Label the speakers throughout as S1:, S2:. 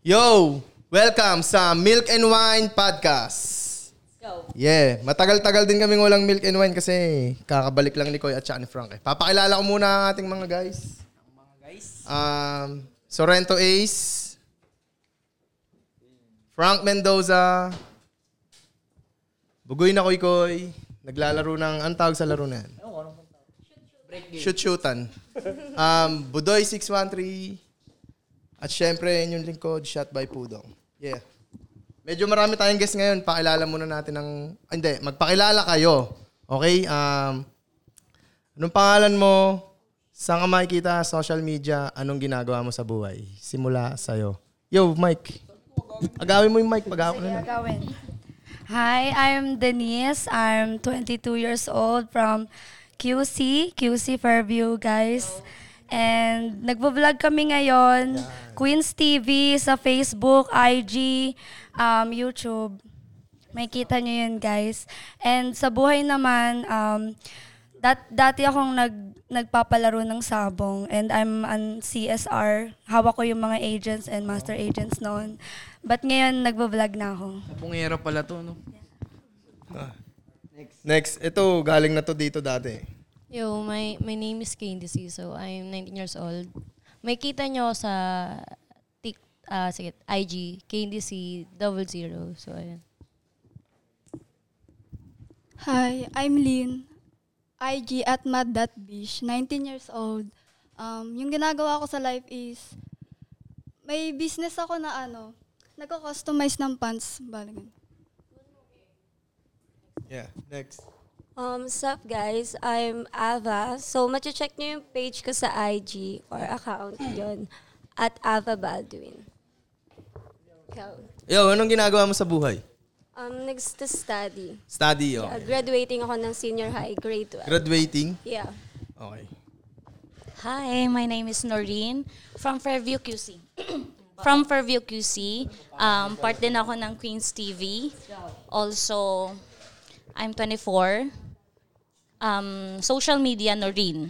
S1: Yo! Welcome sa Milk and Wine Podcast.
S2: Go.
S1: Yeah, matagal-tagal din kaming walang milk and wine kasi kakabalik lang ni Koy at siya ni Frank. Eh. Papakilala ko muna ang ating mga guys.
S3: guys.
S1: Um, Sorrento Ace, Frank Mendoza, Bugoy na Koy Koy, naglalaro ng, anong tawag sa laro na yan?
S3: Ano ko, anong punta? Break game.
S1: Shoot-shootan. Um, Budoy 613. At syempre, yun yung lingkod, Shot by Pudong. Yeah. Medyo marami tayong guests ngayon. Pakilala muna natin ng... ah, hindi, magpakilala kayo. Okay? Um, anong pangalan mo? Saan ka makikita? Social media? Anong ginagawa mo sa buhay? Simula sa'yo. Yo, Mike. Agawin mo yung mic. Pag ako na lang.
S2: Gagawin. Hi, I'm Denise. I'm 22 years old from QC, QC Fairview, guys. And nagbo-vlog kami ngayon. Queens TV sa Facebook, IG, um, YouTube. May kita nyo yun, guys. And sa buhay naman, um, dat dati akong nag nagpapalaro ng sabong and I'm an CSR. Hawak ko yung mga agents and master agents noon. But ngayon, nagbablog na ako.
S3: Pungera pala to, no?
S1: Ah. Next. Ito, galing na to dito dati.
S4: Yo, my my name is Kane Desiso. I'm 19 years old. May kita nyo sa tik, ah, sige, IG, Kane DC double zero. So, ayun.
S5: Hi, I'm Lynn. IG at mad.bish, 19 years old. Um, yung ginagawa ko sa life is, may business ako na ano, nagko-customize ng pants. Bala ganun.
S1: Yeah. Next.
S6: Um, sup guys, I'm Ava. So, check nyo yung page ko sa IG or account yon at Ava Baldwin. Ikaw.
S1: Yo, anong ginagawa mo sa buhay?
S6: Um, nag-study.
S1: Study, oh.
S6: Yeah, graduating ako ng senior high, grade 12.
S1: Graduating.
S6: Yeah.
S1: Okay.
S7: Hi, my name is Noreen from Fairview QC. from Fairview QC. Um, part din ako ng Queens TV. Also, I'm 24. Um, social media, Noreen.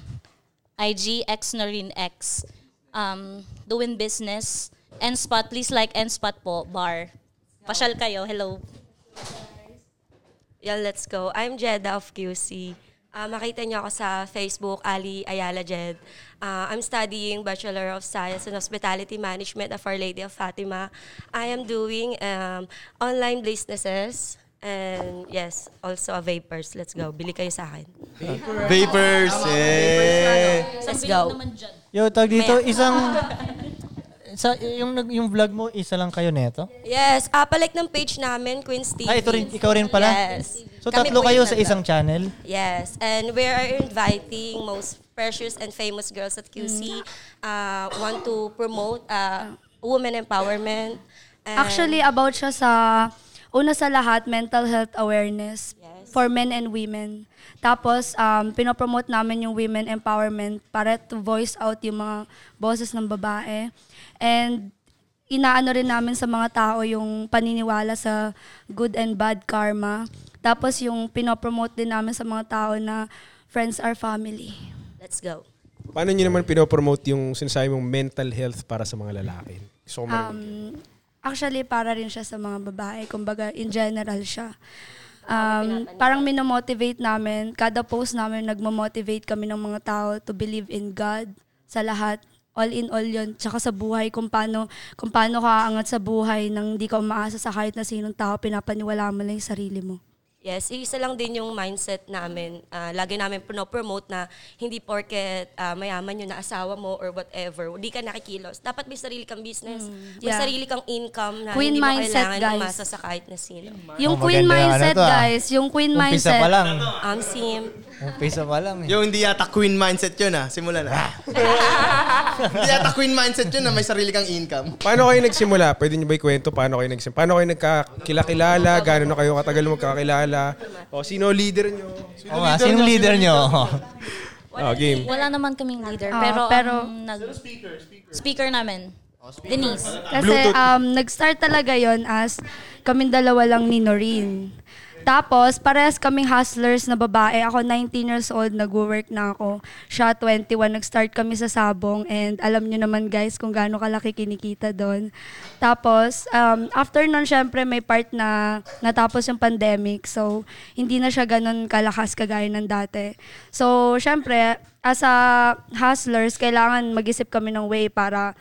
S7: IG, X Noreen X. Um, doing business. And spot, please like and spot po, bar. Pasyal kayo, hello.
S6: Yeah, let's go. I'm Jed of QC. Ah, makita niyo ako sa Facebook, Ali Ayala Jed. Ah, I'm studying Bachelor of Science in Hospitality Management at Our Lady of Fatima. I am doing um, online businesses and yes, also a vapors. Let's go. Bili kayo sa akin.
S1: Vapors. Eh.
S6: Let's go.
S8: Yo, tag dito, isang... sa yung nag- yung vlog mo isa lang kayo neto.
S6: Yes, ah, palik ng page namin, Queen's TV.
S8: Ah, ito rin ikaw rin pala.
S6: Yes.
S8: So
S6: Kami
S8: tatlo
S6: po
S8: kayo
S6: yung
S8: sa
S6: nag-vlog.
S8: isang channel.
S6: Yes, and we are inviting most precious and famous girls at
S2: Mm.
S6: QC uh, want to promote uh, women empowerment. And
S2: Actually, about siya sa, una sa lahat, mental health awareness
S6: Yes.
S2: for men and women. Tapos, um, pinopromote namin yung women empowerment para to voice out yung mga boses ng babae. And inaano rin namin sa mga tao yung paniniwala sa good and bad karma. Tapos yung pinopromote din namin sa mga tao na friends are family.
S6: let's go.
S9: Paano nyo naman pinopromote yung sinasabi mong mental health para sa mga lalaki? So,
S2: Um, actually, para rin siya sa mga babae. Kumbaga, in general siya. Um, parang minomotivate namin. Kada post namin, nagmamotivate kami ng mga tao to believe in God sa lahat. All in all yon Tsaka sa buhay, kung paano, kung paano ka angat sa buhay nang hindi ka umaasa sa kahit na sinong tao, pinapaniwala mo lang yung sarili mo.
S6: Yes, isa lang din yung mindset namin. Ah, lagi namin pinopromote na hindi porket ah, mayaman yung naasawa mo or whatever, hindi ka nakikilos. Dapat may sarili kang business, may
S2: Mm, yeah.
S6: sarili kang income na
S2: Queen
S6: hindi mo
S2: mindset, guys.
S6: kailangan umasa sa kahit na sino.
S2: Yung
S8: Oh,
S2: queen
S8: maganda yung ano
S2: mindset,
S8: to, ah.
S2: guys. Yung queen
S8: Umpisa
S2: mindset.
S8: pa lang.
S6: Um, Sim,
S8: Umpisa pa lang eh.
S1: Yung hindi yata queen mindset yun ha.
S8: Ah.
S1: Simulan na. hindi yata queen mindset yun na may sarili kang income.
S9: paano kayo nagsimula? Pwede nyo ba ikwento paano kayo nagsimula? Paano kayo nagkakilala? Gano'n na kayo katagal magkakilala? O, Oh, sino leader nyo? Sino
S8: Oo nga, sinong leader nyo?
S9: Oh, game.
S7: Wala naman kaming leader,
S2: Ah,
S7: pero,
S2: pero-
S7: ang nag, speaker, namin. Denise.
S2: um, Kasi um, nag-start talaga yon as kaming dalawa lang ni Noreen. Tapos, parehas kaming hustlers na babae. Ako 19 years old, nag-work na ako. Siya 21, nag-start kami sa sabong. And alam nyo naman guys kung gaano kalaki kinikita doon. Tapos, um, after nun, syempre may part na natapos yung pandemic. So, hindi na siya ganun kalakas kagaya ng dati. So, syempre, as a hustlers, kailangan mag-isip kami ng way para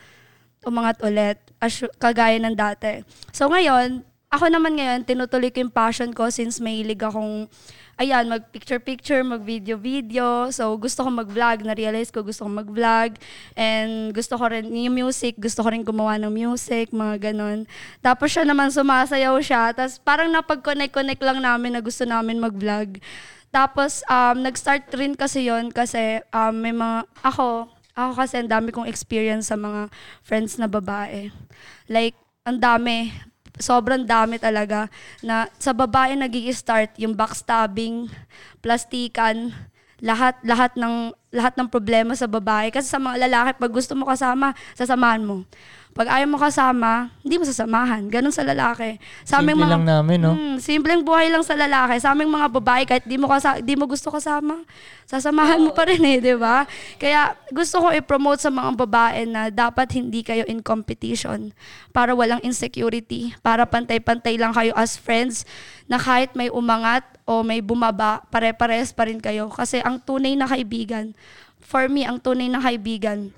S2: umangat ulit, as, kagaya ng dati. So ngayon, ako naman ngayon, tinutuloy ko yung passion ko since may ilig akong, ayan, mag-picture-picture, mag-video-video. So, gusto ko mag-vlog. Na-realize ko gusto ko mag-vlog. And gusto ko rin yung music. Gusto ko rin gumawa ng music, mga ganun. Tapos siya naman sumasayaw siya. Tapos parang napag-connect-connect lang namin na gusto namin mag-vlog. Tapos, um, nag-start rin kasi yon kasi um, may mga, ako, ako kasi ang dami kong experience sa mga friends na babae. Like, ang dami. Sobrang dami talaga. Na sa babae nagigi start yung backstabbing, plastikan, lahat lahat ng lahat ng problema sa babae kasi sa mga lalaki pag gusto mo kasama sasamahan mo pag ayaw mo kasama hindi mo sasamahan ganun sa lalaki sa aming
S8: Simple
S2: mga
S8: lang namin, no?
S2: Mm, simpleng buhay lang sa lalaki. Sa aming mga babae, kahit di mo, kasa- di mo gusto kasama, sasamahan mo pa rin eh, di ba? Kaya gusto ko i-promote sa mga babae na dapat hindi kayo in competition para walang insecurity, para pantay-pantay lang kayo as friends na kahit may umangat o may bumaba, pare-pares pa rin kayo. Kasi ang tunay na kaibigan, for me, ang tunay na kaibigan,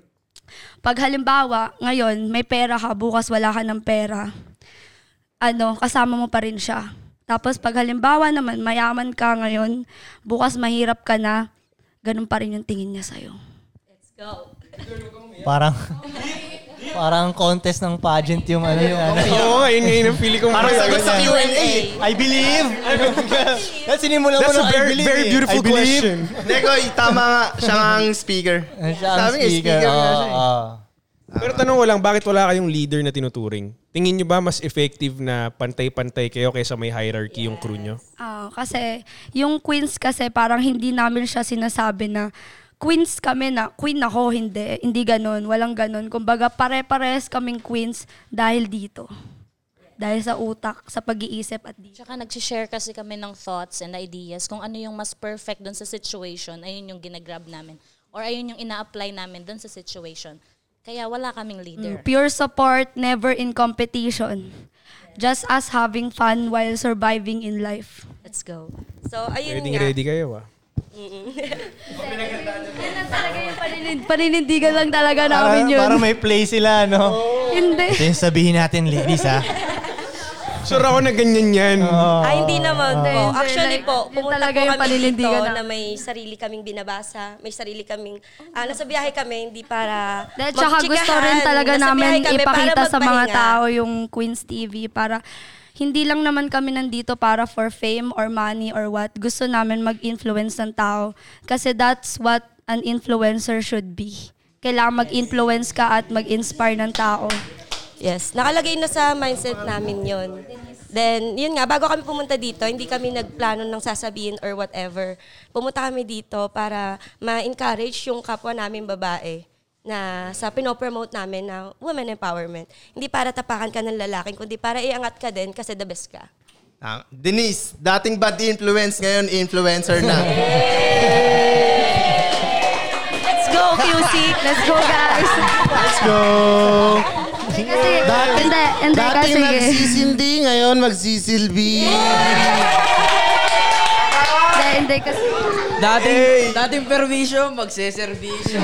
S2: pag halimbawa, ngayon, may pera ka, bukas wala ka ng pera ano, kasama mo pa rin siya. Tapos pag halimbawa naman, mayaman ka ngayon, bukas mahirap ka na, ganun pa rin yung tingin niya sa'yo.
S8: Parang, parang contest ng pageant yung ano yung ano.
S9: Oo nga, yun ngayon ang pili ko.
S8: Parang
S9: ngayon.
S8: sagot sa Q&A. I believe. That's sinimulan mo
S9: That's
S8: ng
S9: a
S8: I
S9: very,
S8: believe.
S9: very
S8: eh.
S9: beautiful
S8: I believe.
S9: question.
S1: Dekoy, tama nga. Siya nga ang speaker.
S8: Ay, Siya ang
S1: Sabi nga,
S8: speaker.
S1: speaker nga
S8: oo,
S1: siya eh.
S8: oo.
S9: Pero tanong ko lang, bakit wala kayong leader na tinuturing? Tingin nyo ba mas effective na pantay-pantay kayo kaysa may hierarchy yung crew nyo?
S2: Ah, kasi yung queens kasi parang hindi namin siya sinasabi na queens kami na queen ako, hindi. Hindi ganun, walang ganun. Kumbaga pare-pares kaming queens dahil dito. Dahil sa utak, sa pag-iisip at dito.
S7: Tsaka nagsishare kasi kami ng thoughts and ideas kung ano yung mas perfect doon sa situation, ayun yung ginagrab namin. Or ayun yung ina-apply namin doon sa situation. Kaya wala kaming
S2: Mm,
S7: leader.
S2: Pure support, never in competition. Just us having fun while surviving in life.
S6: Let's go. So, ayun
S9: Ready
S6: nga.
S9: ready kayo ah.
S2: Paninindigan lang talaga namin
S8: Parang,
S2: yun.
S8: parang may play sila, no?
S2: Hindi.
S8: Ito yung sabihin natin, ladies, ha?
S9: Sure ako na ganyan yan.
S6: Ay, hindi naman po.
S2: hindi.
S6: Actually
S2: Like,
S6: po,
S2: yun
S6: pumunta
S2: talaga
S6: po
S2: yung
S6: kami dito
S2: paninindigan
S6: na
S2: namin.
S6: may sarili kaming binabasa, may sarili kaming, ah, nasa biyahe kami, hindi para
S2: Dahil tsaka gusto rin
S6: magtsikahan.
S2: talaga
S6: Nasa biyahe
S2: namin
S6: kami para
S2: ipakita sa mga
S6: magpahinga.
S2: tao yung Queens TV para hindi lang naman kami nandito para for fame or money or what. Gusto namin mag-influence ng tao. Kasi that's what an influencer should be. Kailangan mag-influence ka at mag-inspire ng tao.
S6: Yes, nakalagay na sa mindset namin yon. Then, yun nga, bago kami pumunta dito, hindi kami nagplano ng sasabihin or whatever. Pumunta kami dito para ma-encourage yung kapwa namin babae na sa pinopromote namin na women empowerment. Hindi para tapakan ka ng lalaking, kundi para iangat ka din kasi the best ka.
S1: Tama. Ah, Denise, dating bad influence, ngayon influencer na.
S6: Let's go, QC!
S2: Let's go guys!
S8: Let's go! Dati,
S2: Hindi, hindi kasi.
S8: eh. nagsisilbi, ngayon magsisilbi.
S2: Hindi, hindi kasi.
S3: Dating, dating perwisyo, magseservisyo.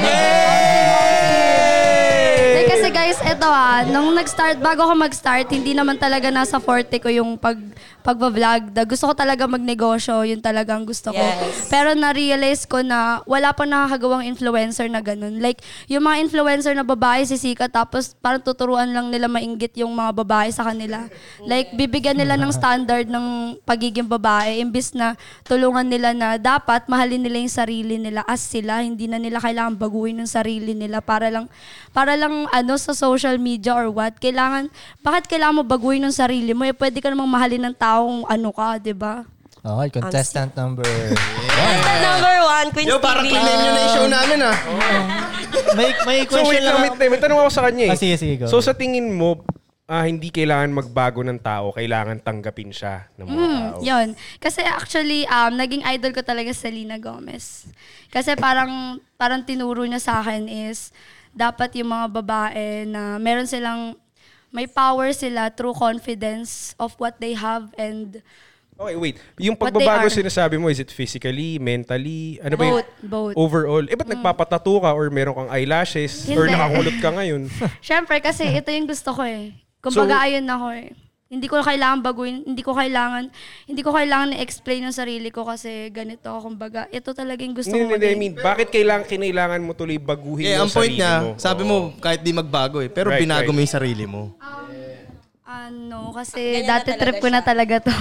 S2: Hindi kasi guys, eto ah, nung nag-start, bago ako mag-start, hindi naman talaga nasa forte ko yung pag, pagbablog. Da- Gusto ko talaga magnegosyo, yun talaga ang gusto ko.
S6: Yes.
S2: Pero na-realize ko na wala pa nakakagawang influencer na ganun. Like, yung mga influencer na babae sisika tapos parang tuturuan lang nila mainggit yung mga babae sa kanila. Like, bibigyan nila ng standard ng pagiging babae imbis na tulungan nila na dapat mahalin nila yung sarili nila as sila. Hindi na nila kailangan baguhin yung sarili nila para lang, para lang ano sa social media or what. Kailangan, bakit kailangan mo baguhin yung sarili mo? Eh, pwede ka namang mahalin ng taong ano ka, di ba?
S8: Okay, contestant number.
S6: Contestant number one, Queen's
S1: Yo, parang
S6: TV.
S1: claim nyo na yung show namin ah.
S8: may, may
S9: So wait
S8: question
S9: lang,
S8: lang.
S9: wait, may tanong ako sa kanya eh.
S8: Ah, sige, sige, go.
S9: So sa tingin mo, ah, hindi kailangan magbago ng tao, kailangan tanggapin siya ng mga
S2: Mm,
S9: tao.
S2: yun. Kasi actually, um, naging idol ko talaga si Selena Gomez. Kasi parang, parang tinuro niya sa akin is, dapat yung mga babae na meron silang, may power sila through confidence of what they have and
S9: Okay, wait. Yung
S2: What
S9: pagbabago
S2: they are.
S9: sinasabi mo, is it physically, mentally, ano ba yun?
S2: both. both. Mm.
S9: Overall. Eh, ba't nagpapatato ka or meron kang eyelashes or
S2: Hindi.
S9: nakakulot ka ngayon?
S2: Siyempre, kasi ito yung gusto ko eh. Kumbaga,
S9: So-
S2: ayun ako eh. Hindi ko kailangan baguhin, hindi ko kailangan, hindi ko kailangan na-explain yung sarili ko kasi ganito ako. Kumbaga, ito talaga yung gusto ko.
S9: Hindi,
S2: eh.
S9: hindi, I
S2: maging.
S9: mean, bakit kailangan, kinailangan mo tuloy baguhin
S1: Eh,
S9: yung
S1: ang point
S9: sarili
S1: niya,
S9: mo?
S1: sabi mo, kahit di magbago eh, pero
S9: Right,
S1: binago mo
S9: right.
S1: yung sarili mo.
S2: Ano, kasi dati trip ko na talaga to.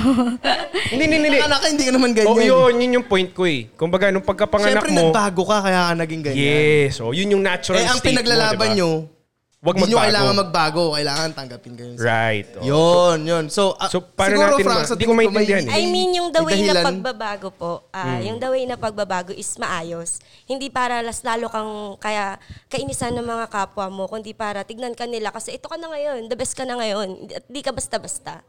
S9: Hindi, hindi, hindi.
S1: Anak ka, hindi ka naman ganyan.
S9: Oo, Oh, yun, yun yung point ko eh. Kung baga, nung pagkapanganak
S1: Siyempre,
S9: mo,
S1: nagbago ka, kaya ka naging ganyan.
S9: yes, oh, yun yung natural
S1: eh, ang
S9: state
S1: pinaglalaban
S9: mo,
S1: nyo,
S9: diba? Huwag
S1: hindi nyo
S9: magbago.
S1: kailangan magbago. Kailangan tanggapin kayo. Right.
S9: Right. oh.
S1: Yun, yun. So, ah,
S9: So, paano
S1: siguro,
S9: natin
S1: Frank,
S9: ma-
S1: sa
S9: Diba? di
S1: tingin
S9: ko
S1: may-
S9: maintindihan Hmm.
S6: I
S9: eh.
S6: mean, yung the
S1: may
S6: way na
S1: dahilan.
S6: pagbabago po, ah, yung the way na pagbabago is maayos. Hindi para las lalo kang kaya kainisan ng mga kapwa mo, kundi para tignan ka nila kasi ito ka na ngayon, the best ka na ngayon. At Di ka basta-basta.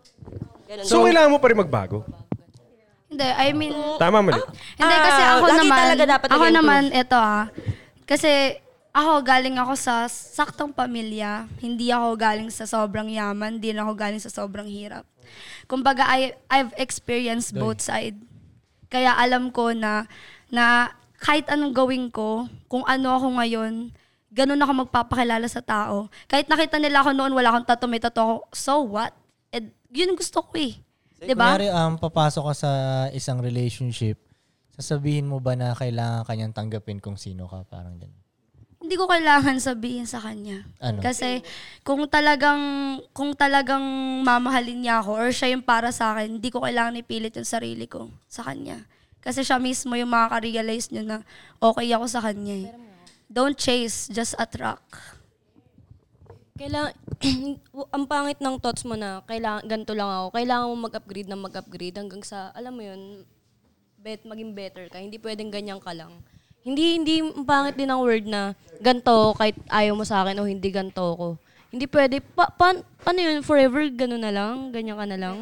S6: Ganun.
S9: So, kailangan mo pa rin magbago.
S2: hindi, I mean,
S9: Tama mali.
S2: hindi
S6: Ah,
S2: kasi ako
S6: lagi
S2: naman,
S6: talaga dapat
S2: ako
S6: nag-improve.
S2: naman, ito ah. Kasi ako, galing ako sa saktong pamilya. Hindi ako galing sa sobrang yaman, hindi na ako galing sa sobrang hirap. Kumbaga, I, I've experienced both side. Kaya alam ko na, na kahit anong gawin ko, kung ano ako ngayon, ganun ako magpapakilala sa tao. Kahit nakita nila ako noon, wala akong tattoo, may tattoo ako, so what? Eh, yun ang gusto ko eh. Diba?
S8: Diba? Kunyari, um, papasok ka sa isang relationship, sasabihin mo ba na kailangan kanyang tanggapin kung sino ka? Parang ganun.
S2: hindi ko kailangan sabihin sa kanya.
S8: Ano?
S2: Kasi kung talagang kung talagang mamahalin niya ako or siya yung para sa akin, hindi ko kailangan ipilit yung sarili ko sa kanya. Kasi siya mismo yung makaka-realize niya na okay ako sa kanya. eh. Don't chase, just attract.
S4: Kailangan, ang pangit ng thoughts mo na kailangan, ganito lang ako. Kailangan mo mag-upgrade ng mag-upgrade hanggang sa, alam mo yun, bet, maging better ka. Hindi pwedeng ganyan ka lang. Hindi, hindi, ang pangit din ang word na ganito kahit ayaw mo sa akin o hindi ganito ko. Hindi pwede, pa, pa, paano yun, forever, gano'n na lang, ganyan ka na lang.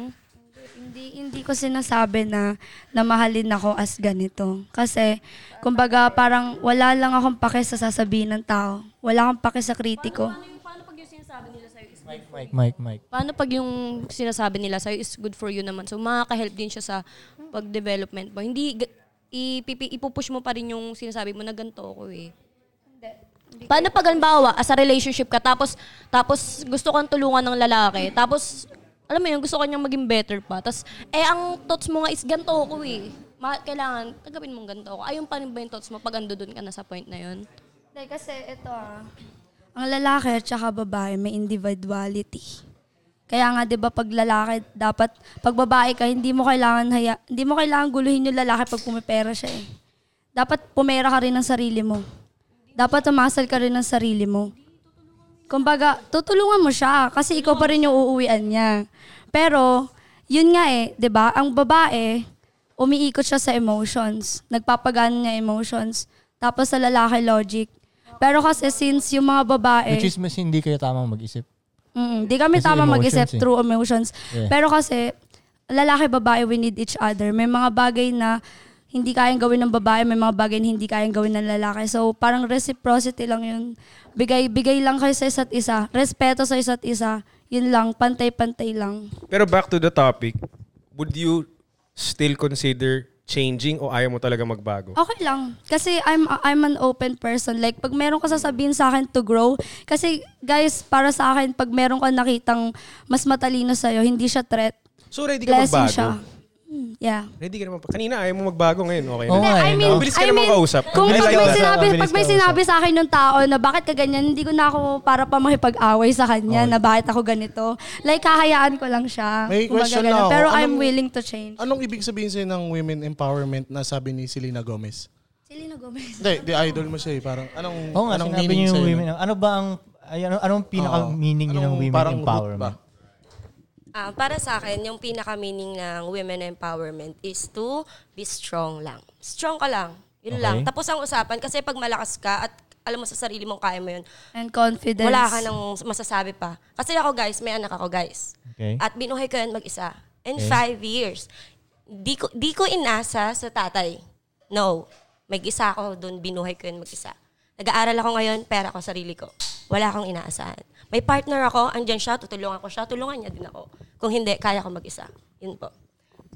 S2: Hindi hindi ko sinasabi na na mahalin ako as ganito. Kasi kumbaga parang wala lang akong pake sa sasabihin ng tao. Wala akong pake sa kritiko.
S4: Paano pag yung sinasabi nila sa'yo is
S8: Mike, Mike, Mike, Mike.
S4: Paano pag yung sinasabi nila sa'yo is good for you naman? So, makaka-help din siya sa pag-development mo. Hindi, ga- ipipi, ipupush mo pa rin yung sinasabi mo na ganito ako eh. Paano pag halimbawa, as a relationship ka, tapos, tapos gusto kang tulungan ng lalaki, tapos, alam mo yun, gusto kanyang maging better pa. Tapos, eh, ang thoughts mo nga is ganito ako eh. Ma- kailangan, tagapin mong ganito ako. Ayun pa rin ba yung thoughts mo pag ando doon ka na sa point na yun?
S2: Hindi, kasi ito ah. Ang lalaki at saka babae may individuality. Kaya nga 'di ba pag lalaki dapat pag babae ka hindi mo kailangan haya, hindi mo kailangan guluhin yung lalaki pag pumipera siya eh. Dapat pumera ka rin ng sarili mo. Dapat tumasal ka rin ng sarili mo. Kumbaga, tutulungan mo siya kasi ikaw pa rin yung uuwian niya. Pero, yun nga eh, 'di ba? Ang babae, umiikot siya sa emotions. Nagpapagaan niya emotions. Tapos sa lalaki, logic. Pero kasi since yung mga babae...
S8: Which is, mas hindi kayo tamang mag-isip.
S2: Mm, di kami
S8: Kasi
S2: tama
S8: emotions
S2: mag-isip
S8: eh.
S2: through emotions.
S8: Yeah.
S2: Pero kasi, lalaki, babae, we need each other. May mga bagay na hindi kayang gawin ng babae, may mga bagay na hindi kayang gawin ng lalaki. So, parang reciprocity lang yun. Bigay, bigay lang kayo sa isa't isa. Respeto sa isa't isa. Yun lang, pantay-pantay lang.
S9: Pero back to the topic, would you still consider changing o ayaw mo talaga magbago?
S2: Okay lang. Kasi I'm I'm an open person. Like, pag meron ka sasabihin sa akin to grow, kasi guys, para sa akin, pag meron ka nakitang mas matalino sa'yo, hindi siya threat.
S9: So ready ka
S2: Blessing
S9: magbago?
S2: siya. Mm, Yeah.
S9: Ready ka naman. Kanina ayaw mo magbago ngayon. Okay.
S8: Oo
S9: na.
S8: nga eh,
S2: I mean,
S8: no?
S9: Bilis ka namang kausap.
S2: Kung
S9: Bilis
S2: pag
S9: ka
S2: may
S9: kausap.
S2: sinabi,
S8: Bilis
S2: pag may
S8: ka
S2: sinabi sa akin ng tao na bakit ka ganyan, hindi ko na ako para pa makipag-away sa kanya na bakit ako ganito. Like, hahayaan ko lang siya.
S10: May
S2: Kumbaga
S10: question
S2: ganun.
S10: lang ako.
S2: Pero
S10: Anong-
S2: I'm willing to change.
S10: Anong ibig sabihin sa'yo ng women empowerment na sabi ni Selena Gomez?
S2: Selena Gomez.
S10: Hindi, the idol mo siya eh. Parang anong,
S8: Oo nga,
S10: anong
S8: sinabi
S10: meaning
S8: niyo yung
S10: sa'yo?
S8: women. Ano ba ang, ay, ano, anong pinaka-meaning niyo ng
S10: Anong
S8: women
S10: parang root ba?
S8: empowerment?
S6: Ah, para sa akin, yung pinaka-meaning ng women empowerment is to be strong lang. Strong ka lang. Yun
S8: Okay.
S6: lang. Tapos ang usapan, kasi pag malakas ka at alam mo sa sarili mong kaya mo yun.
S2: And confidence.
S6: Wala ka nang masasabi pa. Kasi ako guys, may anak ako guys.
S2: Okay.
S6: At binuhay ko yan mag-isa. In
S2: Okay.
S6: five years. Di ko, di ko inasa sa tatay. No. Mag-isa ako doon, binuhay ko yan mag-isa. Nag-aaral ako ngayon, pera ko, sarili ko. Wala akong inaasahan. May partner ako, andyan siya, tutulungan ko siya, tulungan niya din ako. Kung hindi, kaya ko mag-isa. Yun po.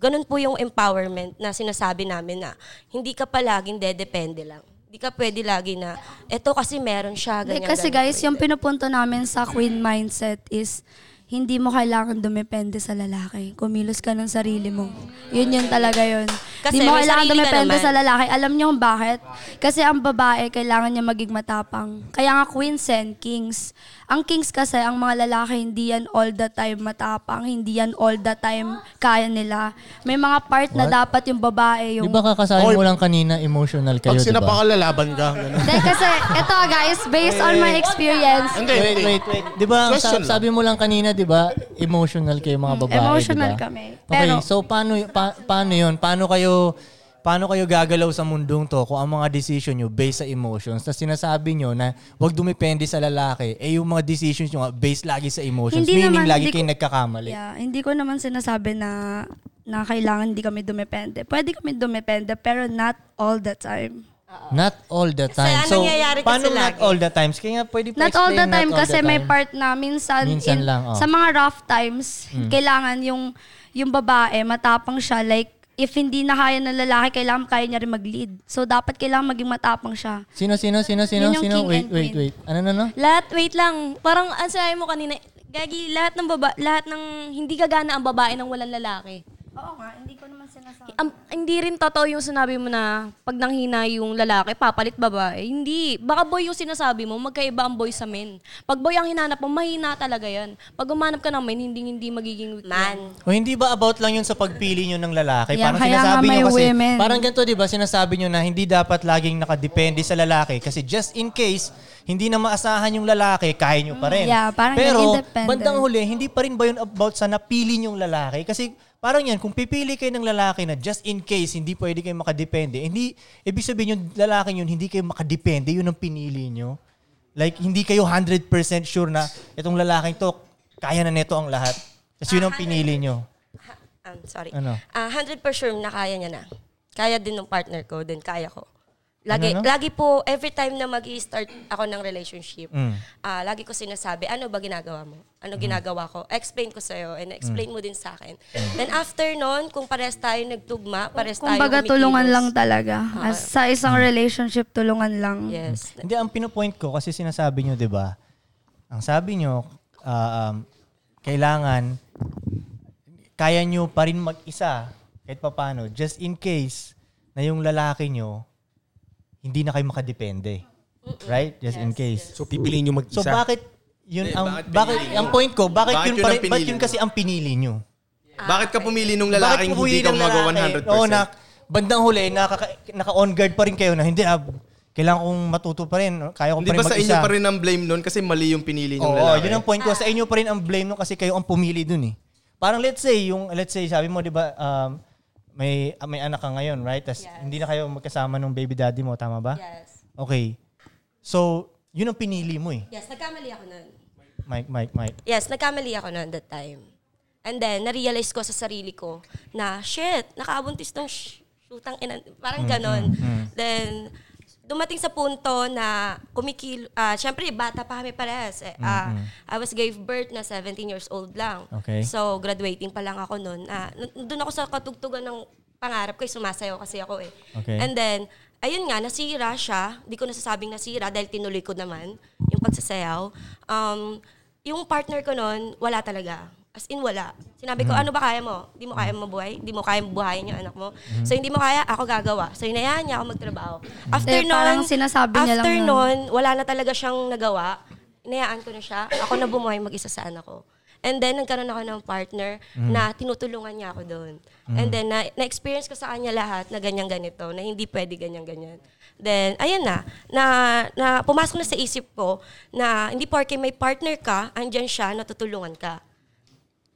S6: Ganun po yung empowerment na sinasabi namin na hindi ka palaging dedepende lang. Hindi ka pwede lagi na, eto kasi meron siya,
S2: Hindi,
S6: ganyan,
S2: kasi
S6: ganyan."
S2: guys, yung pinupunto namin sa queen mindset is hindi mo kailangan dumepende sa lalaki. Kumilos ka ng sarili mo. Yun yun talaga yun.
S6: Kasi
S2: Hindi mo
S6: may
S2: kailangan
S6: sarili ka
S2: dumepende
S6: naman.
S2: sa lalaki. Alam niyo kung bakit? Kasi ang babae, kailangan niya maging matapang. Kaya nga queens and kings. Ang kings kasi, ang mga lalaki, hindi yan all the time matapang. Hindi yan all the time kaya nila. May mga part na
S8: What?
S2: dapat yung babae. Yung...
S8: Di ba kakasali mo lang kanina emotional
S10: Pag
S8: kayo, di ba?
S10: sinapakalalaban ka, ganun.
S2: Hindi, kasi ito guys, based on my experience.
S10: Hindi,
S8: Wait, wait, wait. Di ba,
S10: Question
S8: sa- sabi mo lang kanina, di ba, emotional kayo mga babae,
S2: emotional
S8: di ba?
S2: kami.
S8: Okay,
S2: Pero-
S8: so paano, y- pa- paano yun? Paano kayo, paano kayo gagalaw sa mundong to kung ang mga decision nyo based sa emotions? Tapos sinasabi nyo na wag dumipende sa lalaki, eh yung mga decisions nyo nga, based lagi sa emotions.
S2: Hindi
S8: meaning
S2: naman,
S8: lagi
S2: hindi
S8: kayo
S2: ko-
S8: nagkakamali.
S2: Yeah, hindi ko naman sinasabi na na kailangan hindi kami dumepende. Pwede kami dumepende pero not all the time.
S8: Not all the time.
S2: ano
S8: so,
S2: nangyayari kasi
S8: paano not
S2: lagi?
S8: all the times? Kaya nga pwede pa
S2: Not all the
S8: explain,
S2: time
S8: not all
S2: kasi
S8: the
S2: may
S8: time.
S2: part na minsan,
S8: Minsan lang, oh.
S2: sa mga rough times,
S8: Mm.
S2: kailangan yung yung babae matapang siya like if hindi na kaya ng lalaki, kailangan kaya niya rin mag-lead. So dapat kailangan maging matapang siya.
S8: Sino, sino, sino, sino,
S2: Yun yung
S8: sino?
S2: king
S8: Wait,
S2: and
S8: wait, wait. Ano, ano, ano?
S4: Lahat, wait lang. Parang ang sabi mo kanina, Gagi, lahat ng baba, lahat ng hindi gagana ang babae ng walang lalaki.
S2: Oo nga, hindi ko naman sinasabi.
S4: Am- hindi rin totoo yung sinabi mo na pag nanghina yung lalaki, papalit babae. Hindi. Baka boy yung sinasabi mo, magkaiba ang boy sa men. Pag boy ang hinanap mo, mahina talaga yan. Pag umanap ka ng men, hindi hindi magiging weak Man.
S8: O hindi ba about lang yun sa pagpili nyo ng lalaki?
S4: Yeah,
S8: parang
S4: kaya
S8: sinasabi
S4: nga
S8: nyo
S4: may
S8: kasi,
S4: women.
S8: parang ganito di ba, sinasabi nyo na hindi dapat laging nakadepende sa lalaki kasi just in case, hindi na maasahan yung lalaki, kaya nyo pa rin.
S2: Mm, yeah, parang yung
S8: Pero,
S2: independent.
S8: bandang huli, hindi pa rin ba yun about sa napili nyong lalaki? Kasi parang yan, kung pipili kayo ng lalaki na just in case, hindi pwede kayo makadepende, hindi, ibig sabihin yung lalaki yun, hindi kayo makadepende, yun ang pinili nyo. Like, hindi kayo 100% sure na itong lalaking to, kaya na neto ang lahat. Tapos yun ang pinili nyo.
S6: Um, sorry.
S8: Ano?
S6: Ah, 100% sure na kaya niya na. Kaya din ng partner ko, then kaya ko. Lagi,
S8: Ano, no?
S6: lagi po, every time na mag start ako ng relationship,
S8: Mm.
S6: ah, lagi ko sinasabi, ano ba ginagawa mo? Ano
S8: Mm.
S6: ginagawa ko? Explain ko sa'yo and explain mo din sa akin.
S2: Mm.
S6: Then after nun, kung pares tayo nagtugma, pares tayo
S2: Kumbaga
S6: kumikilos. Ah.
S2: tulungan lang talaga. As, sa isang
S8: Hmm.
S2: relationship, tulungan lang.
S6: Yes.
S8: Mm-hmm. Hindi, ang pinopoint ko kasi sinasabi nyo, di ba? Ang sabi nyo, ah, um, kailangan, kaya nyo pa rin mag-isa kahit papano, just in case na yung lalaki nyo, hindi na kayo makadepende. Right? Just in case.
S9: So, pipiliin nyo mag-isa.
S8: So, bakit yun
S9: Eh,
S8: ang,
S9: bakit
S8: bakit,
S9: pinili
S8: ang
S9: nyo?
S8: point ko, bakit,
S9: Bakit
S8: yun,
S9: yun
S8: pa
S9: ang
S8: rin- bakit
S9: pinili
S8: yun
S9: nyo?
S8: kasi ang pinili nyo?
S1: Bakit
S6: Ah.
S1: ka pumili nung
S8: Bakit
S1: lalaking
S8: pumili
S1: hindi ka
S8: ng
S1: magawa
S8: lalaki?
S1: 100%?
S8: Oo, na, bandang huli, naka, naka-on guard pa rin kayo na hindi, ah, kailangan kong matuto pa rin. Kaya ko
S1: Hindi
S8: pa rin
S1: ba sa inyo
S8: mag-isa.
S1: pa rin ang blame nun kasi mali yung pinili niyong
S8: Oo,
S1: lalaki?
S8: yun ang point ko. Sa inyo pa rin ang blame nung kasi kayo ang pumili dun eh. Parang let's say, yung let's say, sabi mo, di ba, um, may, ah, may anak ka ngayon, right? Tapos hindi na kayo magkasama nung baby daddy mo, tama ba?
S6: Yes.
S8: Okay. So, yun ang pinili mo eh.
S6: Yes, nagkamali ako nun.
S8: Mike, Mike, Mike.
S6: Yes, nagkamali ako noon that time. And then, na-realize ko sa sarili ko na, shit, nakabuntis tong sh- shootang ina. Parang
S11: Mm,
S6: ganon.
S11: mm, mm.
S6: Then, dumating sa punto na kumikil, ah, syempre, bata pa kami parehas. Eh, ah,
S11: Mm, mm.
S6: I was gave birth na 17 years old lang.
S11: Okay.
S6: So, graduating pa lang ako noon. Ah, nun- doon ako sa katugtugan ng pangarap ko, eh, sumasayaw kasi ako eh.
S11: Okay.
S6: And then, ayun nga, nasira siya. Di ko nasasabing nasira dahil tinuloy ko naman yung pagsasayaw. Um, yung partner ko noon, wala talaga. As in, wala. Sinabi ko,
S11: Mm.
S6: ano ba kaya mo? Di mo kaya mabuhay? Di mo kaya buhayin yung anak mo?
S11: Mm.
S6: So, hindi mo kaya, ako gagawa. So, hinayaan niya ako magtrabaho. After
S2: Eh, parang
S6: nun,
S2: sinasabi niya lang
S6: after
S2: na-
S6: nun, wala na talaga siyang nagawa. Hinayaan ko na siya. Ako na bumuhay mag-isa sa anak ko. And then, nagkaroon ako ng partner
S11: Mm.
S6: na tinutulungan niya ako doon.
S11: Mm.
S6: And then, na- na-experience ko sa kanya lahat na ganyan-ganito, na hindi pwede ganyan-ganyan. Then, ayun na, na, na pumasok na sa isip ko na hindi porke may partner ka, andyan siya, natutulungan ka.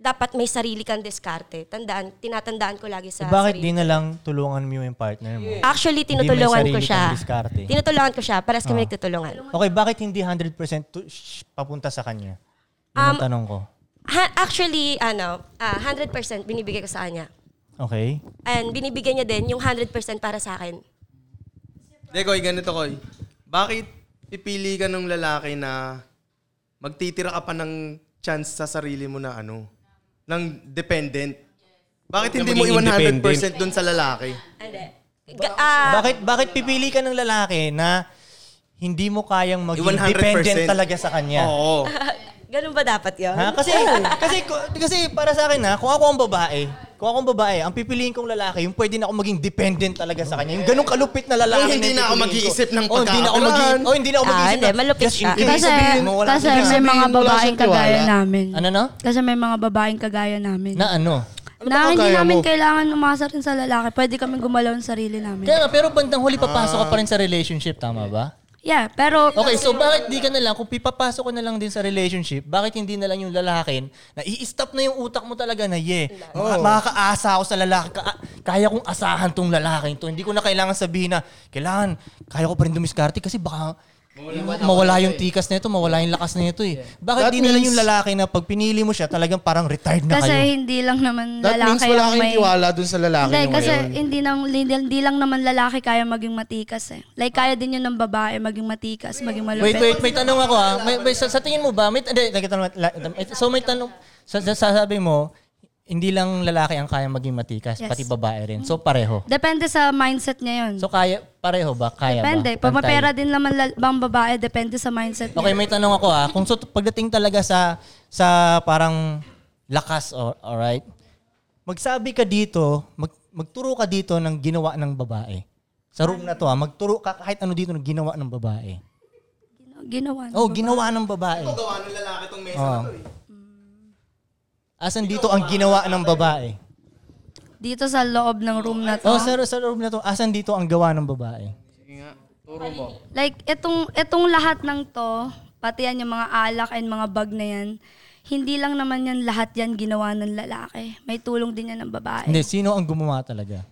S6: dapat may sarili kang diskarte. Tandaan, tinatandaan ko lagi sa
S8: Eh, Bakit
S6: sarili.
S8: di na lang tulungan mo yung partner mo?
S6: Actually,
S8: Hindi may
S6: tinutulungan ko
S8: sarili
S6: siya.
S8: kang diskarte.
S6: Tinutulungan ko siya. Paras kami
S8: eh? Ah.
S6: nagtutulungan.
S8: Okay, bakit hindi 100% to, shh, papunta sa kanya? Yun
S6: Um,
S8: ang tanong ko.
S6: Ha- actually, ano, ah, 100% binibigay ko sa kanya.
S8: Okay.
S6: And binibigay niya din yung 100% para sa akin.
S1: Hindi, Koy, ganito, Koy. Bakit pipili ka ng lalaki na magtitira ka pa ng chance sa sarili mo na ano? Ng dependent? Bakit
S9: Huwag
S1: hindi
S9: na
S1: mo
S9: maging
S1: i-100%
S9: independent.
S1: dun sa lalaki?
S6: Ga- ah,
S8: bakit bakit pipili ka ng lalaki na hindi mo kayang maging
S1: 100%.
S8: dependent talaga sa kanya?
S1: Oo.
S6: ganun ba dapat yun?
S8: Ha? Kasi, kasi, kasi para sa akin ha, kung ako ang babae, kung ako ang babae, ang pipiliin kong lalaki, yung pwede na ako maging dependent talaga sa kanya. Yung ganong kalupit na lalaki.
S1: Yung hindi
S8: yung
S1: na ako
S8: pipiliin ko.
S1: mag-iisip ng
S8: Oh, hindi na ako mag-iisip.
S1: pagkakataon.
S8: Oh, hindi na ako
S6: Ah,
S8: mag-iisip.
S6: hindi,
S8: na,
S6: malupit
S8: just in
S6: siya.
S8: case.
S2: Kasi,
S8: Mawala
S2: kasi
S8: ka na.
S2: may mga
S10: wala
S2: babaeng
S10: siyang tiwala.
S2: kagaya namin.
S8: Ano na?
S2: Kasi may mga babaeng kagaya namin.
S8: Na
S2: Na,
S8: ano?
S2: hindi
S10: kagaya
S2: namin
S10: mo?
S2: kailangan umasa rin sa lalaki. Pwede kami gumalaw ng sarili namin.
S8: Kaya nga, pero bandang huli papasok ka pa rin sa relationship, tama ba?
S2: Yeah, pero...
S8: Okay, so bakit di ka na lang, kung pipapasok ka na lang din sa relationship, bakit hindi na lang yung lalakin na i-stop na yung utak mo talaga na, yeah, maka- makakaasa ako sa lalaki. Ka- kaya kong asahan tong lalaking to. Hindi ko na kailangan sabihin na, kailangan, kaya ko pa rin dumiskarte kasi baka mawala, yung tikas nito, mawala yung lakas nito eh. Bakit
S10: That
S8: di na
S10: means-
S8: lang yung lalaki na pag pinili mo siya, talagang parang retired na
S2: Kasi
S8: kayo?
S2: hindi lang naman
S10: That
S2: lalaki
S10: means wala
S2: ang
S10: kang
S2: may...
S10: tiwala dun sa lalaki
S2: Hindi,
S10: nyo
S2: kasi
S10: ngayon.
S2: hindi, nang, hindi, hindi lang naman lalaki kaya maging matikas eh. Like, kaya din yun ng babae maging matikas, maging malupit.
S8: Wait, wait, may tanong ako ha. May, may- sa, sa tingin mo ba, may, hindi, nagtatanong, la- eh, so may tanong, sa, sa, sasabi mo, hindi lang lalaki ang kaya maging matikas,
S2: Yes.
S8: pati babae rin. So pareho.
S2: Depende sa mindset niya yun.
S8: So kaya, pareho ba? Kaya
S2: depende.
S8: ba?
S2: Pag may
S8: Pantay?
S2: pera din naman lal- bang babae, depende sa mindset niya.
S8: Okay, may tanong ako ha. Kung so, pagdating talaga sa, sa parang lakas, o- alright? Magsabi ka dito, mag, magturo ka dito ng ginawa ng babae. Sa room na to ha, magturo ka kahit ano dito ng ginawa ng babae.
S2: Ginawa niya.
S8: Oh, ginawa ng babae.
S1: Gawa ng lalaki tong mesa
S8: na to,
S2: eh.
S8: Mm. Asan dito ang ginawa ng babae?
S2: Dito sa loob ng room na to.
S8: Oh, sa, sa loob na to, asan dito ang gawa ng babae?
S2: Like, itong, itong lahat ng to, pati yan yung mga alak and mga bag na yan, hindi lang naman yan lahat yan ginawa ng lalaki. May tulong din yan ng babae.
S8: Hindi, sino ang gumawa talaga?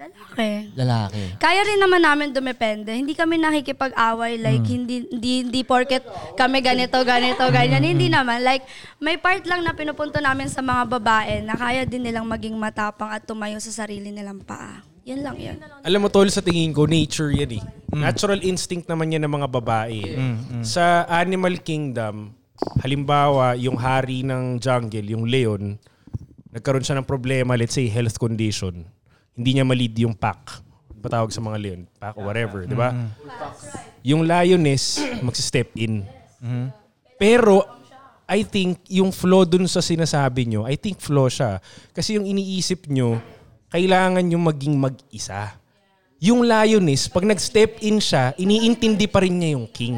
S2: Lalaki.
S8: Lalaki.
S2: Kaya rin naman namin dumepende. Hindi kami nakikipag-away. Like,
S8: Mm.
S2: hindi, hindi, hindi porket kami ganito, ganito, ganyan.
S8: Mm.
S2: Hindi naman. Like, may part lang na pinupunto namin sa mga babae na kaya din nilang maging matapang at tumayo sa sarili nilang paa. Yun lang yun.
S9: Alam mo, tol, sa tingin ko, nature yan eh. Natural instinct naman yan ng mga babae. eh. Sa animal kingdom, halimbawa, yung hari ng jungle, yung leon, nagkaroon siya ng problema, let's say, health condition. Hindi niya malid yung pack. Ano ba tawag sa mga leon? Pack or whatever, di ba? Yung lioness, magsistep in. Pero, I think, yung flaw dun sa sinasabi nyo, I think flaw siya. Kasi yung iniisip nyo, kailangan nyo maging mag-isa. Yung lioness, pag nag-step in siya, iniintindi pa rin niya yung king.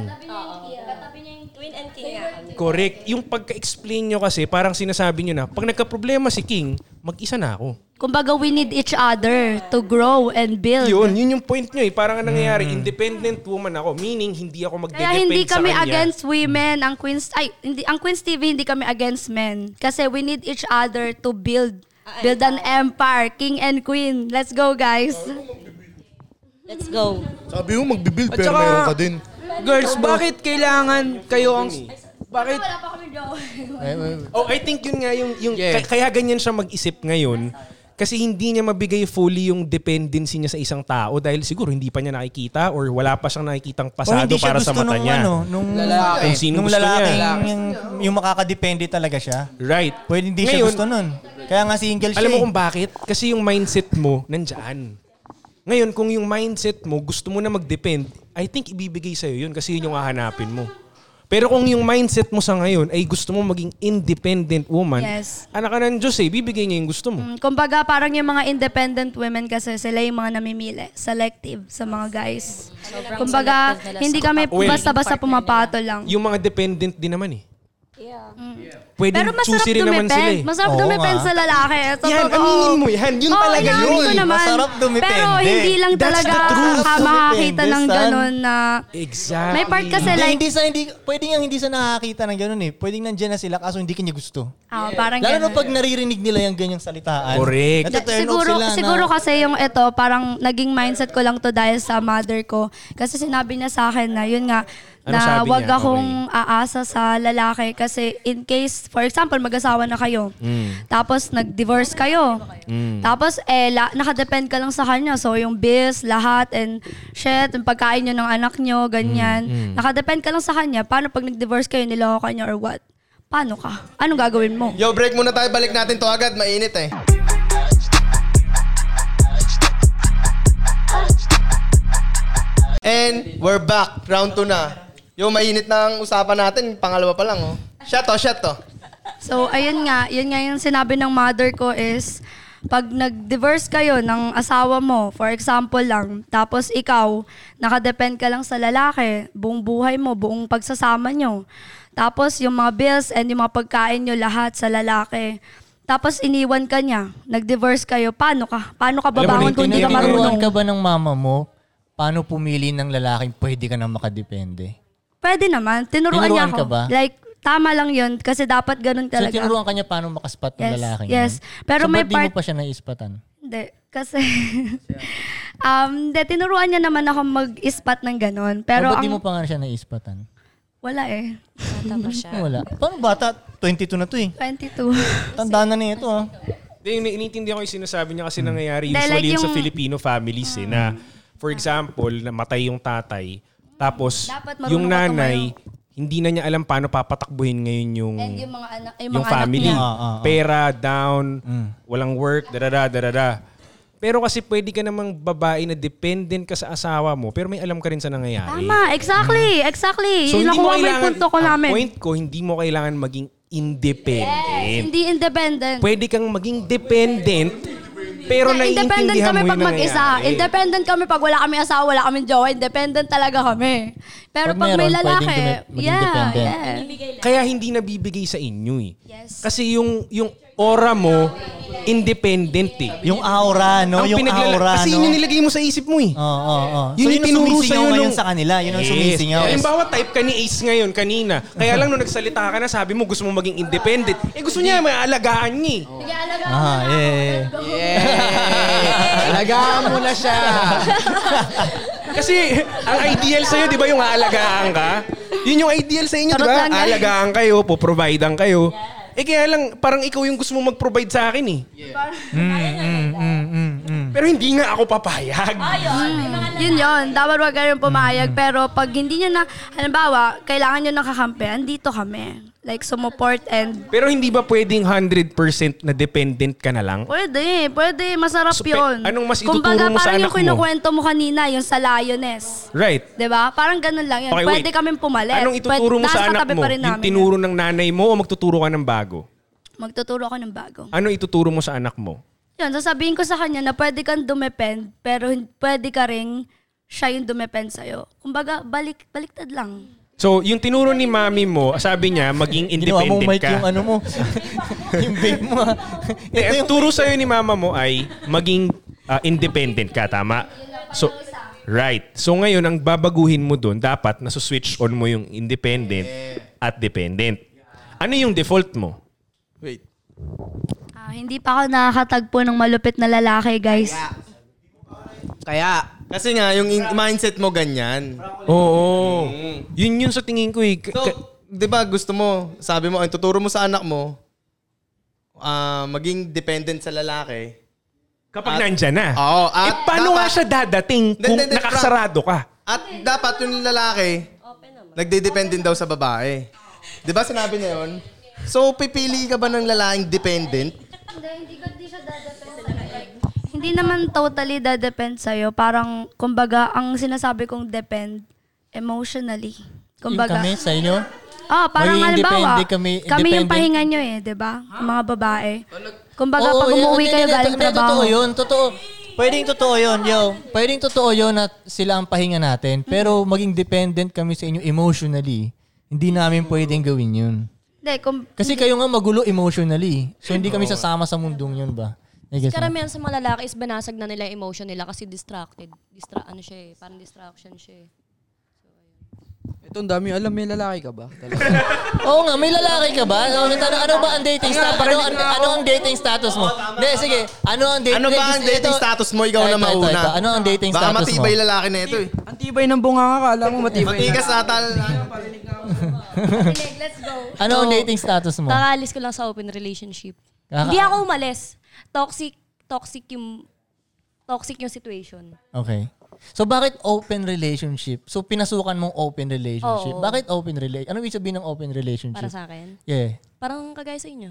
S6: Twin and king nga kami.
S9: Correct. Yung pagka-explain nyo kasi, parang sinasabi nyo na, pag nagka-problema si king, mag-isa na ako.
S2: Kumbaga, we need each other to grow and build.
S9: Yun, yun yung point nyo eh. Parang ang nangyayari, independent woman ako. Meaning, hindi ako magde-depend
S2: Kaya hindi
S9: sa
S2: kami
S9: kanya.
S2: against women, ang Queens, ay, hindi, ang Queens TV hindi kami against men. Kasi we need each other to build,
S7: Ah,
S2: build an empire, king and queen. Let's go guys.
S4: Let's go.
S10: Sabi mo magbibuild
S3: At
S10: pero
S3: saka-
S10: mayroon ka din.
S3: Girls, bakit kailangan kayo ang... Bakit?
S9: Oh, I think yun nga yung, yung ka- kaya ganyan siya mag-isip ngayon kasi hindi niya mabigay fully yung dependency niya sa isang tao dahil siguro hindi pa niya nakikita or wala pa siyang nakikitang
S8: Kung
S9: pasado
S8: hindi siya
S9: para sa
S8: gusto
S9: mata
S8: nung
S9: niya.
S8: Ano, nung
S3: Lalaki.
S9: Kung sino
S8: nung
S9: gusto
S8: lalaki,
S9: niya.
S8: yung, yung makakadepende talaga siya.
S9: Right.
S8: Pwede hindi siya
S9: Ngayon,
S8: gusto nun. Kaya nga single siya.
S9: Alam mo
S8: eh.
S9: kung bakit? Kasi yung mindset mo, nandyan. Ngayon, kung yung mindset mo, gusto mo na mag-depend, I think ibibigay sa'yo yun kasi yun yung hahanapin mo. Pero kung yung mindset mo sa ngayon ay gusto mo maging independent woman,
S2: Yes.
S9: anak ka ng Diyos eh, bibigay niya yung gusto mo.
S2: Mm, Kumbaga, parang yung mga independent women kasi sila yung mga namimili, selective sa mga guys. Kumbaga,
S7: selective nila
S2: hindi
S7: sa
S2: kami
S9: Well,
S2: basta-basta pumapato lang.
S9: Yung mga dependent din naman eh.
S4: Yeah.
S9: Pwedeng
S2: Pero masarap
S9: choosy rin naman sila
S2: dumepend.
S9: eh.
S2: Masarap
S8: Oo
S2: dumepend
S8: nga.
S2: sa lalaki. Sa
S8: Yan,
S2: totoo.
S8: aminin mo yan. Yun
S2: Oo,
S8: talaga
S2: inaamin ko
S8: yun.
S2: naman.
S8: Masarap dumepende.
S2: Pero hindi lang
S8: That's
S2: talaga
S8: the truth.
S2: ka makakita
S8: Dumepende,
S2: ng
S8: son.
S2: ganun na...
S9: Exactly.
S2: May part kasi
S8: Hindi,
S2: like...
S8: hindi sa hindi pwedeng ang hindi sa nakakita ng ganun eh. Pwedeng nandiyan na sila kaso hindi kanya gusto.
S2: Ah, parang
S8: Lalo na
S2: ganun.
S8: pag naririnig nila yung ganyang salitaan.
S9: Correct.
S8: Nataturn off
S2: siguro,
S8: sila na-
S2: siguro kasi yung ito, parang naging mindset ko lang to dahil sa mother ko. Kasi sinabi niya sa akin na, yun nga,
S9: Ano
S2: na
S9: sabi
S2: wag
S9: niya?
S2: akong aasa sa lalaki kasi in case, for example, mag-asawa na kayo,
S9: Mm.
S8: Hmm.
S2: tapos nag-divorce kayo,
S12: Mm.
S2: tapos eh, la- nakadepend ka lang sa kanya. So yung bills, lahat, and shit, yung pagkain nyo ng anak nyo, ganyan. Nakadepend ka lang sa kanya. Paano pag nag-divorce kayo, niloko ka niya or what? Paano ka? Anong gagawin mo?
S1: Yo, break muna tayo. Balik natin to agad. Mainit eh. And we're back. Round 2 na. Yo, mainit na ang usapan natin. Pangalawa pa lang oh. Shot to, shot to.
S2: So, ayun nga, yun nga yung sinabi ng mother ko is, pag nag-divorce kayo ng asawa mo, for example lang, tapos ikaw, nakadepend ka lang sa lalaki, buong buhay mo, buong pagsasama nyo. Tapos yung mga bills and yung mga pagkain nyo lahat sa lalaki. Tapos iniwan ka niya, nag-divorce kayo, paano ka? Paano ka
S9: Alam mo,
S2: babangon kung hindi ka
S9: naiintindihan
S2: marunong?
S9: ko
S8: Tinutulungan ka ba ng mama mo paano pumili ng lalaking pwede ka na makadepende?
S2: Pwede naman, tinuruan, niya
S8: Tinuruan
S2: ako.
S8: ka ba?
S2: Like, tama lang yun, kasi dapat ganun
S8: So,
S2: talaga.
S8: tinuruan ka niya paano makaspat ng
S2: Yes,
S8: lalaking
S2: yes.
S8: yun?
S2: Pero
S8: so,
S2: may
S8: ba't di
S2: part-
S8: mo pa siya naispatan?
S2: Hindi. Kasi,
S8: ano?
S2: um, hindi, tinuruan niya naman ako mag-ispat ng ganun.
S8: Pero
S2: Pero
S8: ba't
S2: ang,
S8: di mo pa nga siya naispatan?
S2: wala eh.
S4: Bata pa siya.
S8: Wala. Paano bata? 22 na to eh.
S2: 22.
S8: Tanda na na ito ah.
S9: Hindi, yung iniintindihan ko yung sinasabi niya
S8: Hmm.
S9: kasi nangyayari
S2: Dahil like
S9: usually yun sa
S2: yung- Ah.
S9: Filipino families eh, na for example, namatay yung tatay, tapos
S2: Dapat marunong
S9: yung
S2: ka
S9: nanay, hindi na niya alam paano papatakbuhin ngayon yung,
S2: And yung mga anak, yung,
S9: yung
S2: mga anak
S9: family.
S2: niya.
S8: Ah, ah, Hmm. ah.
S9: Pera, down, walang work, dadada, dadada. Pero kasi pwede ka namang babae na dependent ka sa asawa mo, pero may alam ka rin sa nangyayari.
S2: Tama, exactly, exactly. Yun
S9: hindi
S2: ako mo yung punto ko
S9: ang
S2: namin.
S9: point ko, hindi mo kailangan maging independent.
S2: Hindi independent.
S9: Pwede kang maging dependent, pero
S2: Hindi, independent
S9: naiintindihan
S2: kami
S9: mo yung
S2: pag mag-isa.
S9: nangyayari.
S2: Independent kami pag wala kami asawa, wala kami jowa. Independent talaga kami. Pero
S8: Pag
S2: pag, may
S8: meron,
S2: lalaki,
S8: pwedeng dumi- maging
S2: yeah,
S8: dependent.
S2: yeah.
S9: Kaya hindi nabibigay sa inyo eh. Kasi yung yung aura mo independent eh.
S8: Yung aura, no?
S9: Ang
S8: Ano yung
S9: pinaglala-
S8: aura,
S9: Kasi
S8: no?
S9: yun yung nilagay mo sa isip mo eh.
S8: Oo, oo, oo. So,
S9: Yun yung
S8: yun yung
S9: tinuro
S8: sumisingaw
S9: sa'yo
S8: ngayon
S9: nung-
S8: sa kanila. Yun ang sumisingaw.
S9: Halimbawa, type ka ni Ace ngayon, kanina. Kaya lang nung nagsalita ka na, sabi mo gusto mo maging independent. Eh gusto niya, may alagaan niya eh.
S8: Ah, eh.
S3: Alagaan mo na siya.
S9: Kasi ang ideal sa'yo, di ba yung aalagaan ka? Yun yung ideal sa inyo, di
S2: Charot
S9: ba?
S2: lang, guys.
S9: Aalagaan kayo, poprovidean kayo. Eh kaya lang, parang ikaw yung gusto mo mag-provide sa akin eh.
S8: Mm,
S9: Pero hindi nga ako papayag.
S2: Mm. Yun yun, dapat wag kayong
S9: Mm.
S2: pumayag. Pero pag hindi nyo na, halimbawa, kailangan nyo ng kakampi, andito kami. Like, sumuport and
S9: Pero hindi ba pwedeng 100% na dependent ka na lang?
S2: Pwede, pwede. Masarap
S9: So, pe-
S2: yun.
S9: anong mas
S2: Kumbaga,
S9: ituturo mo sa
S2: parang
S9: anak
S2: yung
S9: mo?
S2: kinukwento mo kanina, yung sa lioness.
S9: Right.
S2: 'Di ba? Parang ganun lang yun.
S9: Okay,
S2: pwede
S9: wait.
S2: kaming pumalit.
S9: Anong ituturo
S2: Pwede-
S9: mo sa
S2: nasa
S9: anak
S2: tabi
S9: mo?
S2: pa rin
S9: Yung
S2: namin
S9: tinuro ng nanay mo o magtuturo ka ng bago?
S2: yun. Magtuturo ako ng bago.
S9: Ano ituturo mo sa anak mo?
S2: Yun, sasabihin ko sa kanya na pwede kang dumepend, pero hin- pwede ka ring siya yung dumepend sa'yo. Kumbaga, balik, baliktad lang.
S9: So, yung tinuro ni mami mo, sabi niya, maging
S8: Ginawa mo
S9: independent
S8: mic yung
S9: ka.
S8: ano mo. yung vape mo. ah.
S9: Eh, ang turo sa'yo ni mama mo ay maging ah, independent ka, tama? So, right. So ngayon, ang babaguhin mo dun, dapat nasuswitch on mo yung independent at dependent. Ano yung default mo?
S1: Wait.
S2: Ah, hindi pa ako nakakatagpo ng malupit na lalaki, guys.
S3: Kaya,
S1: Kasi nga, yung in- mindset mo ganyan. Mm.
S9: Oo. Yun yun sa tingin ko eh. K-
S1: So,
S9: k-
S1: di ba gusto mo, sabi mo, ang tuturo mo sa anak mo, ah, maging dependent sa lalaki. at-
S9: kapag nandyan na.
S1: Oo, at
S9: eh, paano
S1: dapat-
S9: nga siya dadating
S1: Hindi,
S9: kung
S1: hindi, hindi,
S9: nakasarado ka?
S1: At dapat yung lalaki, nagde-depend din daw sa babae. Di ba sinabi niya yun? So, pipili ka ba ng lalaking dependent?
S2: Hindi, hindi ko di siya dadepend Hindi naman totally dadepend sa'yo. Parang, kumbaga, ang sinasabi kong depend, emotionally.
S8: Yung
S2: Kumbaga,
S8: kami sa inyo.
S2: oh, parang
S8: Maging
S2: halimbawa,
S8: independent kami,
S2: kami yung
S8: independent.
S2: pahinga nyo eh, di ba? Yung Mga babae. Kumbaga,
S8: Oo,
S2: pag
S8: yun,
S2: umuwi
S8: yun,
S2: kayo
S8: yun, yun,
S2: galing
S8: hindi,
S2: trabaho.
S8: Totoo yun, totoo. Pwedeng totoo yun, yo. Pwedeng totoo yun na sila ang pahinga
S4: Mm-hmm. Mm-hmm.
S8: natin. Pero maging dependent kami sa inyo emotionally, hindi namin pwedeng gawin yun.
S2: Hindi, kung
S8: Kasi kayo nga magulo emotionally. So hindi kami
S9: Oo.
S8: sasama sa mundong yun ba? I guess.
S4: Karamihan sa mga lalaki is banasag na nila yung emotion nila kasi distracted. Distra ano siya eh, parang distraction siya eh.
S3: Ito, ang dami alam. May lalaki ka ba? Talaga.
S8: Oo nga, may lalaki ka ba? So, ano, ano ba ang dating
S3: Nga,
S8: status? Ano,
S3: parang-
S8: ano, ano ang dating status mo? Hindi, sige. Ano ang dating
S1: Ano ba ang dating status mo? Ikaw na mauna.
S8: Ano ang dating
S1: Baka
S8: status mo?
S1: matibay lalaki na ito eh.
S3: Ang tibay ng bunga nga. Kala mo matibay.
S1: Matigas
S11: ah,
S3: na.
S1: ata lalaki.
S2: Pinig, let's go.
S8: Ano ang
S4: So,
S8: dating status mo?
S4: Kakaalis ko lang sa open relationship.
S8: Kaka-
S4: Hindi ako umalis. Toxic, toxic yung toxic yung situation.
S8: Okay. So bakit open relationship? So pinasukan mong open relationship.
S4: Oo.
S8: Bakit open relationship? Ano ibig sabihin ng open relationship?
S4: Para sa akin.
S8: Yeah.
S4: Parang kagaya sa inyo.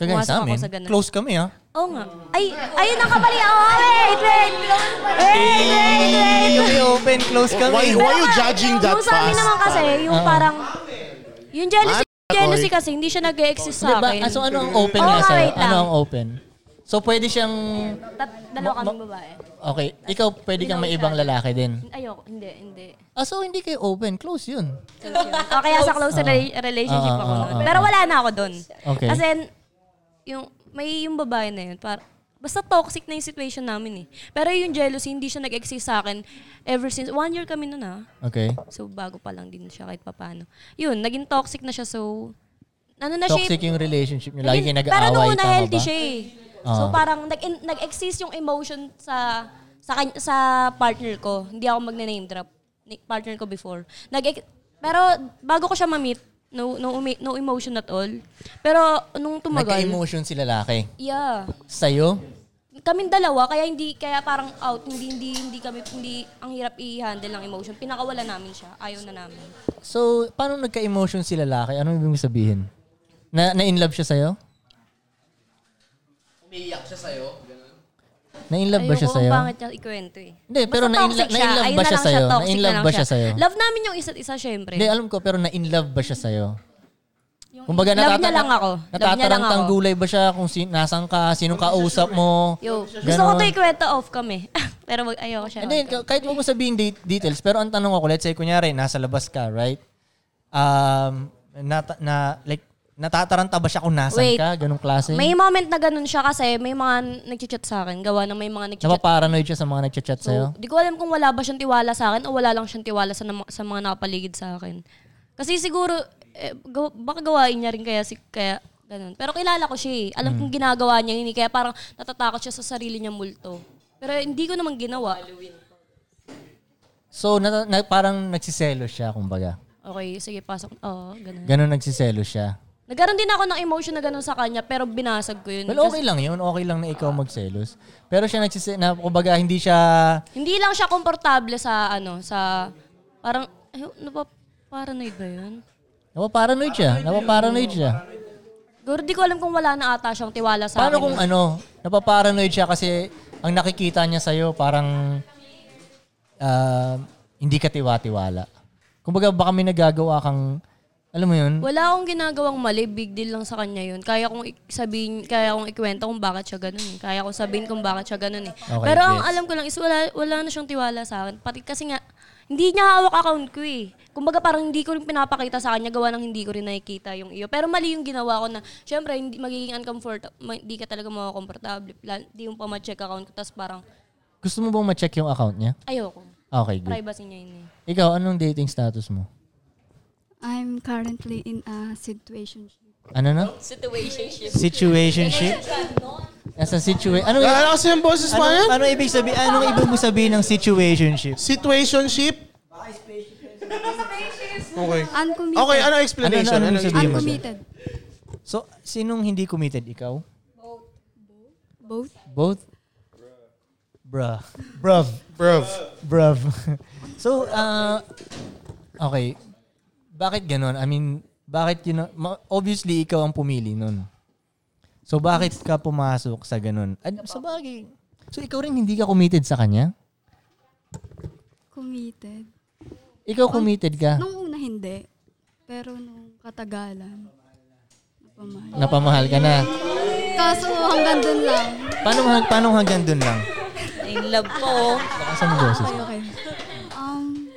S8: Kagaya
S4: Pumasok
S8: sa
S4: ako
S8: amin.
S4: sa ganun.
S8: Close kami ah. ha.
S4: Oo nga. Ay, ayun ang kamali. Oh, wait, wait. Wait, wait, wait.
S8: Kami open, close kami. Ah.
S10: Why, why you judging that
S4: Yung sa amin
S10: fast?
S4: naman kasi, yung parang, yung jealousy,
S1: Ah,
S4: jealousy
S1: boy.
S4: kasi, hindi siya nag-exist sa
S8: Diba?
S4: akin. Oh.
S8: Ah, So ano ang open
S4: Oo,
S8: nga
S4: nga,
S8: sa'yo?
S4: wait lang.
S8: Ano ang open? So pwede siyang...
S4: Tat- Dalawa kaming babae.
S8: Okay, ikaw pwede kang may ibang lalaki din.
S4: Ayoko, hindi, hindi.
S8: Ah, so hindi kayo open. Close yun.
S4: O Oh, kaya sa close rela- relationship
S8: Ah,
S4: ako.
S8: ah,
S4: nun.
S8: ah,
S4: Pero wala na ako doon.
S8: Okay.
S4: As in, yung, may yung babae na yun, par, basta toxic na yung situation namin eh. Pero yung jealousy, hindi siya nag-exist sa akin ever since, one year kami nun ah.
S8: Okay.
S4: So bago pa lang din siya kahit papano. Yun, naging toxic na siya so, ano na siya,
S8: Toxic yung relationship niyo. Lagi kayo
S4: Yun,
S8: nag-aaway.
S4: Pero nung una,
S8: tama
S4: healthy
S8: ba?
S4: siya eh.
S8: Ah.
S4: So parang nag- in- nag-exist yung emotion sa sa kan- sa partner ko. Hindi ako magne-name drop. Ni- Partner ko before. Nag pero bago ko siya ma-meet, no no umi- no emotion at all. Pero nung tumagal,
S8: Nagka-emotion si lalaki.
S4: yeah.
S8: Sa'yo?
S4: Kaming dalawa kaya hindi kaya parang out hindi hindi hindi kami hindi ang hirap i-handle ng emotion. Pinakawalan namin siya. Ayaw na namin.
S8: So, paano nagka-emotion si lalaki? Ano ibig sabihin? Na, na-inlove siya sa'yo? Umiiyak siya sa'yo? Na-inlove ba siya
S4: Ayoko,
S8: sa'yo?
S4: Ang pangit niya ikwento eh.
S8: Hindi, pero
S4: Basta
S8: na-inlo-
S4: toxic siya.
S8: na-inlove
S4: Ayun
S8: ba
S4: na
S8: siya
S4: lang
S8: sa'yo?
S4: toxic na
S8: Na-inlove
S4: lang
S8: ba siya sa'yo?
S4: Love namin yung isa't isa, syempre.
S8: Hindi, alam ko, pero na-inlove ba siya sa'yo? Kumbaga,
S4: love niya
S8: natata-
S4: lang ako. Love niya lang
S8: Natatarantang
S4: ako.
S8: gulay ba siya kung sin- nasan ka, sinong kausap mo?
S4: Yo, gusto ko
S8: Ganon.
S4: to eh. ikwento off kami. Pero wag, ayoko siya.
S8: And then,
S4: off.
S8: ka- kahit huwag mo sabihin de- details, pero ang tanong ako, let's say, kunyari, nasa labas ka, right? Um, nata- na, like, natataranta ba siya kung nasan
S4: Wait.
S8: ka? Ganong klase?
S4: May moment na ganun siya kasi may mga nagchat sa akin. Gawa ng may mga nagchat.
S8: Napaparanoid siya sa mga nagchat-chat sa'yo?
S4: So, di ko alam kung wala ba siyang tiwala sa akin o wala lang siyang tiwala sa, nam- sa mga nakapaligid sa akin. Kasi siguro, eh, gaw- baka gawain niya rin kaya, si, kaya ganun. Pero kilala ko siya eh. Alam
S8: Hmm.
S4: kong ginagawa niya yun eh. Kaya parang natatakot siya sa sarili niya multo. Pero hindi ko naman ginawa.
S8: So, nata- na, parang nagsiselo siya, kumbaga.
S4: Okay, sige, pasok. Oo, ganun.
S8: Ganon nagsiselo siya.
S4: Nagkaroon din ako ng emotion na ganun sa kanya, pero binasag ko yun.
S8: Well,
S4: Kasi
S8: okay lang yun. Okay lang na ikaw magselos. Pero siya nagsiselo, na, kumbaga, hindi siya...
S4: hindi lang siya komportable sa, ano, sa, parang, ay, napa, paranoid ba yun?
S8: Napaparanoid siya. Napaparanoid siya.
S4: Guru, di ko alam kung wala na ata siyang tiwala sa
S8: Paano
S4: akin.
S8: kung ano, napaparanoid siya kasi ang nakikita niya sa'yo parang ah, hindi ka tiwa-tiwala. Kumbaga, baka may nagagawa kang, alam mo yun?
S4: Wala akong ginagawang mali, big deal lang sa kanya yun. Kaya kong ik- sabihin, kaya kong ikwento kung bakit siya ganun. eh. Kaya kong sabihin kung bakit siya ganun eh.
S8: Okay,
S4: Pero ang
S8: gets.
S4: alam ko lang is wala, wala na siyang tiwala sa akin. Pati kasi nga, hindi niya hawak account ko eh. Kumbaga parang hindi ko rin pinapakita sa kanya, gawa ng hindi ko rin nakikita yung iyo. Pero mali yung ginawa ko na, syempre, hindi, magiging uncomfortable, hindi ka talaga makakomportable. Lal- Di mo pa ma-check account ko, tapos parang,
S8: Gusto mo bang ma-check yung account niya?
S4: ayoko.
S8: Okay, good.
S4: Privacy niya yun eh.
S8: Ikaw, anong dating status mo?
S5: I'm currently in a situation.
S8: Ano na? Situationship. Situationship? Nasa situation... Ano,
S10: Lala kasi yung boses
S8: ano,
S10: pa yan.
S8: ano ibig sabihin? Anong ibig mo sabihin ng situationship?
S10: Situationship? Okay.
S5: Uncommitted.
S10: Okay, ano explanation?
S8: Ano-
S10: Ano,
S8: ano ibig sabihin mo?
S5: Uncommitted.
S8: So, sinong hindi committed? Ikaw?
S5: Both.
S8: Both? Bruh. Bruv.
S10: Bruv.
S8: Bruv. so, uh, okay. Bakit ganon? I mean, bakit yun? ang- ma- Obviously, ikaw ang pumili nun. So, bakit ka pumasok sa ganun? Ad, sa bagay. So, ikaw rin hindi ka committed sa kanya?
S5: Committed.
S8: Ikaw committed ka?
S5: Nung una hindi. Pero nung katagalan. Napamahal.
S8: Napamahal ka na.
S5: Kaso hanggang dun lang.
S8: Paano, hang- paano hanggang dun lang?
S6: In love oh. po.
S8: Saan mo boses?
S5: Okay. Um,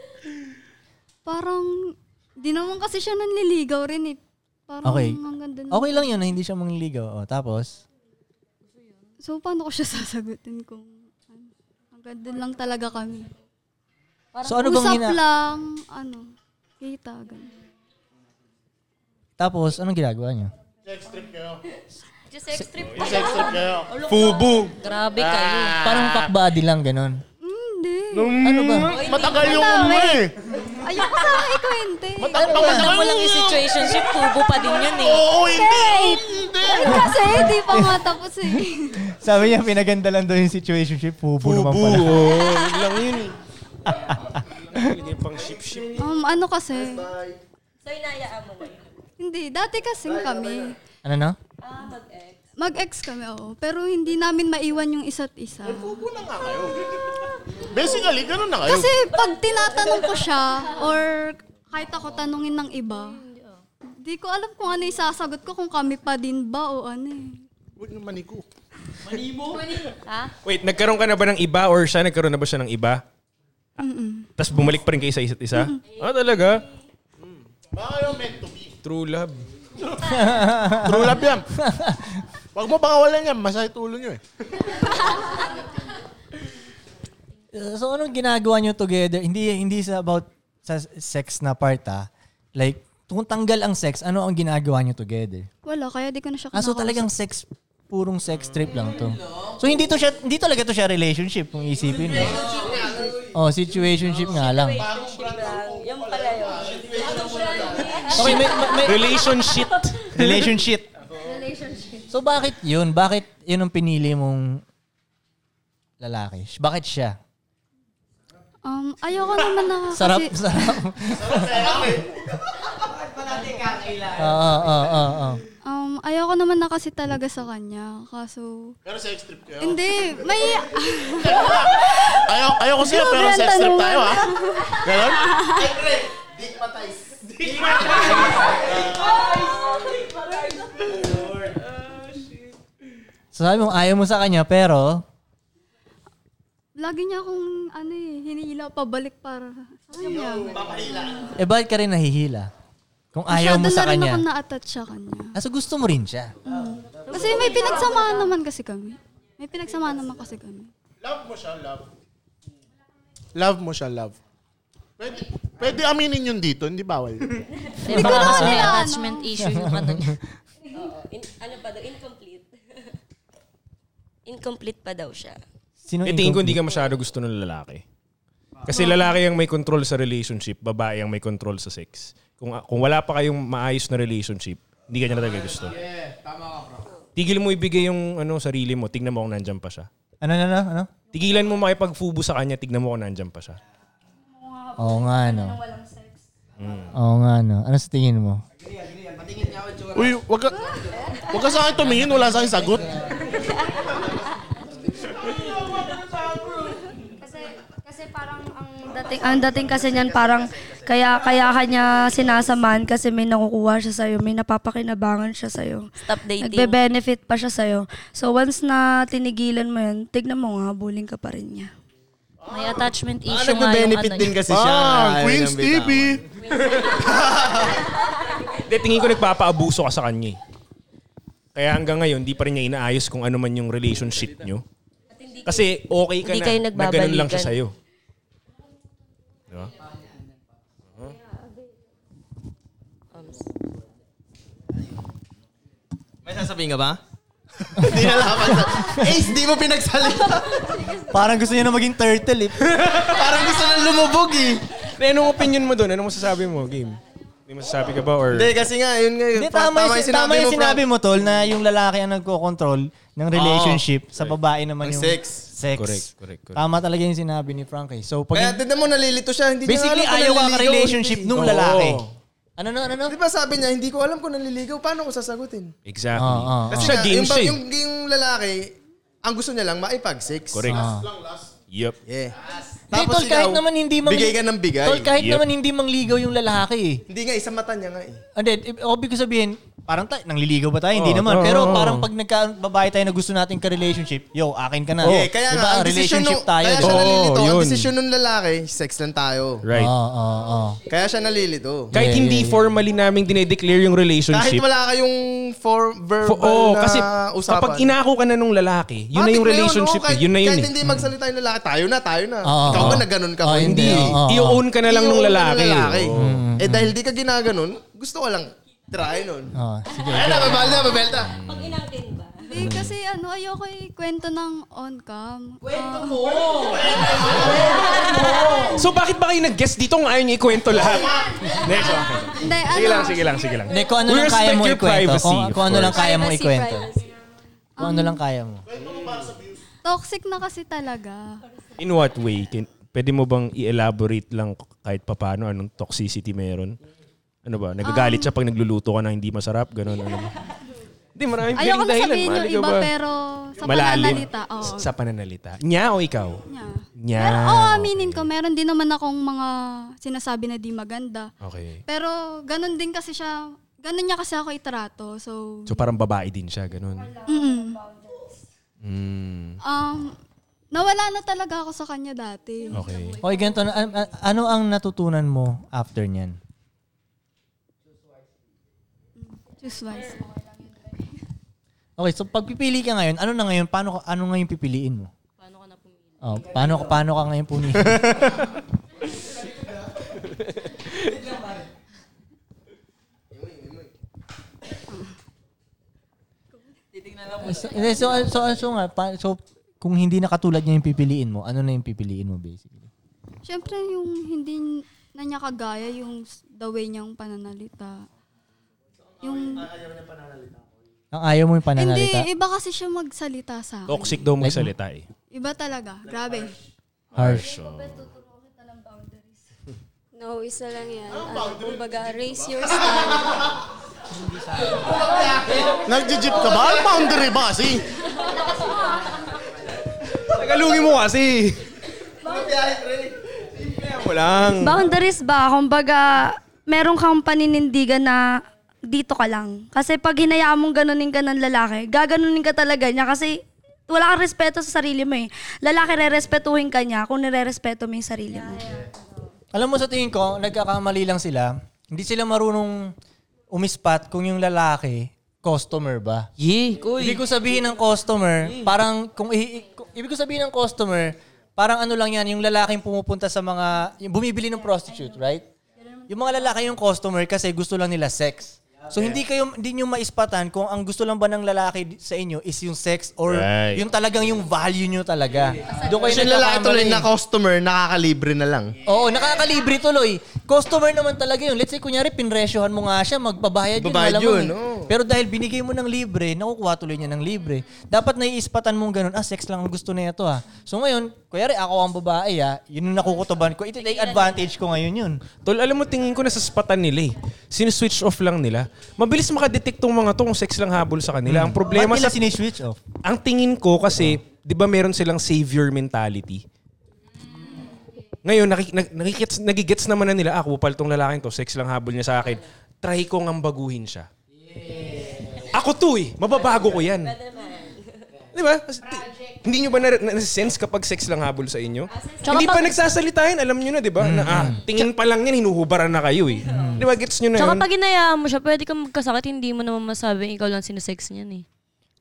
S5: parang, di naman kasi siya nanliligaw rin eh. Parang
S8: Okay.
S5: ang ganda nun.
S8: Okay lang yun na hindi siya mangligaw. O, tapos?
S5: So, paano ko siya sasagutin kung ano? hanggang doon lang talaga kami.
S8: So, ano bang
S5: Usap
S8: hina-
S5: lang, ano, kita, ganun.
S8: Tapos, anong ginagawa niyo?
S11: Sex trip kayo.
S4: Just sex trip
S11: Yung sex trip kayo.
S8: Fubu!
S4: Grabe kayo.
S8: Parang fuck body lang, ganun. Ano ba?
S11: Matagal yung ano eh.
S5: Ayoko sana ikwento eh.
S11: Matagal yung
S5: walang
S11: situationship,
S4: tubo pa din yun
S11: eh. Oo, hindi.
S5: Hindi! Kasi di pa matapos eh.
S8: Sabi niya, pinaganda lang daw yung situationship. Fubu, naman pala.
S9: lang yun eh. Hindi pang ship-ship.
S5: Um, ano kasi?
S6: So, inayaan mo na
S5: Hindi, dati kasing kami.
S8: Ano na?
S6: Ah, mag-ex.
S5: Mag-ex kami, oo. Pero hindi namin maiwan yung isa't isa.
S11: na nga kayo. Basically, ganun na kayo.
S5: Kasi pag tinatanong ko siya, or kahit ako tanungin ng iba, di ko alam kung ano yung sasagot ko, kung kami pa din ba o ano eh.
S11: Huwag naman iko.
S9: Wait, nagkaroon ka na ba ng iba or siya nagkaroon na ba siya ng iba?
S5: Mm-mm.
S9: Tapos bumalik pa rin kayo sa isa't isa?
S8: Mm-hmm.
S9: Ah, talaga?
S11: Hmm. Baka yung meant to be.
S9: True love.
S11: True love yan. Huwag mo pakawalan yan. Masakit ulo nyo eh.
S8: Uh, So anong ginagawa nyo together? Hindi hindi sa about sa sex na part ah. Like kung tanggal ang sex, ano ang ginagawa nyo together?
S5: Wala, kaya di ko na siya
S8: Ah, so
S5: kinakausap.
S8: talagang sex purong sex trip lang to. So hindi to siya hindi talaga to siya relationship kung isipin mo. Oh, situationship nga lang.
S6: Yung pala yun.
S8: Okay, may, may- may-
S9: Relationship.
S8: Relationship.
S6: Relationship.
S8: So bakit 'yun? Bakit 'yun ang pinili mong lalaki? Bakit siya?
S5: Um, ayoko naman na kasi...
S8: Sarap, sarap. Oo, oo, oo, oo.
S5: Um, ayoko naman na kasi talaga sa kanya. Kaso...
S11: Pero sex trip kayo.
S5: Hindi, may...
S11: Ayaw, ayaw ko siya, pero
S5: Sobrang
S11: sex trip
S5: tanungan.
S11: tayo ha. Ganun?
S1: Dick patay. Dick
S8: So sabi mo, ayaw mo sa kanya, pero...
S5: Lagi niya akong ano eh, hinihila pabalik para sa kanya.
S8: Eh, bakit ka rin nahihila? Kung ayaw
S5: Masyado
S8: mo sa
S5: na rin ako
S8: kanya.
S5: na-attach sa kanya. Mm.
S8: Ah, so gusto mo rin siya.
S5: Kasi may pinagsamaan naman kasi kami. May pinagsamaan naman kasi kami.
S11: Love mo siya, love.
S10: Love mo siya, love.
S11: Pwede, pwede aminin yun dito, hindi bawal.
S7: Hindi Eh, baka kasi may
S5: ano.
S7: attachment issue yung ano niya.
S6: Oo. In, ano pa daw? Incomplete. Incomplete pa daw siya.
S8: Sino
S9: eh, tingin ko hindi ka masyado gusto ng lalaki. Kasi lalaki ang may control sa relationship, babae ang may control sa sex. Kung kung wala pa kayong maayos na relationship, hindi ka niya talaga gusto. Tigil mo ibigay yung ano sarili mo, tignan mo kung nandyan pa siya.
S8: Ano, ano, ano? ano?
S9: Tigilan mo makipagfubo sa kanya, tignan mo kung nandyan pa siya.
S8: Oo nga, no. Oo nga, no. Ano sa tingin mo?
S11: Uy, wag ka, wag ka sa akin tumingin, wala sa akin sagot.
S2: Kasi parang ang dating, ang dating kasi niyan parang kaya kaya kanya sinasamahan kasi may nakukuha siya sa'yo, may napapakinabangan siya sa'yo.
S6: Stop dating.
S2: Nagbe-benefit pa siya sa'yo. So once na tinigilan mo yan, tignan mo nga, bullying ka pa rin niya.
S7: May attachment
S1: Ah,
S7: issue nga yung
S1: nagbe-benefit
S7: ano
S1: din
S7: niya.
S1: kasi siya.
S11: Ah, Queen's TV.
S9: Hindi, tingin ko nagpapaabuso ka sa kanya eh. Kaya hanggang ngayon, hindi pa rin niya inaayos kung ano man yung relationship niyo. Kasi okay ka
S6: Hindi kayo
S9: na, na ganun lang
S6: nagbabalikan.
S9: siya sa'yo. Di ba?
S6: Um,
S1: May sasabihin ka ba? Hindi na laban. Ace, di Eh, mo pinagsalita.
S8: Parang gusto niya na maging turtle, eh.
S1: Parang gusto na lumubog eh.
S9: Eh, anong opinion mo doon? Anong masasabi mo, game? May masasabi ka ba or...
S1: Hindi, kasi nga, yun nga.
S8: Hindi, tama, yung, tama yung sinabi mo, Tol, na yung lalaki ang nagko-control ng relationship sa babae naman
S1: Ang
S8: yung
S1: Ah. sex.
S8: sex.
S9: Correct, correct, correct.
S8: Tama talaga yung sinabi ni Frank, eh. So,
S1: Kaya
S8: pag...
S1: tignan mo, nalilito siya. Hindi niya
S8: Basically,
S1: alam kung
S8: ayaw ka
S1: naliligaw.
S8: relationship nung
S9: Oo.
S8: lalaki. Ano, ano, ano? ano?
S1: Di ba sabi niya, hindi ko alam kung naliligaw. Paano ko sasagutin?
S9: Exactly.
S8: Oo, oo, oo.
S9: Kasi siya
S1: nga,
S9: game
S1: yung,
S9: siya
S1: ba-
S9: eh.
S1: yung, yung lalaki, ang gusto niya lang, maipag-sex.
S9: Correct.
S8: Ah.
S9: Yep.
S1: Yeah.
S8: Hindi, tol, kahit naman hindi mang...
S1: Bigay ka ng bigay.
S8: Tol, kahit
S9: Yep.
S8: naman hindi mangligaw yung lalaki eh.
S1: Hindi nga, isang mata niya nga eh.
S8: And then, ibig ko sabihin, parang tayo, nangliligaw ba tayo? Hindi
S9: Oo,
S8: naman.
S9: oo,
S8: Pero
S9: oo.
S8: parang pag nagka babae tayo na gusto nating ka-relationship, yo, akin ka na.
S1: Yeah, Eh, kaya
S8: diba,
S1: nga, Ah, ang desisyon
S8: relationship
S1: nung,
S8: tayo.
S1: kaya
S8: diba?
S1: siya nalilito. ang desisyon nung lalaki, sex lang tayo.
S9: Right.
S8: Oo, oo, oo.
S1: Kaya siya nalilito.
S9: Kahit hindi formally namin dinedeclare yung relationship.
S1: Kahit wala kayong for, verbal
S9: For- oo,
S1: na
S9: kasi
S1: usapan.
S9: kapag inako ka na nung lalaki, yun na
S1: Matik
S9: yung relationship.
S1: oo. kahit,
S9: eh. yun na yun.
S1: Kahit
S9: eh.
S1: hindi magsalita yung lalaki, tayo na, tayo na.
S9: Oo,
S1: Ikaw
S9: oo.
S1: ba na ganun ka? ba?
S9: Oo, hindi. Oo, oo. I-own ka na lang nung
S1: I-own ka
S9: lalaki. Oo.
S1: Eh dahil di ka ginaganon, gusto ko lang try nun.
S8: Oo, sige.
S1: Ayan na, babal na, babelta.
S5: Hindi, kasi ano, ayoko yung kwento ng on-cam. Ah. Kwento
S1: mo!
S9: So bakit ba kayo nag-guess dito kung ayaw niya ikwento lahat? Next. okay.
S5: Hindi, ano,
S9: Sige lang, sige lang, sige lang.
S8: Hindi, kung ano
S9: We
S8: lang kaya
S9: respect
S8: mo
S9: your
S8: ikwento.
S9: privacy,
S8: Kung,
S9: of
S8: kung ano lang
S9: course.
S8: kaya mo
S5: Privacy,
S8: ikwento.
S5: privacy.
S8: Kung ano lang kaya mo.
S5: toxic na kasi talaga.
S9: In what way? Kin- pwede mo bang i-elaborate lang kahit papaano anong toxicity meron? Ano ba? Nagagalit
S5: Um,
S9: siya pag nagluluto ka na hindi masarap? Ganun, ano ba? Hindi, maraming
S5: Ayoko
S9: pwedeng
S5: na
S9: dahilan.
S5: sabihin yung
S9: Mahali ka
S5: iba,
S9: ba?
S5: pero sa pananalita, oo.
S9: Sa pananalita. Niya o ikaw? Niya. Niya.
S5: Pero, um, oo, aminin ko, meron din naman akong mga sinasabi na di maganda.
S9: Okay.
S5: Pero, ganun din kasi siya, ganun niya kasi ako itrato. So,
S9: So parang babae din siya, ganun.
S5: mm,
S9: Mm.
S5: um, nawala na talaga ako sa kanya dati.
S9: Okay.
S8: Okay, ganito. na- an- an- Ano ang natutunan mo after niyan?
S5: Choose wise.
S8: Okay, so pag pipili ka ngayon, ano na ngayon? Paano, ka- ano ngayon pipiliin mo? Oh, paano, paano ka ngayon pumili? so, hindi, so, so, so, nga, pa- so, kung hindi na katulad niya yung pipiliin mo, ano na yung pipiliin mo basically?
S5: Siyempre, yung hindi na niya kagaya, yung s- the way niyang pananalita. Yung,
S8: Ang ayaw mo yung pananalita.
S5: hindi, iba kasi siya magsalita sa akin.
S9: Toxic daw magsalita eh.
S5: Iba talaga, grabe.
S9: Harsh.
S6: No, isa lang yan. Ano, kumbaga, raise your standard.
S11: Nag-jeep ka ba? Ang boundary ba kasi?
S9: Tagalungin mo kasi. Ako lang.
S2: Boundaries ba? Kumbaga, meron kang paninindigan na dito ka lang. Kasi pag hinayaan mong ganunin ka ng lalaki, gaganunin ka talaga niya kasi wala kang respeto sa sarili mo eh. Lalaki, rerespetuhin ka niya kung nire-respeto mo yung sarili mo.
S8: Alam mo sa tingin ko, nagkakamali lang sila. Hindi sila marunong umispat kung yung lalaki, customer ba?
S3: Yee, kuy.
S8: Ibig ko sabihin ng customer, parang kung i- i- kung- ibig ko sabihin ng customer, parang ano lang yan, yung lalaking pumupunta sa mga yung bumibili ng prostitute, right? Yung mga lalaki yung customer kasi gusto lang nila sex. So hindi kayo hindi niyo maispatan kung ang gusto lang ba ng lalaki di- sa inyo is yung sex or
S9: Right.
S8: yung talagang yung value niyo talaga. Doon kayo
S1: Kasi yung lalaki
S8: nagkakamali.
S1: tuloy na customer, nakakalibre na lang.
S8: Oo, nakakalibre tuloy. Customer naman talaga yun. Let's say, kunyari, pinresyohan mo nga siya, magbabayad yun.
S1: Babayad
S8: malamang
S1: yun,
S8: eh. Pero dahil binigay mo ng libre, nakukuha tuloy niya ng libre. Dapat naiispatan mong ganun, ah, sex lang ang gusto na ito ah. So ngayon, kunyari, ako ang babae ah, yun yung nakukutuban ko. Ito take advantage ko ngayon yun.
S9: Tol, alam mo, tingin ko nasasapatan nila eh. Siniswitch off lang nila. Mabilis makadetect tong mga to kung sex lang habol sa kanila. Ang problema
S8: Ba't
S9: sa...
S8: Hmm. nila siniswitch oh? off?
S9: Ang tingin ko kasi, di ba meron silang savior mentality? Ngayon, nakik- nag- nakikits, nagigets naman na nila, ah, kupal tong lalaking to, sex lang habol niya sa akin. Try ko nga baguhin siya. Ako to eh, mababago ko yan. Di ba? Kasi ti- Hindi nyo ba na- na- sense kapag sex lang habol sa inyo?
S4: Ah,
S9: Hindi pa nagsasalitain, alam nyo na, di ba? Na, ah, tingin pa lang yan, hinuhubaran na kayo eh. Di ba, gets nyo na
S4: Tsaka
S9: yun?
S4: pag inayaan mo siya, pwede kang magkasakit, hindi mo naman masabing ikaw lang sinusex niyan eh.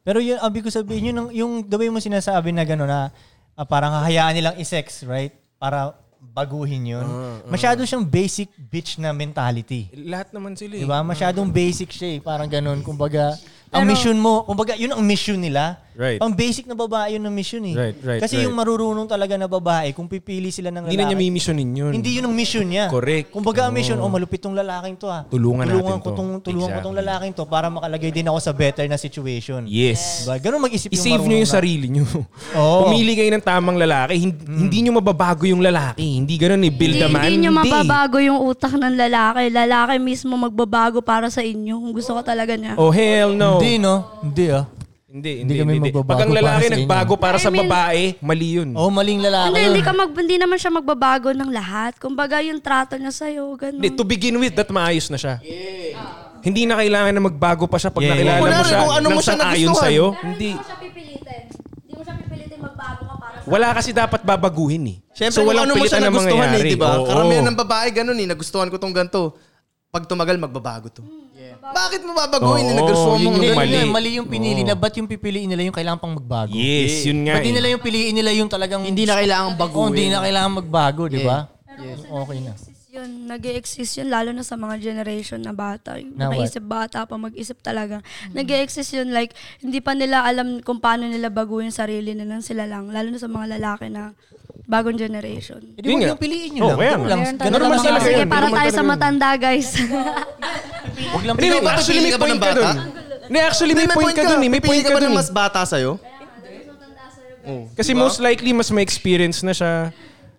S8: Pero yun, ang ibig ko sabihin, yun, ang- yung the way mo sinasabi na gano'n na ah, parang hahayaan nilang i-sex, right? Para baguhin yun.
S9: Ah,
S8: Masyado siyang basic bitch na mentality.
S9: Lahat naman sila eh.
S8: Diba? Masyadong basic siya eh. Parang ganun. Kumbaga, ang mission mo, kumbaga, yun ang mission nila.
S9: Right.
S8: Pang basic na babae yun ang mission eh.
S9: Right, right,
S8: Kasi
S9: right.
S8: yung marurunong talaga na babae, kung pipili sila ng lalaki,
S9: Hindi na niya mimissionin yun.
S8: hindi yun ang mission niya.
S9: Correct.
S8: Kumbaga, ang mission, oh, malupit tong lalaking to ah.
S9: Tulungan natin
S8: ko
S9: to.
S8: tong, tulungan ko tong
S9: Exactly.
S8: lalaking to para makalagay din ako sa better na situation.
S9: Yes.
S8: Diba? Ganun mag-isip
S9: I-save nyo yung
S8: marunong
S9: sarili nyo.
S8: Oo.
S9: Pumili kayo ng tamang lalaki. Hindi,
S1: Hmm.
S9: hindi nyo mababago yung lalaki. Hindi ganun eh. Build
S2: Hindi,
S9: a man.
S2: hindi nyo mababago yung utak ng lalaki. Lalaki mismo magbabago para sa inyo kung gusto ka talaga niya.
S9: Oh, hell no.
S8: Hindi, no? Hindi, ah. Hindi
S9: Hindi, hindi,
S8: kami
S9: hindi.
S8: magbabago
S9: Pag ang lalaki
S8: para sa inyo.
S9: nagbago para sa babae, mali yun.
S8: Oh, maling lalaki
S2: Hindi,
S8: yun.
S2: hindi, ka mag, hindi naman siya magbabago ng lahat. Kumbaga yung trato niya sa'yo, ganun.
S9: Hindi, to begin with, that maayos na siya. Hindi na kailangan na magbago pa siya
S8: Yeah,
S9: pag
S8: yeah.
S9: nakilala mo
S8: Kunwari,
S9: siya
S8: kung ano mo
S9: nang
S8: siya
S9: sang-ayon
S8: nagustuhan.
S9: sa'yo.
S2: Hindi mo siya pipilitin. Hindi mo siya pipilitin magbago ka para sa...
S9: Wala kasi dapat babaguhin eh.
S1: Siyempre, kung ano mo siya
S9: pilitan na
S1: nagustuhan eh,
S9: mangyayari.
S1: di ba?
S9: Oo.
S1: Karamihan ng babae, ganun eh. Nagustuhan ko tong ganito. Pag tumagal, magbabago to. Bakit mo babaguhin?
S9: Oo,
S1: eh, nagustuhan mo
S9: yun
S1: ganun.
S9: yung mali.
S8: Yun, mali yung pinili
S9: Oo.
S8: na ba't yung pipiliin nila yung kailangan pang magbago?
S9: Yes, yun nga
S8: Ba't di
S9: eh.
S8: nila yung piliin nila yung talagang...
S3: Hindi na kailangang baguhin.
S8: Oo, hindi na kailangan magbago, di ba?
S2: Okay na. Yun, nag exist yun, lalo na sa mga generation na bata. Yung
S8: Na what?
S2: Naisip bata pa, mag-isip talaga. nag exist yun, like, hindi pa nila alam kung paano nila baguhin sarili nilang sila lang. Lalo na sa mga lalaki na bagong generation.
S8: Eh, di Yun huwag nga. niyong piliin yun
S9: Oo,
S8: lang.
S9: kaya
S8: Ganun
S9: nga.
S8: lang. Ganun
S9: Normal
S8: lang
S9: talaga
S8: yun.
S2: Sige,
S9: Normal
S2: para tayo
S9: talaga
S2: sa
S9: yun.
S2: matanda, guys.
S8: Huwag lang
S9: Hindi, may-
S8: piliin.
S9: actually, may
S1: Pili ka ba
S9: point
S1: ng
S9: ka
S1: bata?
S9: dun. Hindi, actually, may point ka dun eh. May
S1: Pipili
S9: point ka
S1: ba ng
S9: dun eh. Oh.
S1: mas bata sa'yo? Diba?
S9: Kasi most likely, mas may experience na siya.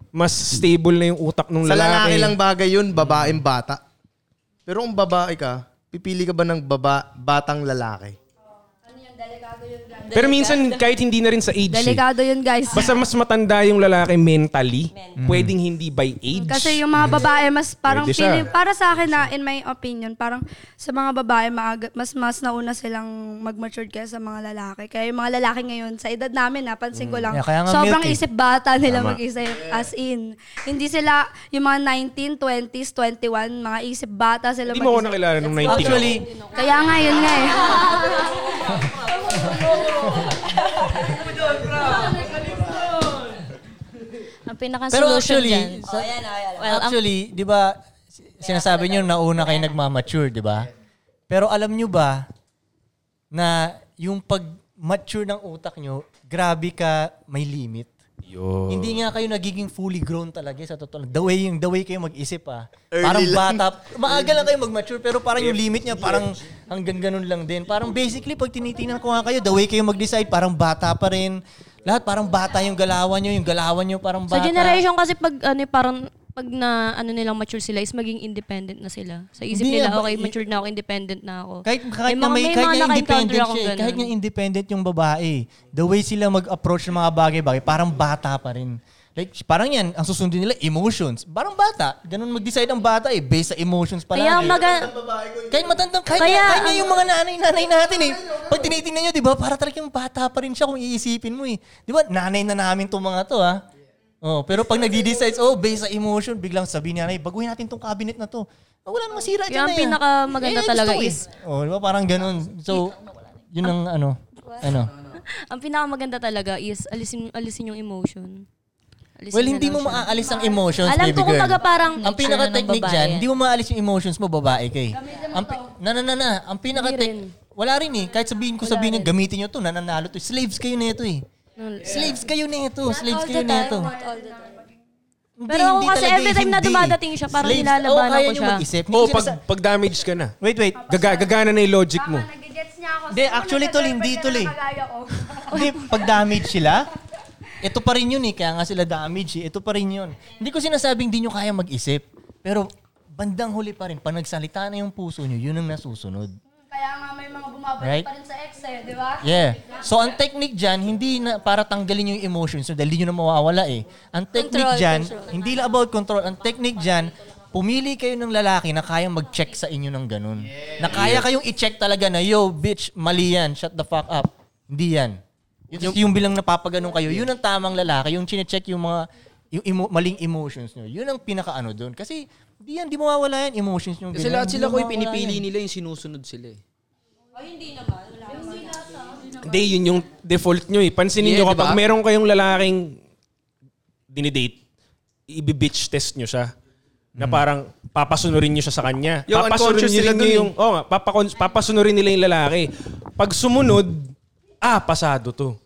S9: Mas stable na yung utak ng
S1: Sa
S9: lalaki.
S1: lalaki lang bagay yun, babaeng bata. Pero kung babae ka, pipili ka ba ng baba, batang lalaki?
S9: Pero minsan, kahit hindi na rin sa age. eh.
S2: Delikado yun, guys.
S9: Basta mas matanda yung lalaki mentally. Pwedeng hindi by age.
S2: Kasi yung mga babae mas parang
S9: Pwede siya.
S2: feeling, para sa akin na in my opinion, parang sa mga babae maaga- mas mas nauna silang mag-matured kaya sa mga lalaki. Kaya yung mga lalaki ngayon sa edad namin napansin ko lang
S8: Yeah, kaya nga
S2: sobrang
S8: milk eh.
S2: isip bata nila
S9: Mm. Tama.
S2: mag-isip as in. Hindi sila yung mga 19, 20s, 21, mga isip bata sila
S9: Hindi mo ako
S2: mag-isip.
S9: nakilala nung 19 ako.
S8: Actually,
S2: Kaya nga yun nga eh.
S7: Ang pinaka
S8: Pero
S7: solution
S8: actually,
S7: dyan. Oh, ah.
S8: sa-
S7: Well, ang-
S8: actually, di ba, si- sinasabi nyo nauna kayo nagmamature, di ba? Pero alam nyo ba na yung pag-mature ng utak nyo, grabe ka, may limit.
S9: Yo.
S8: Hindi nga kayo nagiging fully grown talaga eh, sa totoo. lang. The way yung the way kayo mag-isip ah.
S1: Early
S8: parang
S1: lang.
S8: bata. Maaga lang kayo mag-mature pero parang yung limit niya parang hanggang ganun lang din. Parang basically pag tinitingnan ko nga kayo, the way kayo mag-decide parang bata pa rin. Lahat parang bata yung galawan nyo, yung galawan nyo parang
S4: Sa
S8: bata.
S4: generation kasi pag ano parang pag na ano nilang mature sila is maging independent na sila. Sa isip
S8: Hindi
S4: nila,
S8: nga,
S4: okay,
S8: ba-
S4: mature na ako, independent na ako.
S8: Kahit,
S4: May
S8: kahit na
S4: mga-
S8: may,
S4: may
S8: kahit
S4: mga
S8: na
S4: naka-encounter
S8: independent
S4: akong
S8: siya, eh. kahit
S4: ganun.
S8: na independent yung babae, the way sila mag-approach ng mga bagay-bagay, parang bata pa rin. Like, parang yan, ang susundin nila, emotions. Parang bata. Ganun mag-decide ang bata eh, based sa emotions pa
S4: Kaya
S8: lang. eh.
S4: maga-
S8: Kahit matandang, kahit,
S4: Kaya
S8: kahit
S4: ang-
S8: na yung mga nanay-nanay natin eh. Pag tinitingnan nyo, di ba, para talagang bata pa rin siya kung iisipin mo eh. Di ba, nanay na namin itong mga to ah. Oh, pero pag nagdi-decide, oh, based sa emotion, biglang sabihin ni nanay, baguhin natin tong cabinet na to. Oh, wala namang sira
S4: Yung
S8: dyan na yan.
S4: pinaka maganda
S8: Eh, gusto
S4: talaga
S8: ko eh.
S4: is
S8: Oh, di ba parang ganun. So, yun ang ano, ano.
S4: ang pinakamaganda talaga is alisin alisin yung emotion. Alisin
S8: Well,
S4: na
S8: hindi
S4: lang
S8: mo
S4: siya.
S8: maaalis ang emotions,
S4: Alam
S8: baby
S4: ko kumbaga
S8: girl.
S4: parang
S8: Ang
S4: Nature
S8: pinaka-technique
S4: na ng
S8: dyan,
S4: babae.
S8: hindi mo maalis yung emotions mo, babae ka eh. Ang pi- na, na, na, na. Ang pinaka-tech... Wala rin eh. Kahit sabihin ko, sabihin niya, gamitin niyo to, nananalo to. Slaves kayo na ito eh.
S4: Ano,
S8: Slaves kayo na ito. Slaves kayo na ito. Hindi,
S4: Pero ako
S8: hindi
S4: kasi
S8: talaga eh,
S4: every time na
S8: hindi.
S4: dumadating siya, parang
S8: Slaves-
S4: nilalabanan
S8: Oo, kaya
S4: ko
S8: niyo
S4: siya.
S8: mag-isip. Hindi
S9: Oh,
S8: ko
S9: pag,
S8: sinasa-
S9: pag damage ka na.
S8: Wait, wait.
S9: Gaga, gagana na yung logic mo.
S2: Nagigets niya ako.
S8: Hindi, actually, tol, hindi, tol, eh. Hindi, pag damage sila, ito pa rin yun eh. Kaya nga sila damage eh. Ito pa rin yun. Hindi ko sinasabing di nyo kaya mag-isip. Pero bandang huli pa rin, pag nagsalita na yung puso nyo, yun ang nasusunod.
S2: Kaya nga may mga bumabalik
S8: Right?
S2: pa rin sa ex eh, di ba?
S8: Yeah. So, ang technique dyan, hindi na para tanggalin yung emotions nyo dahil di nyo na mawawala eh. Ang technique
S4: Control,
S8: dyan,
S4: control.
S8: hindi lang about control. Ang technique dyan, pumili kayo ng lalaki na kayang mag-check sa inyo ng ganun. Na kaya kayong i-check talaga na, yo, bitch, mali yan. Shut the fuck up. Hindi yan. Yung, yung bilang napapaganong kayo, yun ang tamang lalaki. Yung chine-check yung mga yung emo- maling emotions nyo. Yun ang pinaka-ano doon. Kasi, di yan, di mawawala yan. Emotions nyo.
S3: Kasi
S8: ganun,
S3: lahat
S8: di
S3: sila ko
S8: mawawala
S3: pinipili
S8: yan.
S3: nila yung sinusunod sila eh.
S9: Hindi, yun yung default nyo eh. Pansinin
S3: Yeah,
S9: nyo
S3: di
S9: kapag
S3: ba?
S9: meron kayong lalaking dinidate, ibibitch test nyo siya. Na
S8: Mm-hmm.
S9: parang papasunurin nyo siya sa kanya.
S10: Yo, unconscious sila
S9: nyo
S10: dun eh.
S9: yung... Oo nga, papakon- papasunurin nila yung lalaki. Pag sumunod, ah, pasado to.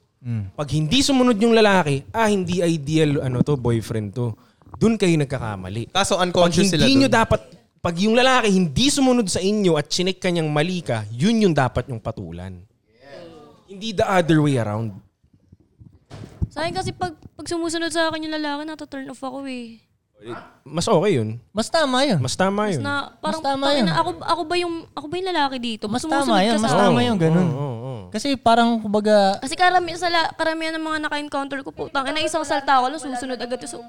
S9: Pag hindi sumunod yung lalaki, ah, hindi ideal ano to, boyfriend to. Doon kayo nagkakamali.
S1: Kaso
S9: Pag
S1: unconscious sila
S9: hindi nyo
S1: dun.
S9: dapat, pag yung lalaki hindi sumunod sa inyo at chinek kanyang mali ka, yun yung dapat yung patulan. Hindi the other way around.
S4: Sa akin kasi pag, pag sumusunod sa akin yung lalaki, nata-turn off ako eh.
S9: Mas okay yun.
S8: Mas tama yun.
S9: Mas tama
S4: Mas
S9: yun.
S4: na, parang
S8: Mas tama
S4: tama
S8: yun.
S4: ako, ako, ba yung, ako ba yung lalaki dito?
S8: Mas
S4: sumusunod
S8: tama
S4: ka
S8: yun.
S4: sa
S8: Mas
S4: akin.
S8: tama yun. Ganun.
S9: Oo, oo, oo.
S8: Kasi parang, kumbaga,
S4: Kasi karami, sa la, karamihan ng mga naka-encounter ko, putang ina, isang salta ako lang, susunod agad. So,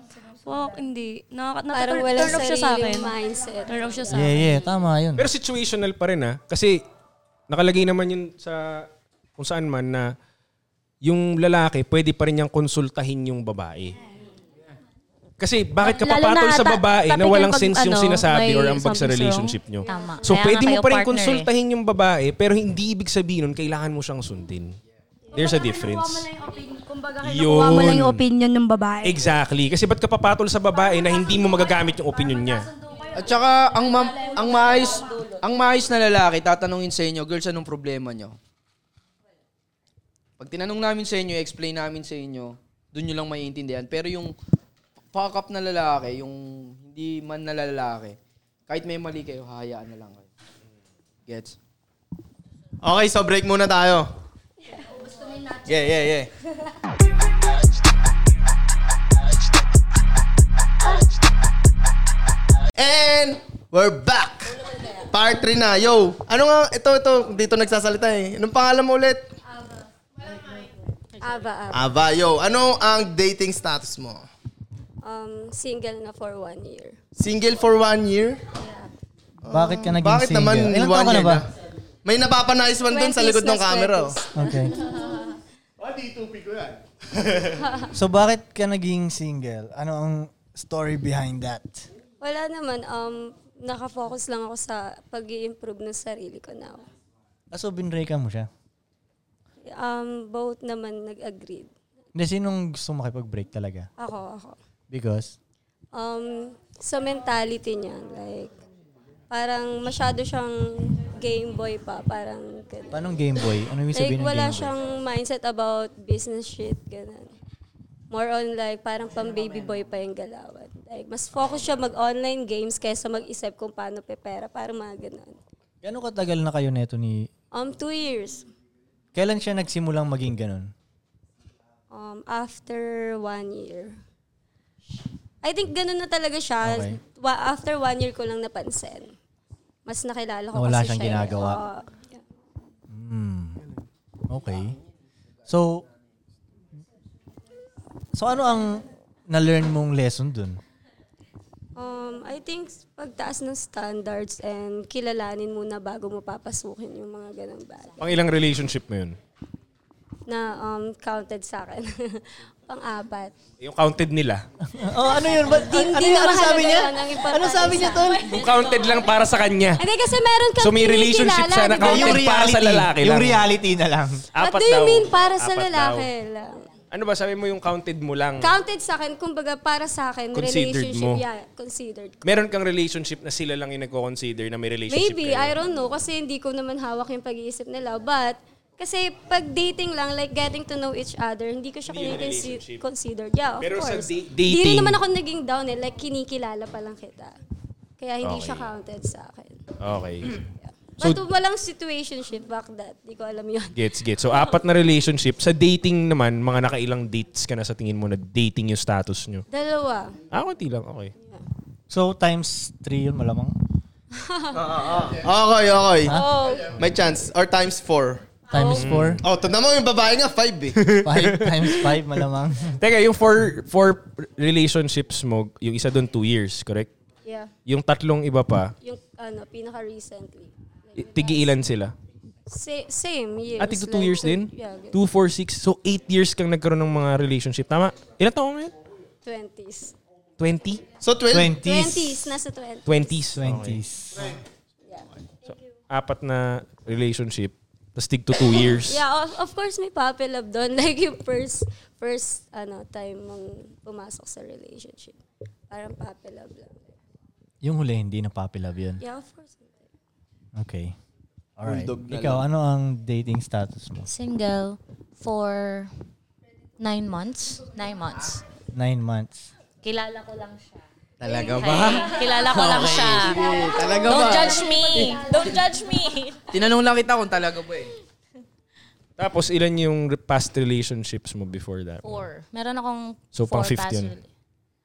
S4: fuck, hindi. Nakaka-
S12: Parang
S4: nata-
S12: walang
S4: turn off siya sa
S12: sariling
S4: akin.
S12: mindset.
S4: Turn off siya sa akin.
S8: Yeah, yeah. Tama yun.
S9: Pero situational pa rin ah. Kasi nakalagay naman yun sa kung saan man na yung lalaki, pwede pa rin niyang konsultahin yung babae. Kasi bakit ka
S7: Lalo
S9: papatol
S7: na
S9: sa
S7: ta-
S9: babae na
S7: topic
S9: walang
S7: yung pag-
S9: sense yung
S7: ano,
S9: sinasabi
S7: may
S9: or ambag sa
S7: something's
S9: relationship
S7: wrong.
S9: nyo?
S7: Tama.
S9: So
S7: Kaya
S9: pwede
S7: nga
S9: mo
S7: kayo
S9: pa rin
S7: partner eh.
S9: konsultahin yung babae pero hindi ibig sabihin nun kailangan mo siyang sundin. There's a difference.
S2: Kumbaga, kinukuha mo lang yung opinion ng babae.
S9: Exactly. Kasi ba't ka papatol sa babae na hindi mo magagamit yung opinion niya?
S3: At saka, ang, ma- ang maayos ang maayos na lalaki, tatanungin sa inyo, girls, anong problema nyo? Pag tinanong namin sa inyo, explain namin sa inyo, doon nyo lang maiintindihan. Pero yung fuck up na lalaki, yung hindi man na lalaki, kahit may mali kayo, hahayaan na lang kayo. Gets?
S1: Okay, so break muna tayo. Yeah, yeah, yeah. And we're back. Part 3 na. Yo, ano nga, ito, ito, dito nagsasalita eh. Anong pangalan mo ulit?
S12: Aba, aba.
S1: Ava, yo, ano ang dating status mo?
S12: Um, single na for one year.
S1: Single for one year?
S8: Bakit ka naging
S1: Bakit
S8: single?
S1: naman
S8: Ilang taon ka
S1: one
S8: na
S1: year
S8: ba?
S1: na? May napapanais man dun sa likod ng
S12: 20s na
S1: camera. oh.
S12: 20s.
S8: Okay.
S1: Pati itupi ko yan.
S8: So bakit ka naging single? Ano ang story behind that?
S12: Wala naman, um, nakafocus lang ako sa pag improve ng sarili ko now.
S8: Ah, so binray ka mo siya?
S12: Um, both naman nag-agreed.
S8: Hindi, sinong gusto makipag-break talaga?
S12: Ako, ako.
S8: Because?
S12: Um, sa mentality niya, like, parang masyado siyang game boy pa, parang ganun.
S8: Paano Game Boy? Ano yung
S12: Like,
S8: sabihin ng
S12: wala
S8: Game Boy?
S12: siyang mindset about business shit, ganun. More on like, parang pang baby boy pa yung galawan. Like, mas focus siya mag-online games kaysa mag-isip kung paano pepera, parang mga ganun.
S8: Gano'ng katagal na kayo neto ni...
S12: Um, two years.
S8: Kailan siya nagsimulang maging ganun?
S12: Um, after one year. I think ganun na talaga siya.
S8: Okay.
S12: Wa- After one year ko lang napansin. Mas nakilala ko
S8: Na wala
S12: kasi
S8: siyang
S12: siya. eh.
S8: ginagawa.
S12: Oo.
S8: Hmm. Okay. So, so ano ang na-learn mong lesson dun?
S12: Um, I think pagtaas ng standards and kilalanin muna bago mo papasukin yung mga ganang bagay
S9: Pang ilang relationship mo yun?
S12: na um, counted sa akin. Pang-apat.
S9: Yung counted nila.
S8: oh, ano yun? Ba,
S12: Di-
S8: ano
S12: di
S8: yun?
S12: na
S8: Ano
S12: mahalaga
S8: sabi niya?
S12: yun ang
S8: Ano
S12: importante
S8: sabi niya,
S12: sa
S8: Tol?
S12: akin.
S9: Yung counted lang para sa kanya.
S12: Hindi kasi meron kang
S9: So may relationship
S12: kinikilala,
S9: siya
S12: di
S9: na
S12: ba?
S9: counted para sa lalaki lang.
S8: Yung reality na lang.
S12: What
S9: Apat
S12: do you
S9: daw.
S12: mean para sa
S9: Apat daw.
S12: lalaki lang?
S9: Ano ba, sabi mo yung counted mo lang.
S12: Counted sa akin, kumbaga para sa akin,
S9: Considered
S12: relationship,
S9: mo.
S12: yeah, considered.
S9: Meron kang relationship na sila lang yung nagko-consider na may relationship
S12: Maybe,
S9: kayo.
S12: I don't know, kasi hindi ko naman hawak yung pag-iisip nila. But, kasi pag dating lang, like getting to know each other, hindi ko siya
S9: Hindi yun
S12: kinikonsi-
S9: relationship.
S12: considered. Yeah, of
S9: Pero sa
S12: course.
S9: da-
S12: Hindi
S9: dating-
S12: rin naman ako naging down eh, like kinikilala pa lang kita. Kaya hindi siya
S9: Okay.
S12: counted sa akin.
S9: Okay. So,
S12: But walang situationship back that. Di ko alam yun.
S9: gets, gets. So, apat na relationship. Sa dating naman, mga nakailang dates ka na sa tingin mo na dating yung status nyo.
S12: Dalawa.
S9: Ah, konti lang. Okay.
S8: So, times three yun malamang.
S9: Ah,
S1: Okay, okay.
S8: Ha?
S12: Oh.
S1: May chance. Or times four.
S8: Times four?
S1: Oh, tanda mo yung babae nga, five eh.
S8: Five times five malamang.
S9: Teka, yung four, four relationships mo, yung isa doon two years, correct?
S12: Yeah.
S9: Yung tatlong iba pa,
S12: Yung ano, pinaka-recently.
S9: i- tigiilan sila?
S12: Sa- same years.
S9: Ah, tigto two
S12: like
S9: years
S12: two-
S9: din?
S12: Yeah, ganun.
S9: Two, four, six. So, eight years kang nagkaroon ng mga relationship. Tama? Ilan taong mo yun?
S12: 20s.
S9: 20?
S1: So,
S9: 12?
S12: 20s. Nasa 20s.
S9: 20s.
S8: 20s.
S9: Apat na relationship. Tapos tig to two years.
S12: Yeah, of, of course may puppy love doon. Like yung first, first ano, time mong pumasok sa relationship. Parang puppy love lang.
S8: Yung huli, hindi na puppy love yun.
S12: Yeah, of course.
S8: Okay. Alright.
S1: Bulldog na
S8: Ikaw,
S1: lang.
S8: ano ang dating status mo?
S7: Single for nine months. Nine months.
S8: Nine months.
S7: Kilala ko lang siya.
S8: Talaga
S7: Okay? Kilala ko lang siya.
S3: Talaga
S7: Don't
S3: ba?
S7: judge me. Don't judge me.
S3: Tinanong lang kita kung talaga ba eh.
S9: Tapos ilan yung re- past relationships mo before that?
S7: Four. Meron akong
S9: So,
S7: four
S9: pang fifth
S7: past
S9: yun.
S7: rela-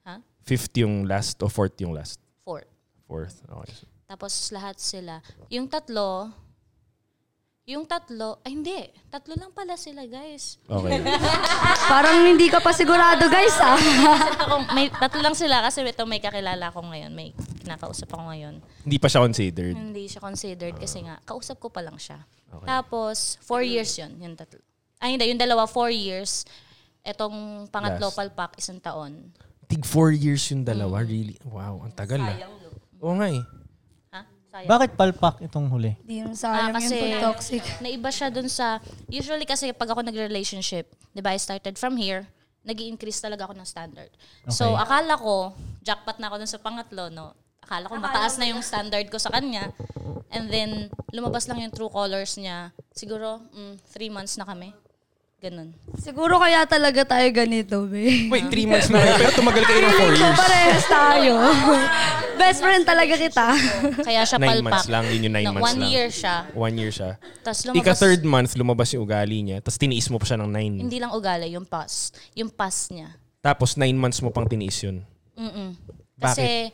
S7: Ha?
S9: Fifth yung last o fourth yung last?
S7: Fourth.
S9: Fourth. Okay.
S7: Tapos lahat sila. Yung tatlo, Yung tatlo, ay hindi, tatlo lang pala sila guys.
S9: Okay.
S2: Parang hindi ka pa sigurado, guys, ah.
S7: Ako, may, tatlo lang sila kasi ito may kakilala ko ngayon, may kinakausap ako ngayon.
S9: Hindi pa siya considered.
S7: Hindi siya considered kasi nga, kausap ko pa lang siya. Tapos, four years yun, yung tatlo. Ay, hindi, yung dalawa, four years. Etong pangatlo,
S9: Last.
S7: palpak, isang taon.
S9: Tig four years yung dalawa,
S7: Mm-hmm.
S9: really. Wow, ang tagal ah. Oo nga eh.
S7: Ha? Sayang.
S8: Bakit palpak itong huli?
S2: Di yun sayang yun pag toxic.
S7: Ah, Naiba siya dun sa, usually kasi pag ako nag-relationship, di ba, I started from here, nag increase talaga ako ng standard. So,
S13: Okay.
S7: akala ko, jackpot na ako dun sa pangatlo, no? Akala ko mataas na yung standard ko sa kanya. And then, lumabas lang yung true colors niya. Siguro, mm, three months na kami. Ganun.
S2: Siguro kaya talaga tayo ganito, be.
S9: Wait, three months na kayo, pero tumagal kayo ng four years.
S2: Parehas tayo. Best friend talaga kita.
S7: Kaya siya
S9: Nine
S7: palpak.
S9: months lang, yun yung nine
S7: Na-
S9: months
S7: one
S9: lang.
S7: year siya.
S9: One year siya.
S7: Tapos lumabas-
S9: Ika-third month, lumabas yung ugali niya. Tapos tiniis mo pa siya ng nine.
S7: Hindi lang ugali, yung pass. Yung pass niya.
S9: Tapos nine months mo pang tiniis yun.
S7: Mm-mm.
S9: Bakit?
S7: Kasi,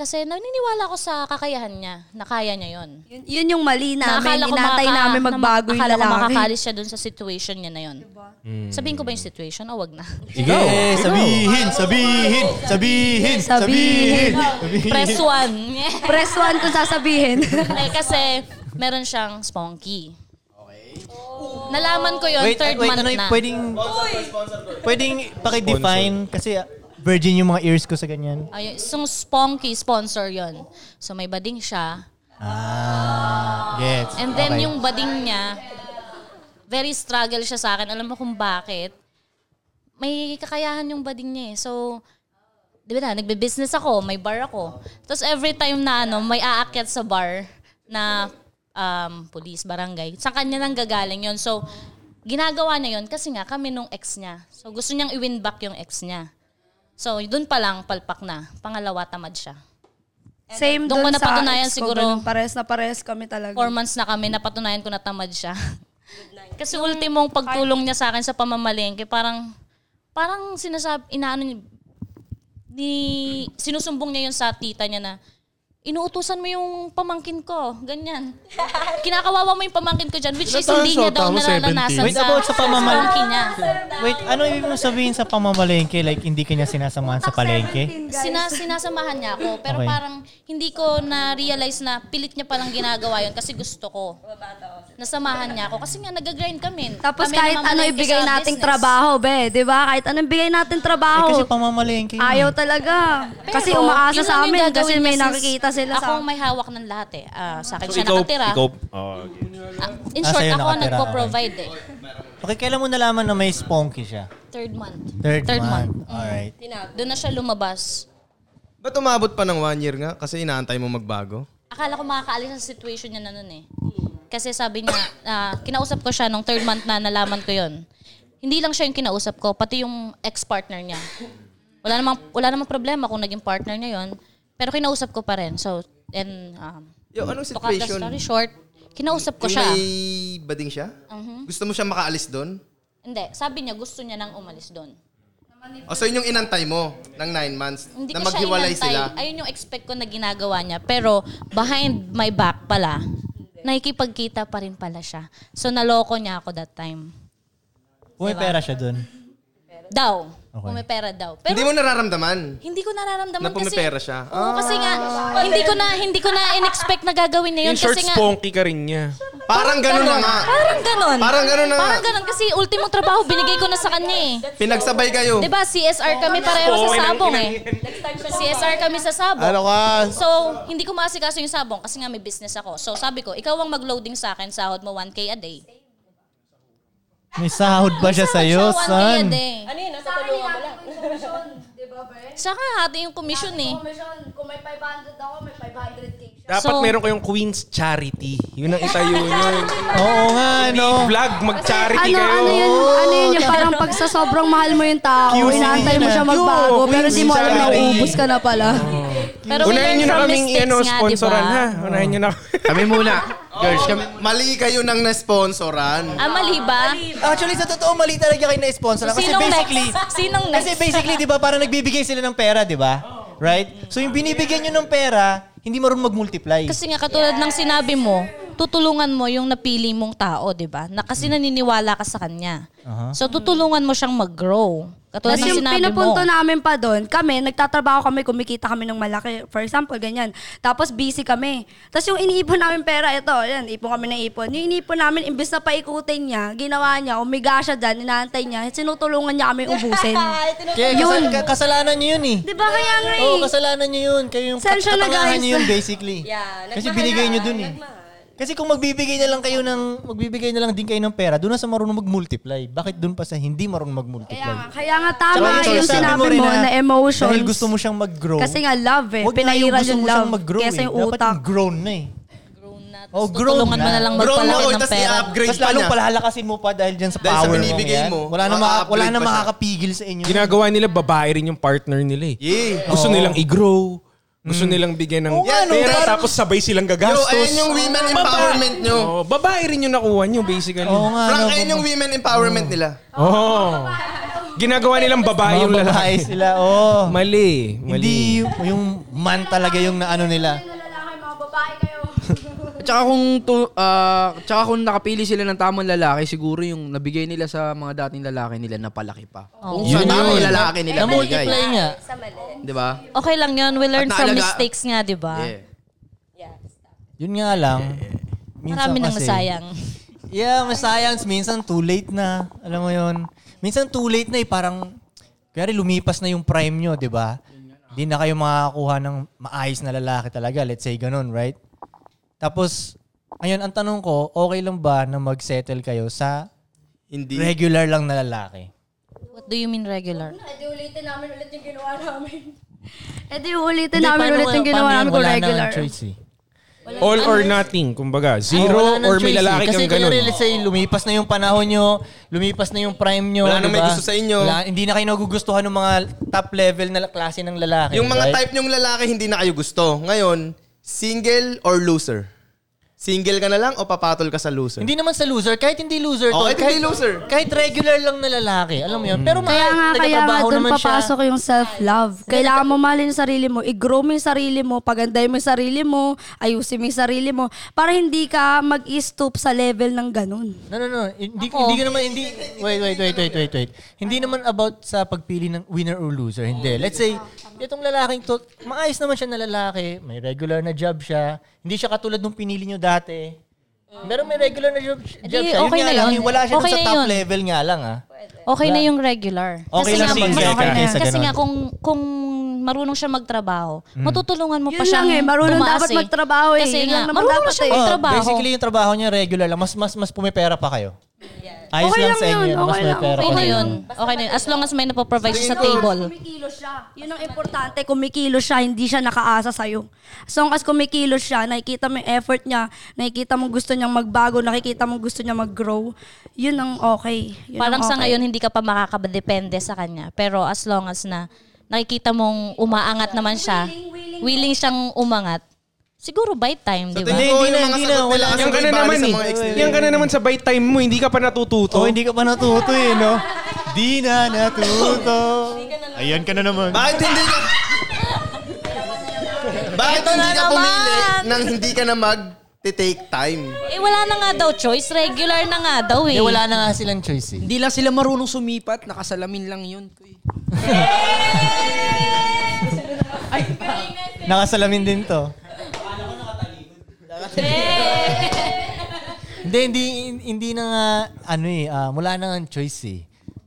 S7: kasi naniniwala ako sa kakayahan niya, na kaya niya yon.
S2: Yun, yun yung mali namin.
S7: Naakala ko
S2: Inatay
S7: makaka-
S2: namin magbago yung
S7: akala ko
S2: lalaki. Diba?
S7: makakaalis siya dun sa situation niya na yun.
S8: Hmm.
S7: Sabihin ko ba yung situation o wag na?
S8: Ikaw. Eh, sabihin, sabihin, sabihin, sabihin. sabihin.
S7: Press one.
S2: Press one kung sasabihin.
S7: Hindi, kasi meron siyang sponky. Okay. Nalaman ko yun,
S8: Wait,
S7: third
S8: wait,
S7: month
S8: ano yung
S7: na.
S8: pwedeng- Pwedeng pakidefine kasi virgin yung mga ears ko sa ganyan.
S7: Ay, yung sponky sponsor yon. So may bading siya.
S8: Ah, gets.
S7: And then
S8: Okay.
S7: yung bading niya, very struggle siya sa akin. Alam mo kung bakit. May kakayahan yung bading niya eh. So, di ba na, nagbe-business ako, may bar ako. Tapos every time na ano, may aakyat sa bar na um, police, barangay. Sa kanya nang gagaling yon So, ginagawa niya yon kasi nga kami nung ex niya. So, gusto niyang i-win back yung ex niya. So, doon pa lang, palpak na. Pangalawa, tamad siya.
S2: Same
S7: Doon ko
S2: dun sa
S7: napatunayan
S2: ex ko,
S7: siguro.
S2: ganun. Pares na pares kami talaga.
S7: Four months na kami, napatunayan ko na tamad siya. Kasi ultimong pagtulong niya sa akin sa pamamalengke, parang, parang sinasab inaano ni, ni, sinusumbong niya yun sa tita niya na, inuutusan mo yung pamangkin ko, ganyan. Kinakawawa mo yung pamangkin ko dyan, which is hindi niya daw nararanasan
S8: Wait, about sa
S7: pamangkin
S8: pamamalengke.
S7: niya.
S8: Wait, ano ibig mong sabihin sa pamamalengke? Like, hindi kanya sinasamahan sa palengke?
S7: Sina, sinasamahan niya ako, pero
S8: Okay.
S7: parang hindi ko na-realize na pilit niya palang ginagawa yun kasi gusto ko. Nasamahan niya ako kasi nga nag-grind kami.
S2: Tapos
S7: Kami
S2: kahit
S7: namamalengke
S2: ano ibigay
S7: sa
S2: nating
S7: business.
S2: trabaho, be. Di ba? Kahit ano ibigay nating trabaho.
S8: Eh, kasi pamamalengke yun.
S2: Ayaw talaga.
S7: Pero,
S2: kasi umaasa
S7: yun
S2: sa
S7: lang yung
S2: amin
S7: gagawin
S2: kasi
S7: niya
S2: may
S7: since
S2: nakikita sila
S7: ako
S2: sa
S7: ang may hawak ng lahat eh. Ah, sa akin
S9: So
S7: siya
S9: ikaw,
S7: nakatira.
S9: ikaw, oh, okay.
S7: In
S8: Ah,
S7: short,
S8: sa'yo
S7: ako ang
S8: nakatira,
S7: nagpo-provide eh.
S8: Okay, kailan mo nalaman na may sponky siya?
S7: Third month.
S8: Third,
S7: month.
S8: month. Alright.
S7: Doon na siya lumabas.
S1: Ba't umabot pa ng one year nga? Kasi inaantay mo magbago.
S7: Akala ko makakaalis sa situation niya na nun eh. Kasi sabi niya, ah, kinausap ko siya nung third month na nalaman ko yon. Hindi lang siya yung kinausap ko, pati yung ex-partner niya. Wala namang, wala namang problema kung naging partner niya yon. Pero kinausap ko pa rin. So, and... Um,
S1: Yo, anong
S7: to cut the
S1: situation?
S7: story short, kinausap ko
S1: Yung
S7: siya.
S1: may bading siya?
S7: Mhm.
S1: Gusto mo siya makaalis doon?
S7: Hindi, sabi niya gusto niya nang umalis doon.
S1: O so yun yung inantay mo ng nine months
S7: Hindi
S1: na
S7: ko siya
S1: maghiwalay
S7: inantay.
S1: sila.
S7: Ayun yung expect ko na ginagawa niya. Pero behind my back pala, nakikipagkita pa rin pala siya. So naloko niya ako that time.
S8: Kung may
S7: Diba?
S8: pera siya dun.
S7: Daw.
S8: Okay.
S7: Kung may pera daw. Pero
S1: hindi mo nararamdaman
S7: hindi ko nararamdaman
S1: na
S7: kasi...
S1: pumipera siya. Ah.
S7: Oo, kasi nga, hindi ko na, hindi ko na in-expect na gagawin na yun.
S9: In short,
S7: kasi nga,
S9: sponky ka rin niya.
S1: Parang ganun na nga.
S7: Parang ganun.
S1: Parang ganun na nga.
S7: Parang ganun kasi ultimong trabaho binigay ko na sa kanya eh.
S1: Pinagsabay kayo.
S7: Diba, CSR kami pareho sa
S1: Oo, inang-
S7: sabong eh.
S1: inang-
S7: CSR kami sa sabong.
S11: Ano ka?
S7: So, hindi ko maasikaso yung sabong kasi nga may business ako. So, sabi ko, ikaw ang mag-loading sa akin, sahod mo 1K a day.
S8: May sahod ba siya sa'yo,
S7: So, 1K
S8: son?
S7: a day.
S6: Ano yun? Nasa tulungan mo lang.
S7: Saka hati yung commission eh.
S2: Kung may 500 ako, may 500k
S9: Dapat
S7: So-
S9: meron kayong Queen's Charity. Yun ang isa yun.
S8: Oo nga, no.
S9: Vlog, mag-charity
S2: ano,
S9: kayo.
S2: Ano yun,
S7: Oh.
S2: ano yun yung parang pag sa sobrang mahal mo yung tao,
S9: Cute.
S2: inaantay mo siya magbago, pero di mo alam na uubos ka na pala.
S9: Oh.
S7: Pero we learn
S9: Unahin nyo na
S7: from
S9: kaming
S7: mistakes
S9: ano,
S7: nga,
S9: sponsoran
S7: diba?
S9: ha. Unahin nyo na.
S1: kami muna. Girls, kami. Mali kayo ng na-sponsoran.
S7: Ah, mali ba?
S8: Actually, sa totoo, mali talaga kayo na-sponsor.
S7: So,
S8: kasi
S7: sinong
S8: basically,
S7: next? Sinong next?
S8: kasi basically, di ba, parang nagbibigay sila ng pera, di ba? Right? So, yung binibigyan nyo ng pera, hindi marunong mag-multiply.
S7: Kasi nga katulad ng sinabi mo, tutulungan mo yung napili mong tao, di ba? Na kasi naniniwala ka sa kanya.
S8: Mm. Aha.
S7: So, tutulungan mo siyang mag-grow.
S2: Tapos
S7: Katulad ng
S2: yung
S7: sinabi mo.
S2: pinapunto namin pa doon, kami, nagtatrabaho kami, kumikita kami ng malaki. For example, ganyan. Tapos busy kami. Tapos yung iniipon namin pera, ito, yan, ipon kami ng ipon. Yung iniipon namin, imbes na paikutin niya, ginawa niya, umiga siya dyan, inaantay niya, sinutulungan niya kami ubusin.
S8: Kaya kasal- ka- kasalanan niyo yun eh.
S2: Di ba kaya nga eh?
S8: Oo, kasalanan niyo yun. Kayo yung kat-
S2: Sensya na,
S8: katangahan
S2: guys.
S8: niyo yun basically. Kasi binigay niyo dun eh. Kasi kung magbibigay na lang kayo ng magbibigay na lang din kayo ng pera, doon na sa marunong mag-multiply. Bakit doon pa sa hindi marunong mag-multiply?
S2: Kaya nga tama
S8: Tsaka yung
S2: yung
S8: sinabi
S2: sinabi
S8: mo rin
S2: mo
S8: na-
S2: na, emotions.
S8: dahil gusto mo siyang mag-grow.
S2: Kasi nga love eh.
S8: Huwag na yung
S2: Pinahiral
S8: gusto
S2: yung
S8: mo siyang
S2: love.
S8: mag-grow
S2: Kesa
S8: eh.
S2: yung
S8: Dapat
S2: utak.
S8: grown na eh. Oh, grown
S7: tutulungan
S8: na.
S7: mo na lang magpalaki ng pera.
S8: Tapos lalong palalakasin mo pa dahil dyan sa
S9: Dahil sa
S8: power mo.
S9: binibigay
S8: yan.
S9: mo,
S8: Wala na, maka-
S9: ma-upgrade
S8: wala na
S9: pa siya.
S8: makakapigil sa inyo.
S9: Ginagawa nila, babae rin yung partner nila eh.
S8: Oo.
S9: Gusto nilang i-grow. Gusto
S1: Mm.
S9: nilang bigyan ng
S8: Oo nga, no?
S9: pera
S8: Parang-
S9: tapos sabay silang gagastos.
S1: Yo, ayan yung women
S9: Babae-
S1: empowerment nyo.
S9: Oo, babae rin yung nakuha nyo basically.
S1: Oo nga, Frank, no, ayan yung women empowerment nila.
S9: Oo. Ginagawa nilang babae
S8: Mga
S9: yung lalaki.
S8: babae sila, oh.
S9: Mali, mali.
S8: Hindi yung, yung man talaga yung naano nila.
S3: At saka kung, tu- ah, at saka kung nakapili sila ng tamang lalaki, siguro yung nabigay nila sa mga dating lalaki nila, napalaki pa.
S7: Oo.
S3: Kung sa
S7: Yun
S3: tamang
S7: yun.
S3: lalaki nila,
S7: Oh. Na-multiply
S3: binigay.
S7: nga.
S3: Di ba?
S7: Okay lang yun. We learn
S3: At
S7: from
S3: naalaga-
S7: mistakes nga, di ba?
S3: Yeah.
S8: Yun nga lang.
S9: Eh,
S7: Marami nang sayang.
S8: Yeah, masayang. Minsan too late na. Alam mo yun. Minsan too late na eh. Parang, kaya lumipas na yung prime nyo, di ba? Hindi na kayo makakakuha ng maayos na lalaki talaga. Let's say ganun, right? Tapos, ngayon, ang tanong ko, okay lang ba na mag-settle kayo sa
S1: Hindi.
S8: regular lang na lalaki?
S7: What do you mean regular?
S2: Eh di ulitin namin ulit yung ginawa namin. Eh di ulitin
S7: Hindi,
S2: namin
S7: paano
S2: ulit yung
S7: wala-
S2: ginawa
S7: paano yun?
S2: namin
S8: Ano
S2: kung
S7: Wala na
S2: regular.
S8: Ang choice eh.
S9: All or nothing, kumbaga.
S8: Oh,
S9: Zero
S8: wala nang
S9: or may
S8: choice eh.
S9: lalaki
S8: Kasi
S9: kang ganun.
S8: kunyari, let's say, lumipas na yung panahon nyo, lumipas na yung prime nyo.
S1: Wala nang may
S8: diba?
S1: gusto sa inyo.
S8: Wala- hindi na kayo nagugustuhan ng mga top level na la- klase ng lalaki.
S1: Yung mga
S8: right?
S1: type nyong lalaki hindi na kayo gusto. Ngayon, single or loser? Single ka na lang o papatol ka sa loser?
S8: Hindi naman sa loser, kahit hindi loser.
S1: Oh,
S8: tol,
S1: kahit hindi loser. Mm.
S8: Kahit regular lang na lalaki, alam mo yun. Pero
S2: Kaya nga, kaya
S8: mahal,
S2: nga,
S8: nagtatrabaho
S2: doon
S8: naman siya.
S2: papasok yung self-love. Kailangan mo mahalin yung sarili mo, i-grow mo yung sarili mo, pagandahin mo yung sarili mo, ayusin mo yung sarili mo, para hindi ka mag-stoop sa level ng ganun.
S8: No, no, no. Hindi, hindi ka naman, hindi, wait, wait, wait, wait, wait, wait. Hindi naman about sa pagpili ng winner or loser. Hindi.
S1: Oh.
S8: Let's say, itong lalaking to, maayos naman siya na lalaki, may regular na job siya, hindi siya katulad nung pinili nyo dati. Pero may regular na job, job
S7: Hindi,
S8: siya.
S7: okay
S8: yun nga
S7: na
S8: lang,
S7: yun.
S8: yung wala siya dun
S7: Okay
S8: sa
S7: na
S8: top
S7: yun.
S8: level nga lang, ah.
S7: Okay na yung regular.
S8: Okay lang
S7: nga,
S8: single
S7: mas-
S8: ka
S7: okay na.
S8: kaysa
S7: Kasi
S8: ganun. Mm.
S7: nga kung kung marunong siya magtrabaho, matutulungan mo
S2: Yun
S7: pa siyang
S2: lang eh, marunong
S7: tumaas
S2: dapat
S7: eh.
S2: magtrabaho eh.
S7: Kasi
S2: Yun
S7: nga,
S2: lang naman
S7: marunong
S2: dapat
S7: siya
S2: eh.
S7: magtrabaho.
S8: Oh, Basically, yung trabaho niya regular lang. Mas, mas, mas pumipera pa kayo. Ayos
S2: Okay
S8: lang,
S2: lang
S8: sa inyo.
S2: yun,
S8: mas
S2: okay
S8: may
S2: lang.
S8: pera
S7: Okay
S8: pa
S7: na
S8: kayo.
S7: yun. Okay na yun. As long as may napoprovide siya sa table.
S2: Kumikilo siya. Yun ang importante, kumikilo siya, hindi siya nakaasa sa'yo. So long as kumikilo siya, nakikita mo yung effort niya, nakikita mo gusto niyang magbago, nakikita mo gusto niya mag-grow, yun ang okay. Yun
S7: Parang
S2: ang
S7: sa
S2: okay.
S7: ngayon, hindi ka pa makakadepende sa kanya. Pero as long as na nakikita mong umaangat naman siya, willing siyang umangat, siguro by time, di
S8: Diba?
S7: ba?
S1: tingin ko yung mga sagot nila kasi
S9: Yan ka
S1: may
S9: na naman
S1: base sa
S9: eh.
S1: mga ex-
S9: Yan ka na naman sa by time mo, hindi ka pa natututo.
S8: Oh, hindi ka pa natuto eh, no? Di na natuto. Ayan ka na naman.
S1: Bakit hindi ka... Bakit
S7: Ito na
S1: hindi ka pumili
S7: naman.
S1: nang hindi ka na mag-take time?
S7: Eh, wala na nga daw choice. Regular na nga daw eh.
S8: Eh, wala na nga silang choice eh.
S3: Hindi lang sila marunong sumipat, nakasalamin lang yun. kuy.
S8: Nakasalamin din to. hindi, hindi, hindi na nga, ano eh, ah, wala na nga choice eh.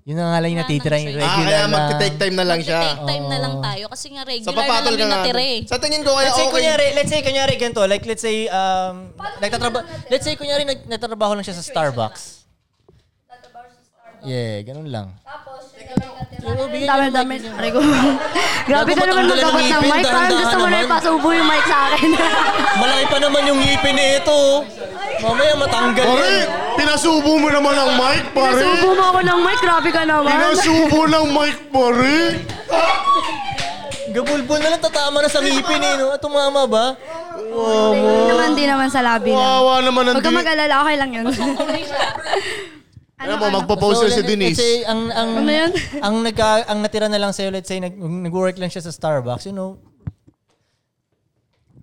S8: Yun na nga lang yung natitira yung
S1: Ah,
S8: regular
S1: kaya
S8: na.
S1: mag-take time na lang siya.
S7: Take time na lang tayo kasi nga
S1: Sa
S7: regular na lang
S1: papatol ka
S7: yung
S1: nga.
S7: natira eh.
S1: Sa tingin ko kaya
S8: Let's say, kunyari,
S1: okay.
S8: let's say, kunyari, ganito. Like, let's say, um, nagtatrabaho, let's say, kunyari, nag- nagtatrabaho lang siya sa Starbucks. Yeah, ganun lang.
S2: Ang dami-dami. Aray ko. Grabe ka naman
S8: Nagugutom ka na
S2: magkapat ng
S8: ng ngipin,
S2: mic. Parang
S8: dahan-dahan
S2: gusto mo na
S8: naman.
S2: ipasubo yung mic sa akin.
S8: Malaki pa naman yung ngipin na ito. Mamaya matanggal
S11: Pare,
S8: yun.
S11: pinasubo mo naman ang mic, pare.
S2: Pinasubo mo ako ng mic. Grabe ka naman.
S11: Pinasubo ng mic, pare.
S8: Gabulbon na lang tatama na sa ngipin eh, no? At Tumama ba?
S2: Hindi naman, di naman sa labi lang.
S11: Kawawa naman ang
S2: Huwag ka
S11: di-
S2: mag-alala. Okay lang yun.
S11: Alam mo, magpo-poster si Denise.
S8: Kasi ang ang
S2: Ano yan?
S8: ang nagka, ang natira na lang sa'yo, let's say nag, nag-work lang siya sa Starbucks, you know.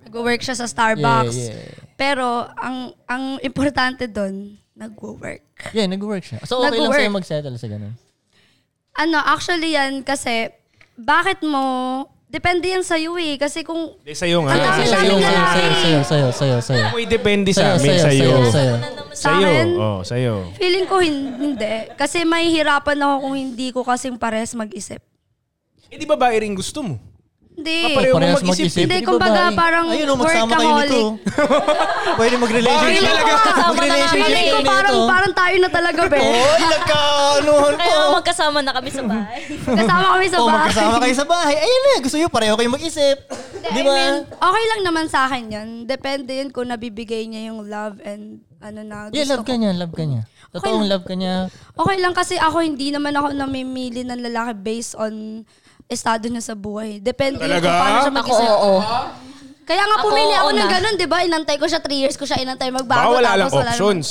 S2: Nag-work siya sa Starbucks.
S8: Yeah, yeah, yeah.
S2: Pero ang ang importante doon, nag-work.
S8: Yeah, nag-work siya. So okay lang
S2: Nag-work.
S8: sa'yo mag-settle sa ganun.
S2: Ano, actually yan kasi bakit mo depende yan sa iyo eh kasi kung
S9: Hindi, sa'yo nga.
S2: Ang dami
S9: Sa'yo
S2: namin
S9: nga.
S2: lalaki.
S8: Sa'yo, sa'yo, sa'yo, sa'yo.
S9: Uy, depende sa
S8: Sa'yo,
S9: amin.
S8: sa'yo,
S9: Sa'yo.
S8: sa'yo, sa'yo.
S2: Sa akin?
S9: Oh, sa'yo.
S2: feeling ko hin- hindi kasi mahihirapan ako kung hindi ko kasing pares mag-isip.
S9: Eh, di babae rin gusto mo.
S2: Hindi.
S9: Kapareho mo Parehas mag-isip. mag-isip.
S2: Hindi,
S9: Hindi
S2: kumbaga
S9: babae.
S2: parang
S9: Ayun,
S8: oh, magsama kayo nito.
S2: workaholic.
S8: Pwede mag-relationship
S2: Feeling ko, feeling ko parang, parang tayo na talaga, be.
S8: Oy, nagkaanuhan po.
S7: Kaya magkasama na kami sa bahay.
S2: Kasama kami sa
S8: Oh,
S2: bahay.
S8: magkasama kayo sa bahay. Ayun na, gusto nyo pareho kayo mag-isip.
S2: Ah,
S8: Di ba?
S2: okay lang naman sa akin yun. Depende yun kung nabibigay niya yung love and ano na gusto
S8: Yeah, love
S2: ko.
S8: ka niya, love ka niya. Totoong love ka niya.
S2: Okay lang kasi ako hindi naman ako namimili ng lalaki based on estado niya sa buhay. Depende yun
S8: Talaga?
S2: kung paano siya mag-isip.
S7: Ako, oo.
S2: Kaya nga
S7: Ako,
S2: pumili ako,
S7: oo
S2: ng
S7: na.
S2: ganun, di ba? Inantay ko siya, three years ko siya inantay
S9: Baka
S2: magbago.
S9: wala lang
S2: tapos namang-
S9: options.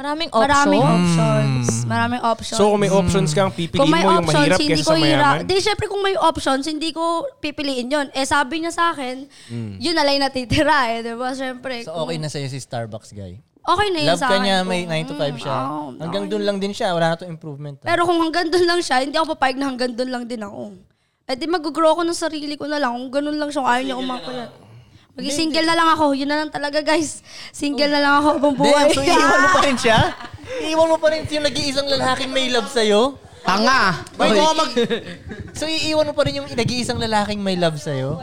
S7: Maraming options.
S8: Mm.
S2: Maraming options. Maraming options.
S9: So, kung may options kang pipiliin
S2: Kung may
S9: mo yung mahirap
S2: hindi
S9: kesa
S2: ko
S9: sa mayaman?
S2: hira- Di, syempre kung may options, hindi ko pipiliin yun. Eh, sabi niya sa akin,
S8: Mm.
S9: Hmm.
S2: yun na lang yung natitira eh, di ba? Syempre.
S8: So okay na sa'yo si Starbucks guy.
S2: Okay na yun
S8: Love
S2: sa
S8: ka
S2: akin.
S8: niya, may 9 to
S2: Mm,
S8: 5 siya.
S2: oo,
S8: Hanggang dun lang din siya, wala na to improvement. ah.
S2: Pero kung hanggang doon lang siya, hindi ako papayag na hanggang doon lang din ako. Eh di mag-grow ako ng sarili ko na lang. Kung ganun lang siya, kung ayaw niya umakuyat. Mag-single na lang ako. Yun na lang talaga, guys. Single na lang ako habang buhay.
S8: Damn, so iiwan mo pa rin siya? Iiwan mo pa rin yung nag-iisang lalaking may love sa'yo? Tanga! Wait, baka mag... so iiwan mo pa rin yung nag-iisang lalaking may love sa'yo?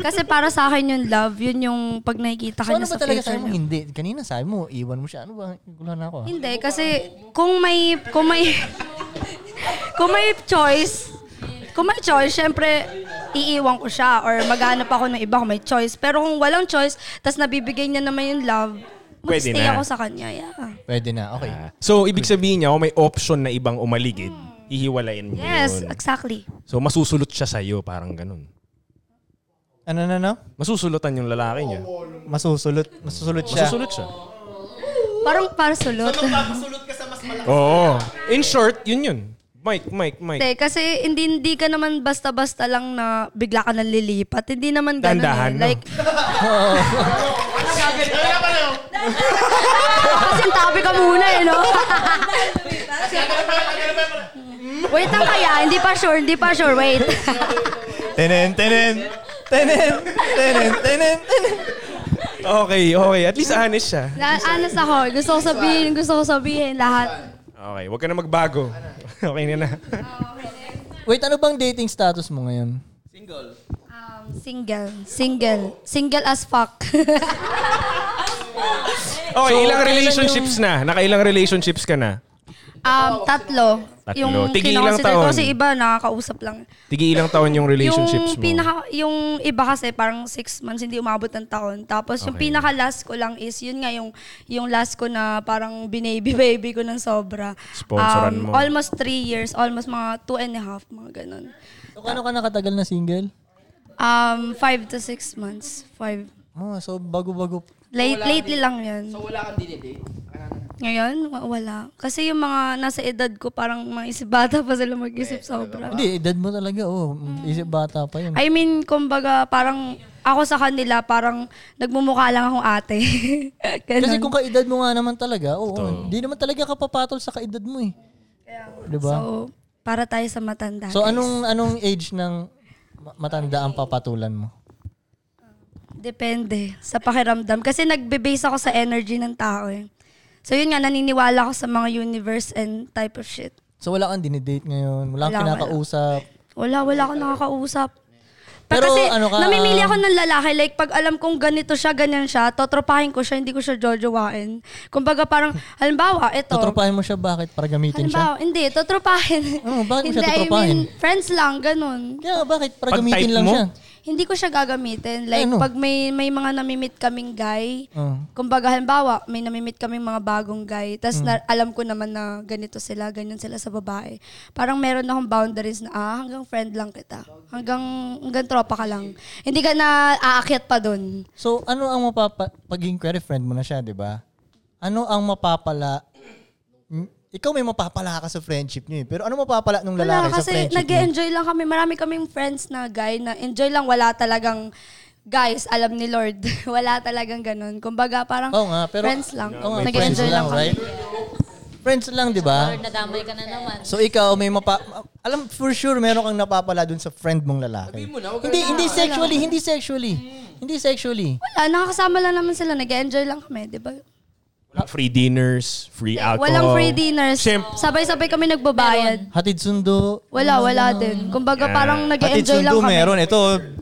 S2: Kasi para sa akin yung love, yun yung pag nakikita ka
S8: So ano
S2: niya
S8: ba
S2: sa
S8: talaga
S2: future
S8: sabi mo?
S2: niya.
S8: Hindi. Kanina sabi mo, iwan mo siya. Ano ba? Gulo na ako ah.
S2: Hindi, kasi kung may, kung may, kung may choice, kung may choice, syempre, iiwan ko siya or maghanap ako ng iba kung may choice. Pero kung walang choice, tas nabibigay niya naman yung love,
S9: Pwede
S2: mag-stay
S9: na.
S2: ako sa kanya. Yeah.
S8: Pwede na, okay.
S9: Ah. So, ibig sabihin niya, kung may option na ibang umaligid, ihiwalayin mo
S2: Yes,
S9: yun.
S2: exactly.
S9: So, masusulot siya sa'yo, parang ganun.
S8: Ano na no?
S9: Masusulutan yung lalaki niya.
S8: Masusulot. Masusulot siya.
S9: Masusulot siya.
S2: Parang parsulot.
S9: Oo. In short, yun yun. Mike, Mike, Mike.
S2: Hindi, kasi hindi, hindi ka naman basta-basta lang na bigla ka nang lilipat. Hindi naman ganun.
S9: Dandahan,
S2: eh.
S9: no?
S2: Like, kasi tabi ka muna eh, no? Wait lang kaya, hindi pa sure, hindi pa sure, wait.
S8: Tenen, tenen, tenen, tenen, tenen, tenen.
S9: Okay, okay. At least honest siya.
S2: Na- honest ako, ano gusto ko sabihin, gusto ko sabihin lahat.
S9: Okay, huwag ka na magbago. okay na na.
S8: Wait, ano bang dating status mo ngayon?
S2: Um, single, single, single as fuck.
S9: Okay, ilang relationships na? Nakailang relationships ka na?
S2: um, tatlo.
S9: Tatlo.
S2: Yung
S9: Tigil ilang
S2: kinoconsider ko
S9: taon?
S2: Kasi iba, nakakausap lang.
S9: Tigi ilang taon yung relationships
S2: yung
S9: mo?
S2: Pinaka, yung iba kasi parang six months, hindi umabot ng taon. Tapos yung
S9: Okay.
S2: pinaka-last ko lang is, yun nga yung, yung last ko na parang binaby-baby ko ng sobra. Um,
S9: Sponsoran mo.
S2: Almost three years, almost mga two and a half, mga ganun.
S8: So, ano ka nakatagal na single?
S2: Um, five to six months. Five.
S8: Oh, so bago-bago.
S2: Late,
S3: wala
S2: lately
S3: din-
S2: lang yun.
S3: So wala kang dinidate?
S2: Ngayon, wa- wala. Kasi yung mga nasa edad ko, parang mga isip bata pa sila mag-isip sobra.
S8: Hindi, edad mo talaga. Oh, isip bata pa yun.
S2: I mean, kumbaga, parang ako sa kanila, parang nagmumukha lang akong ate. Ganun.
S8: Kasi kung kaedad mo nga naman talaga, oo, hindi naman talaga kapapatol sa kaedad mo eh. Di ba?
S2: So, para tayo sa matanda.
S8: So,
S2: guys.
S8: anong anong age ng ma- matanda ang papatulan mo?
S2: Depende sa pakiramdam. Kasi nagbe-base ako sa energy ng tao eh. So, yun nga, naniniwala ako sa mga universe and type of shit.
S8: So, wala kang dinidate ngayon, wala kang
S2: Wala,
S8: kinakausap.
S2: Wala, wala akong nakakausap. Pero
S8: Pero
S2: kasi,
S8: ano ka,
S2: namimili
S8: ah,
S2: ako ng lalaki. Like, pag alam kong ganito siya, ganyan siya, totropahin ko siya, hindi ko siya jojowain. Kumbaga parang, halimbawa, ito.
S8: Tutropahin mo siya, bakit? Para gamitin siya?
S2: Halimbawa, hindi, totropahin.
S8: Oo, bakit mo siya
S2: Hindi, I
S8: totropahin?
S2: mean, friends lang, ganun.
S8: Kaya bakit? Para
S9: Pag
S8: gamitin
S9: type
S8: lang
S9: mo?
S8: siya.
S2: Hindi ko siya gagamitin. Like,
S8: Ano?
S2: pag may, may mga namimit kaming guy,
S8: Oo.
S2: kumbaga halimbawa, may namimit kaming mga bagong guy,
S8: Mm.
S2: tas na, alam ko naman na ganito sila, ganyan sila sa babae. Parang meron akong boundaries na, ah, hanggang friend lang kita. Hanggang, hanggang tropa ka lang. Hindi ka na aakyat pa dun.
S8: So, ano ang mapapa... Paging query friend mo na siya, di ba? Ano ang mapapala... ikaw may mapapala ka sa friendship niyo eh. Pero ano mapapala nung
S2: Wala,
S8: lalaki sa
S2: kasi
S8: friendship
S2: nag
S8: niyo?
S2: enjoy lang kami. Marami kaming friends na guy na enjoy lang. Wala talagang, guys, alam ni Lord. Wala talagang ganun. Kumbaga, parang
S8: Oo nga, pero
S2: friends lang.
S8: Oo nga, friends
S2: Nag-enjoy lang, kami.
S8: right? Friends lang, di ba?
S7: Lord, nadamay ka na naman.
S8: So ikaw may mapa alam for sure meron kang napapala dun sa friend mong lalaki.
S3: Sabihin mo na, huwag ka
S8: Hindi
S3: na-
S8: hindi
S3: wala.
S8: sexually, hindi sexually. Hindi sexually.
S2: Wala, nakakasama lang naman sila. Nag-enjoy lang kami, di ba?
S9: Walang free dinners, free alcohol.
S2: Walang free dinners.
S9: Siyem-
S2: Sabay-sabay kami nagbabayad.
S8: Hatid sundo.
S2: Wala, wala din. Kumbaga,
S8: Yeah.
S2: parang
S8: Hatid
S2: nag-enjoy lang
S8: sundo
S2: kami.
S8: meron. eh. Ito,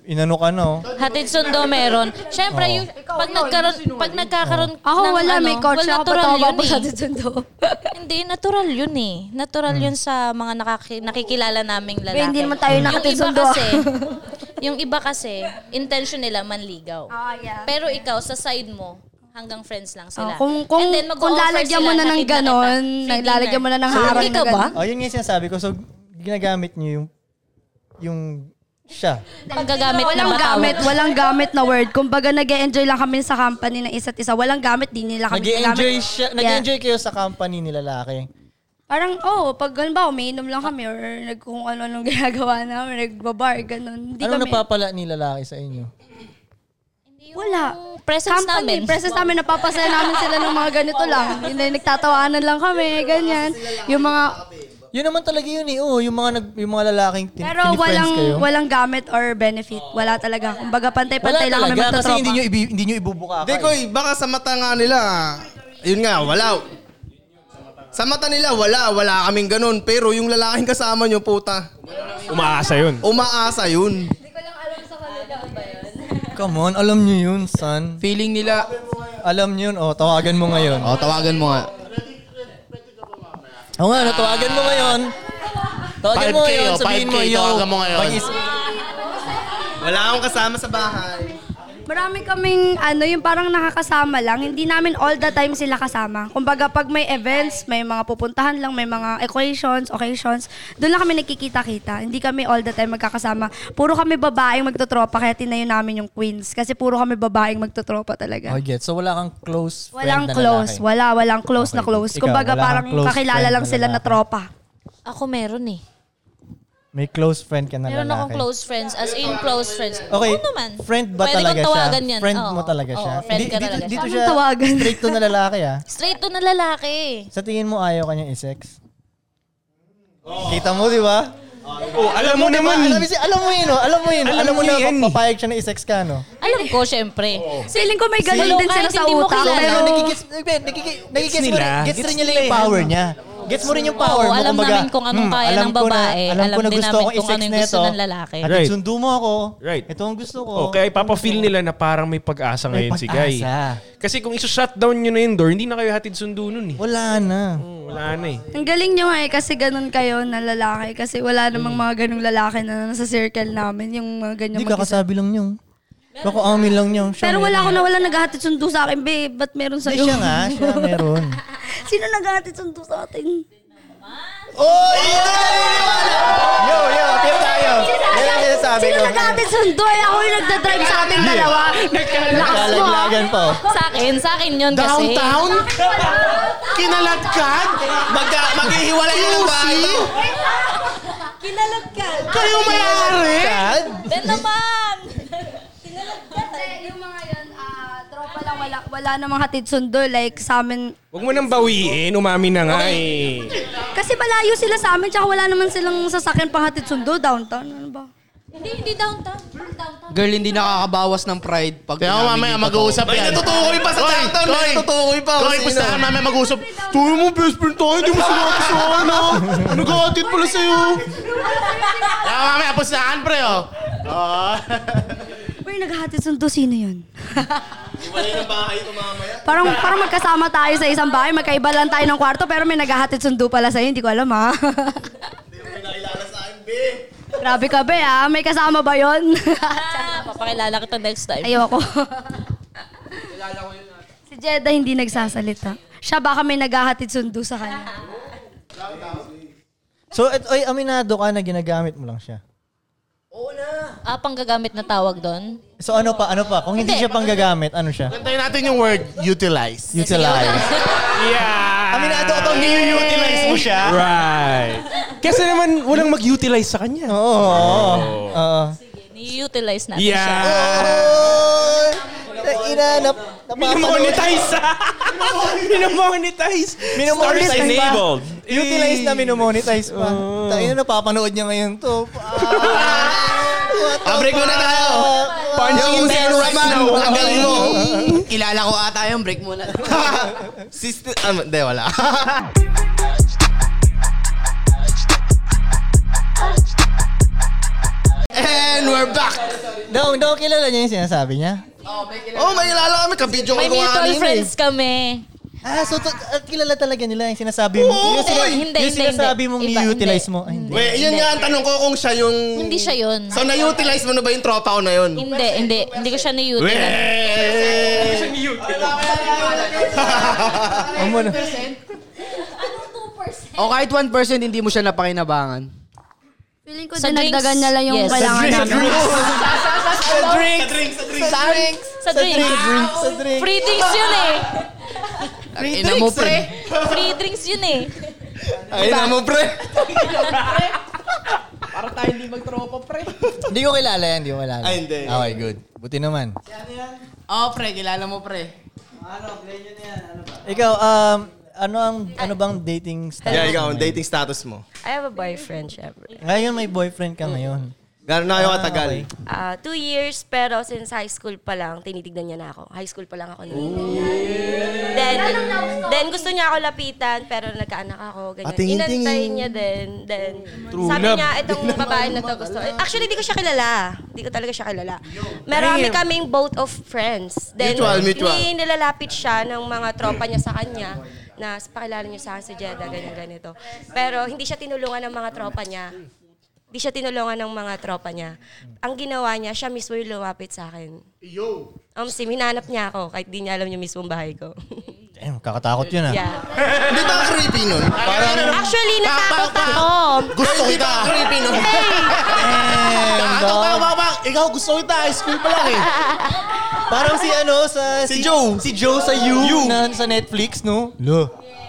S8: inano ka no?
S7: Hatid sundo meron. Siyempre,
S8: Oo.
S7: yung, pag, nagkaroon, pag nagkakaroon
S2: Oh. Ako
S7: ng
S2: wala,
S7: ano,
S2: may couch ako,
S7: well,
S2: ba't
S7: natural
S2: ako
S7: yun eh.
S2: babasa hatid sundo?
S7: hindi, natural yun eh. Natural
S8: Hmm.
S7: yun sa mga nakaki- nakikilala naming lalaki.
S2: hindi naman tayo
S7: Yung
S2: nakatid
S7: iba
S2: sundo.
S7: kasi, yung iba kasi, intention nila manligaw. Pero ikaw, sa side mo, hanggang friends lang
S2: Ah,
S7: sila.
S2: kung kung,
S7: And then,
S2: kung
S7: mag-o-offer
S2: lalagyan mo
S7: sila
S2: na ng
S7: hatid kita.
S2: ganon,
S7: Free
S2: lalagyan mo na
S7: dinner.
S2: ng harang na ganon.
S8: Oh, yun nga yung sinasabi ko. So ginagamit niyo yung yung siya.
S7: Paggagamit ng
S2: walang
S7: batawag.
S2: gamit, walang gamit na word. Kumbaga nag-enjoy lang kami sa company ng isa't isa. Walang gamit, di nila kami
S8: Nag-enjoy
S2: ginagamit.
S8: siya,
S2: Yeah.
S8: nag-enjoy kayo sa company ni lalaki.
S2: Parang, oh, pag halimbawa, umiinom lang kami or nag, kung ano-anong ginagawa namin, nagbabar, ganun. Hindi kami.
S8: Anong napapala ni lalaki sa inyo?
S2: Wala.
S7: Presence
S2: Company,
S7: namin.
S2: presence namin, napapasaya namin sila ng mga ganito lang. Hindi, nagtatawanan lang kami, ganyan. Yung mga,
S8: Yun naman talaga yun eh. Oo, yung mga nag, yung mga lalaking tin-
S2: pero
S8: friends
S2: walang
S8: kayo.
S2: walang gamit or benefit. Wala talaga. Kumbaga, pantay-pantay lang kami
S8: kasi
S2: magtatropa.
S8: hindi nyo, ibi, hindi nyo ibubuka.
S1: Hindi, Koy, baka sa mata nga nila, yun nga, wala. Sa mata nila, wala, wala kaming ganun. Pero yung lalaking kasama nyo, puta,
S9: Umaasa yun.
S8: Oh,
S1: umaasa yun.
S8: Come on, alam nyo yun, son.
S3: Feeling nila...
S8: Alam nyo yun. O, tawagan mo ngayon.
S1: O, Oh, tawagan mo nga.
S8: Oo nga, no, tawagan mo ngayon. Tawagan mo
S11: 5K,
S8: ngayon,
S11: oh,
S8: sabihin mo,
S11: 5K,
S8: yo.
S11: tawagan mo ngayon.
S8: pag-is-
S1: Wala akong kasama sa bahay.
S2: Marami kaming ano, yung parang nakakasama lang. Hindi namin all the time sila kasama. Kumbaga pag may events, may mga pupuntahan lang, may mga occasions, occasions, doon lang kami nakikita-kita. Hindi kami all the time magkakasama. Puro kami babaeng magtotropa kaya tinayo namin yung Queens kasi puro kami babaeng magtotropa talaga.
S8: Oh, get. So, wala kang close friend
S2: Walang
S8: na
S2: close,
S8: lalaki.
S2: wala, walang close na
S8: Okay.
S2: close.
S8: Ikaw,
S2: Kumbaga
S8: wala kang
S2: parang
S8: close
S2: kakilala
S8: friend
S2: lang
S8: na
S2: sila na
S8: lalaki.
S2: tropa.
S7: Ako meron eh.
S8: May close friend ka na
S7: Meron
S8: lalaki.
S7: akong close friends. As in, close friends.
S8: Okay,
S7: Oo naman.
S8: friend ba
S7: Pwede
S8: talaga
S7: kong
S8: siya?
S7: tawagan yan.
S8: Friend
S7: Oo.
S8: mo talaga siya?
S7: Oo, friend
S8: Di-
S7: ka
S8: dito,
S7: talaga
S8: dito
S7: siya.
S8: siya,
S2: tawagan?
S8: straight to na lalaki ah.
S7: Straight to na lalaki.
S8: Sa tingin mo, ayaw kanyang i-sex? Kita mo, di ba?
S9: Oh, alam mo
S8: Diba?
S9: naman.
S8: Alam, si- alam mo yun, oh. alam mo yun. Alam,
S9: Alam
S8: mo
S9: niya
S8: na
S9: yan eh.
S8: papayag siya na i-sex ka, no?
S7: Alam ko, syempre.
S2: Feeling ko may ganun
S7: Sino
S2: din sila
S7: kahit
S2: sa
S7: hindi mo
S2: utak.
S7: kilala?
S8: Pero,
S2: Pero
S8: nagigits, nagbe- nagigi- nagigits mo rin,
S9: nila.
S8: gets
S9: Gets
S8: rin niya lang
S9: nila
S8: yung
S9: eh.
S8: power niya. Gets mo rin yung
S7: Oo,
S8: power mo.
S7: alam
S8: kumbaga,
S7: namin kung anong
S8: "Hmm,
S7: kaya
S8: alam
S7: ng
S8: ko na-
S7: babae.
S8: alam ko
S7: Alam din
S8: na gusto
S7: namin
S8: ko
S7: kung
S8: i-sex
S7: ano yung
S8: na
S7: gusto
S8: ito.
S7: ng lalaki.
S8: At
S9: Right.
S8: sundo mo ako.
S9: Right.
S8: Ito ang gusto ko.
S9: Oh, kaya ipapafeel nila na parang may pag-asa
S8: May
S9: ngayon si Guy.
S8: pag-asa.
S9: Kasi kung iso-shutdown nyo na yung door, hindi na kayo hatid sundo nun eh.
S8: Wala na.
S9: Wala na eh.
S2: Ang galing nyo nga eh, kasi ganun kayo na lalaki. Kasi wala namang mga ganung lalaki na nasa circle namin, yung mga ganyan
S8: Mm. Hindi
S2: mag-isa.
S8: kakasabi lang yung. Naku, amin lang yung. Siya
S2: Pero
S8: meron.
S2: wala ako na wala naghahatid sundo sa akin, babe. Ba't meron
S8: Hindi
S2: sa'yo?
S8: siya nga, siya meron.
S2: Sino naghahatid sundo sa atin?
S8: Oh, Yo, yo, tira tayo. Yan ang sinasabi
S2: Sino
S8: ko.
S2: naghahatid sundo? Eh, ako yung nagdadrive sa ating dalawa. Lakas mo ah.
S8: Nagkalaglagan po.
S7: Sa akin, sa akin yun kasi.
S11: Downtown? Kinalagkad?
S1: Magka, maghihiwalay na ng bahay to.
S11: Kayo may-ari?
S8: Tad?
S7: Then naman!
S2: Yung mga yun, ah, tropa lang, wala, wala namang hatid sundo. Like, sa amin,
S9: Huwag mo nang bawiin, umami na nga eh.
S2: kasi malayo sila sa amin, tsaka wala naman silang sasakyan pang hatid sundo downtown. Ano ba?
S7: Hindi, hindi downtown.
S3: Girl, hindi nakakabawas ng pride pag
S11: Kaya
S3: inamin
S11: mamaya
S3: yung totoo.
S11: mag-uusap
S1: May
S11: yan.
S1: natutukoy pa sa
S11: Koy,
S1: downtown,
S3: eh.
S1: may
S11: Koy,
S1: natutukoy pa.
S11: Koy,
S1: Kung
S11: basta
S1: sino.
S11: mamaya mag-uusap. Tuyo mo, best friend tayo. Hindi mo sinabi sa akin, ah. Nag-aatid pala sa'yo. Kaya mamaya, pustahan, pre, oh. Ah.
S2: Uy, naghahatid sundo, sino yun?
S1: Hiwalay ng bahay to mamaya.
S2: Parang parang magkasama tayo sa isang bahay, magkaiba lang tayo ng kwarto, pero may naghahatid sundo pala sa'yo, hindi ko alam ha.
S1: Hindi mo pinakilala sa akin, be.
S2: Grabe ka be ha, may kasama ba yon?
S7: Ah, papakilala kita next time.
S2: Ayoko. si Jedda hindi nagsasalita. Siya baka may naghahatid sundo sa kanya.
S8: So, et, oy, aminado ka na ginagamit mo lang siya.
S7: Ah, panggagamit na tawag doon?
S8: So, ano pa, ano pa? Kung hindi, siya pang gagamit, ano siya?
S11: Kantayin natin yung word, utilize.
S8: Utilize.
S9: Yeah!
S8: Aminado ka bang ni-utilize mo siya?
S9: Right. Kasi naman, walang mag-utilize sa kanya. Oo.
S7: Ni-utilize natin
S9: Yeah.
S7: siya.
S8: Ina, nap,
S9: Minomonetize! Minomonetize!
S8: Minomonetize pa.
S9: Stars enabled. Oh.
S8: Utilize na minomonetize pa.
S9: Oo.
S8: Tayo na napapanood niya ngayon to.
S9: Ah,
S11: Abre ko na tayo.
S1: Punching in the air right now.
S11: Ang galing mo.
S1: Kilala ko ata yung break muna. Sister, um, hindi, wala. And we're back!
S8: Daw, daw kilala niya yung sinasabi niya.
S1: Oh, may kilala kami. Kabidyo ko
S7: May
S1: gawa
S7: mutual
S1: kanina
S7: friends
S1: eh.
S7: kami.
S8: Ah, so to, at kilala talaga nila yung sinasabi mo.
S7: Oo,
S8: yung, sina-
S7: ay, hindi,
S8: yung
S7: hindi,
S8: sinasabi
S7: hindi.
S8: mong
S7: Iba,
S8: i-utilize
S7: hindi.
S8: mo. Ay, hindi.
S1: Wait, yun
S7: Hindi.
S1: nga ang tanong ko kung siya yung...
S7: Hindi siya yun.
S1: So, na-utilize mo na ba yung tropa ko na yun?
S7: Hindi, hindi. Hindi ko siya ni-utilize.
S1: Weh!
S11: Ah.
S3: O Oh, kahit 1% hindi mo siya napakinabangan.
S2: Feeling ko
S7: Sa
S2: dinagdagan
S7: drinks?
S2: niya lang yung
S7: Yes.
S2: kailangan
S3: Sa
S2: namin.
S7: Sa drinks!
S1: Sa
S7: drinks! Sa drinks!
S8: Sa drink.
S7: Free drinks yun eh!
S1: Free
S3: Ina mo,
S1: drinks,
S3: pre.
S1: eh.
S7: Free drinks yun eh!
S1: Ay, ina mo, pre.
S3: Para tayo hindi magtropa, pre.
S8: Hindi ko kilala yan, hindi ko kilala. Ah,
S1: Ay, hindi.
S8: Okay, good. Buti naman.
S3: Oo, pre. Kilala mo, pre.
S8: Ikaw, um, ano ang ano bang dating status? mo
S1: Yeah, ikaw,
S8: ngayon?
S1: dating status mo.
S6: I have a boyfriend, syempre.
S8: Ngayon may boyfriend ka ngayon.
S1: Gano'n na Ano kayo
S8: Ah,
S1: katagal?
S8: okay.
S6: Ah, two years, pero since high school pa lang, tinitignan niya na ako. High school pa lang ako noon. Then, then gusto niya ako lapitan, pero nagkaanak ako. Ganyan.
S1: Ah, tingin-tingin.
S6: Inantay niya din. Then,
S9: True
S6: sabi
S9: love.
S6: niya, itong babae na to gusto. Eh, Actually, di ko siya kilala. Di ko talaga siya kilala. Marami kaming both of friends. Then,
S1: Mutual, mutual.
S6: ni- nilalapit siya ng mga tropa niya sa kanya na pakilala niyo sa akin si Jedda, ganyan, ganito. Pero hindi siya tinulungan ng mga tropa niya. Hindi siya tinulungan ng mga tropa niya. Ang ginawa niya, siya mismo yung lumapit sa akin.
S1: Yo!
S6: Um, sim, hinanap niya ako kahit di niya alam yung mismong bahay ko.
S8: Damn, kakatakot yun ah.
S6: yeah.
S1: Hindi ba creepy nun? Parang
S6: Actually, natakot ako.
S1: gusto kita. creepy nun.
S8: Damn,
S11: Ikaw, bang,
S8: dog.
S11: bang, bang. Ano Ikaw gusto kita. High school pa lang eh.
S8: Parang si ano, sa...
S1: Si Joe.
S8: Si Joe sa You, Na, sa Netflix, no? Lo.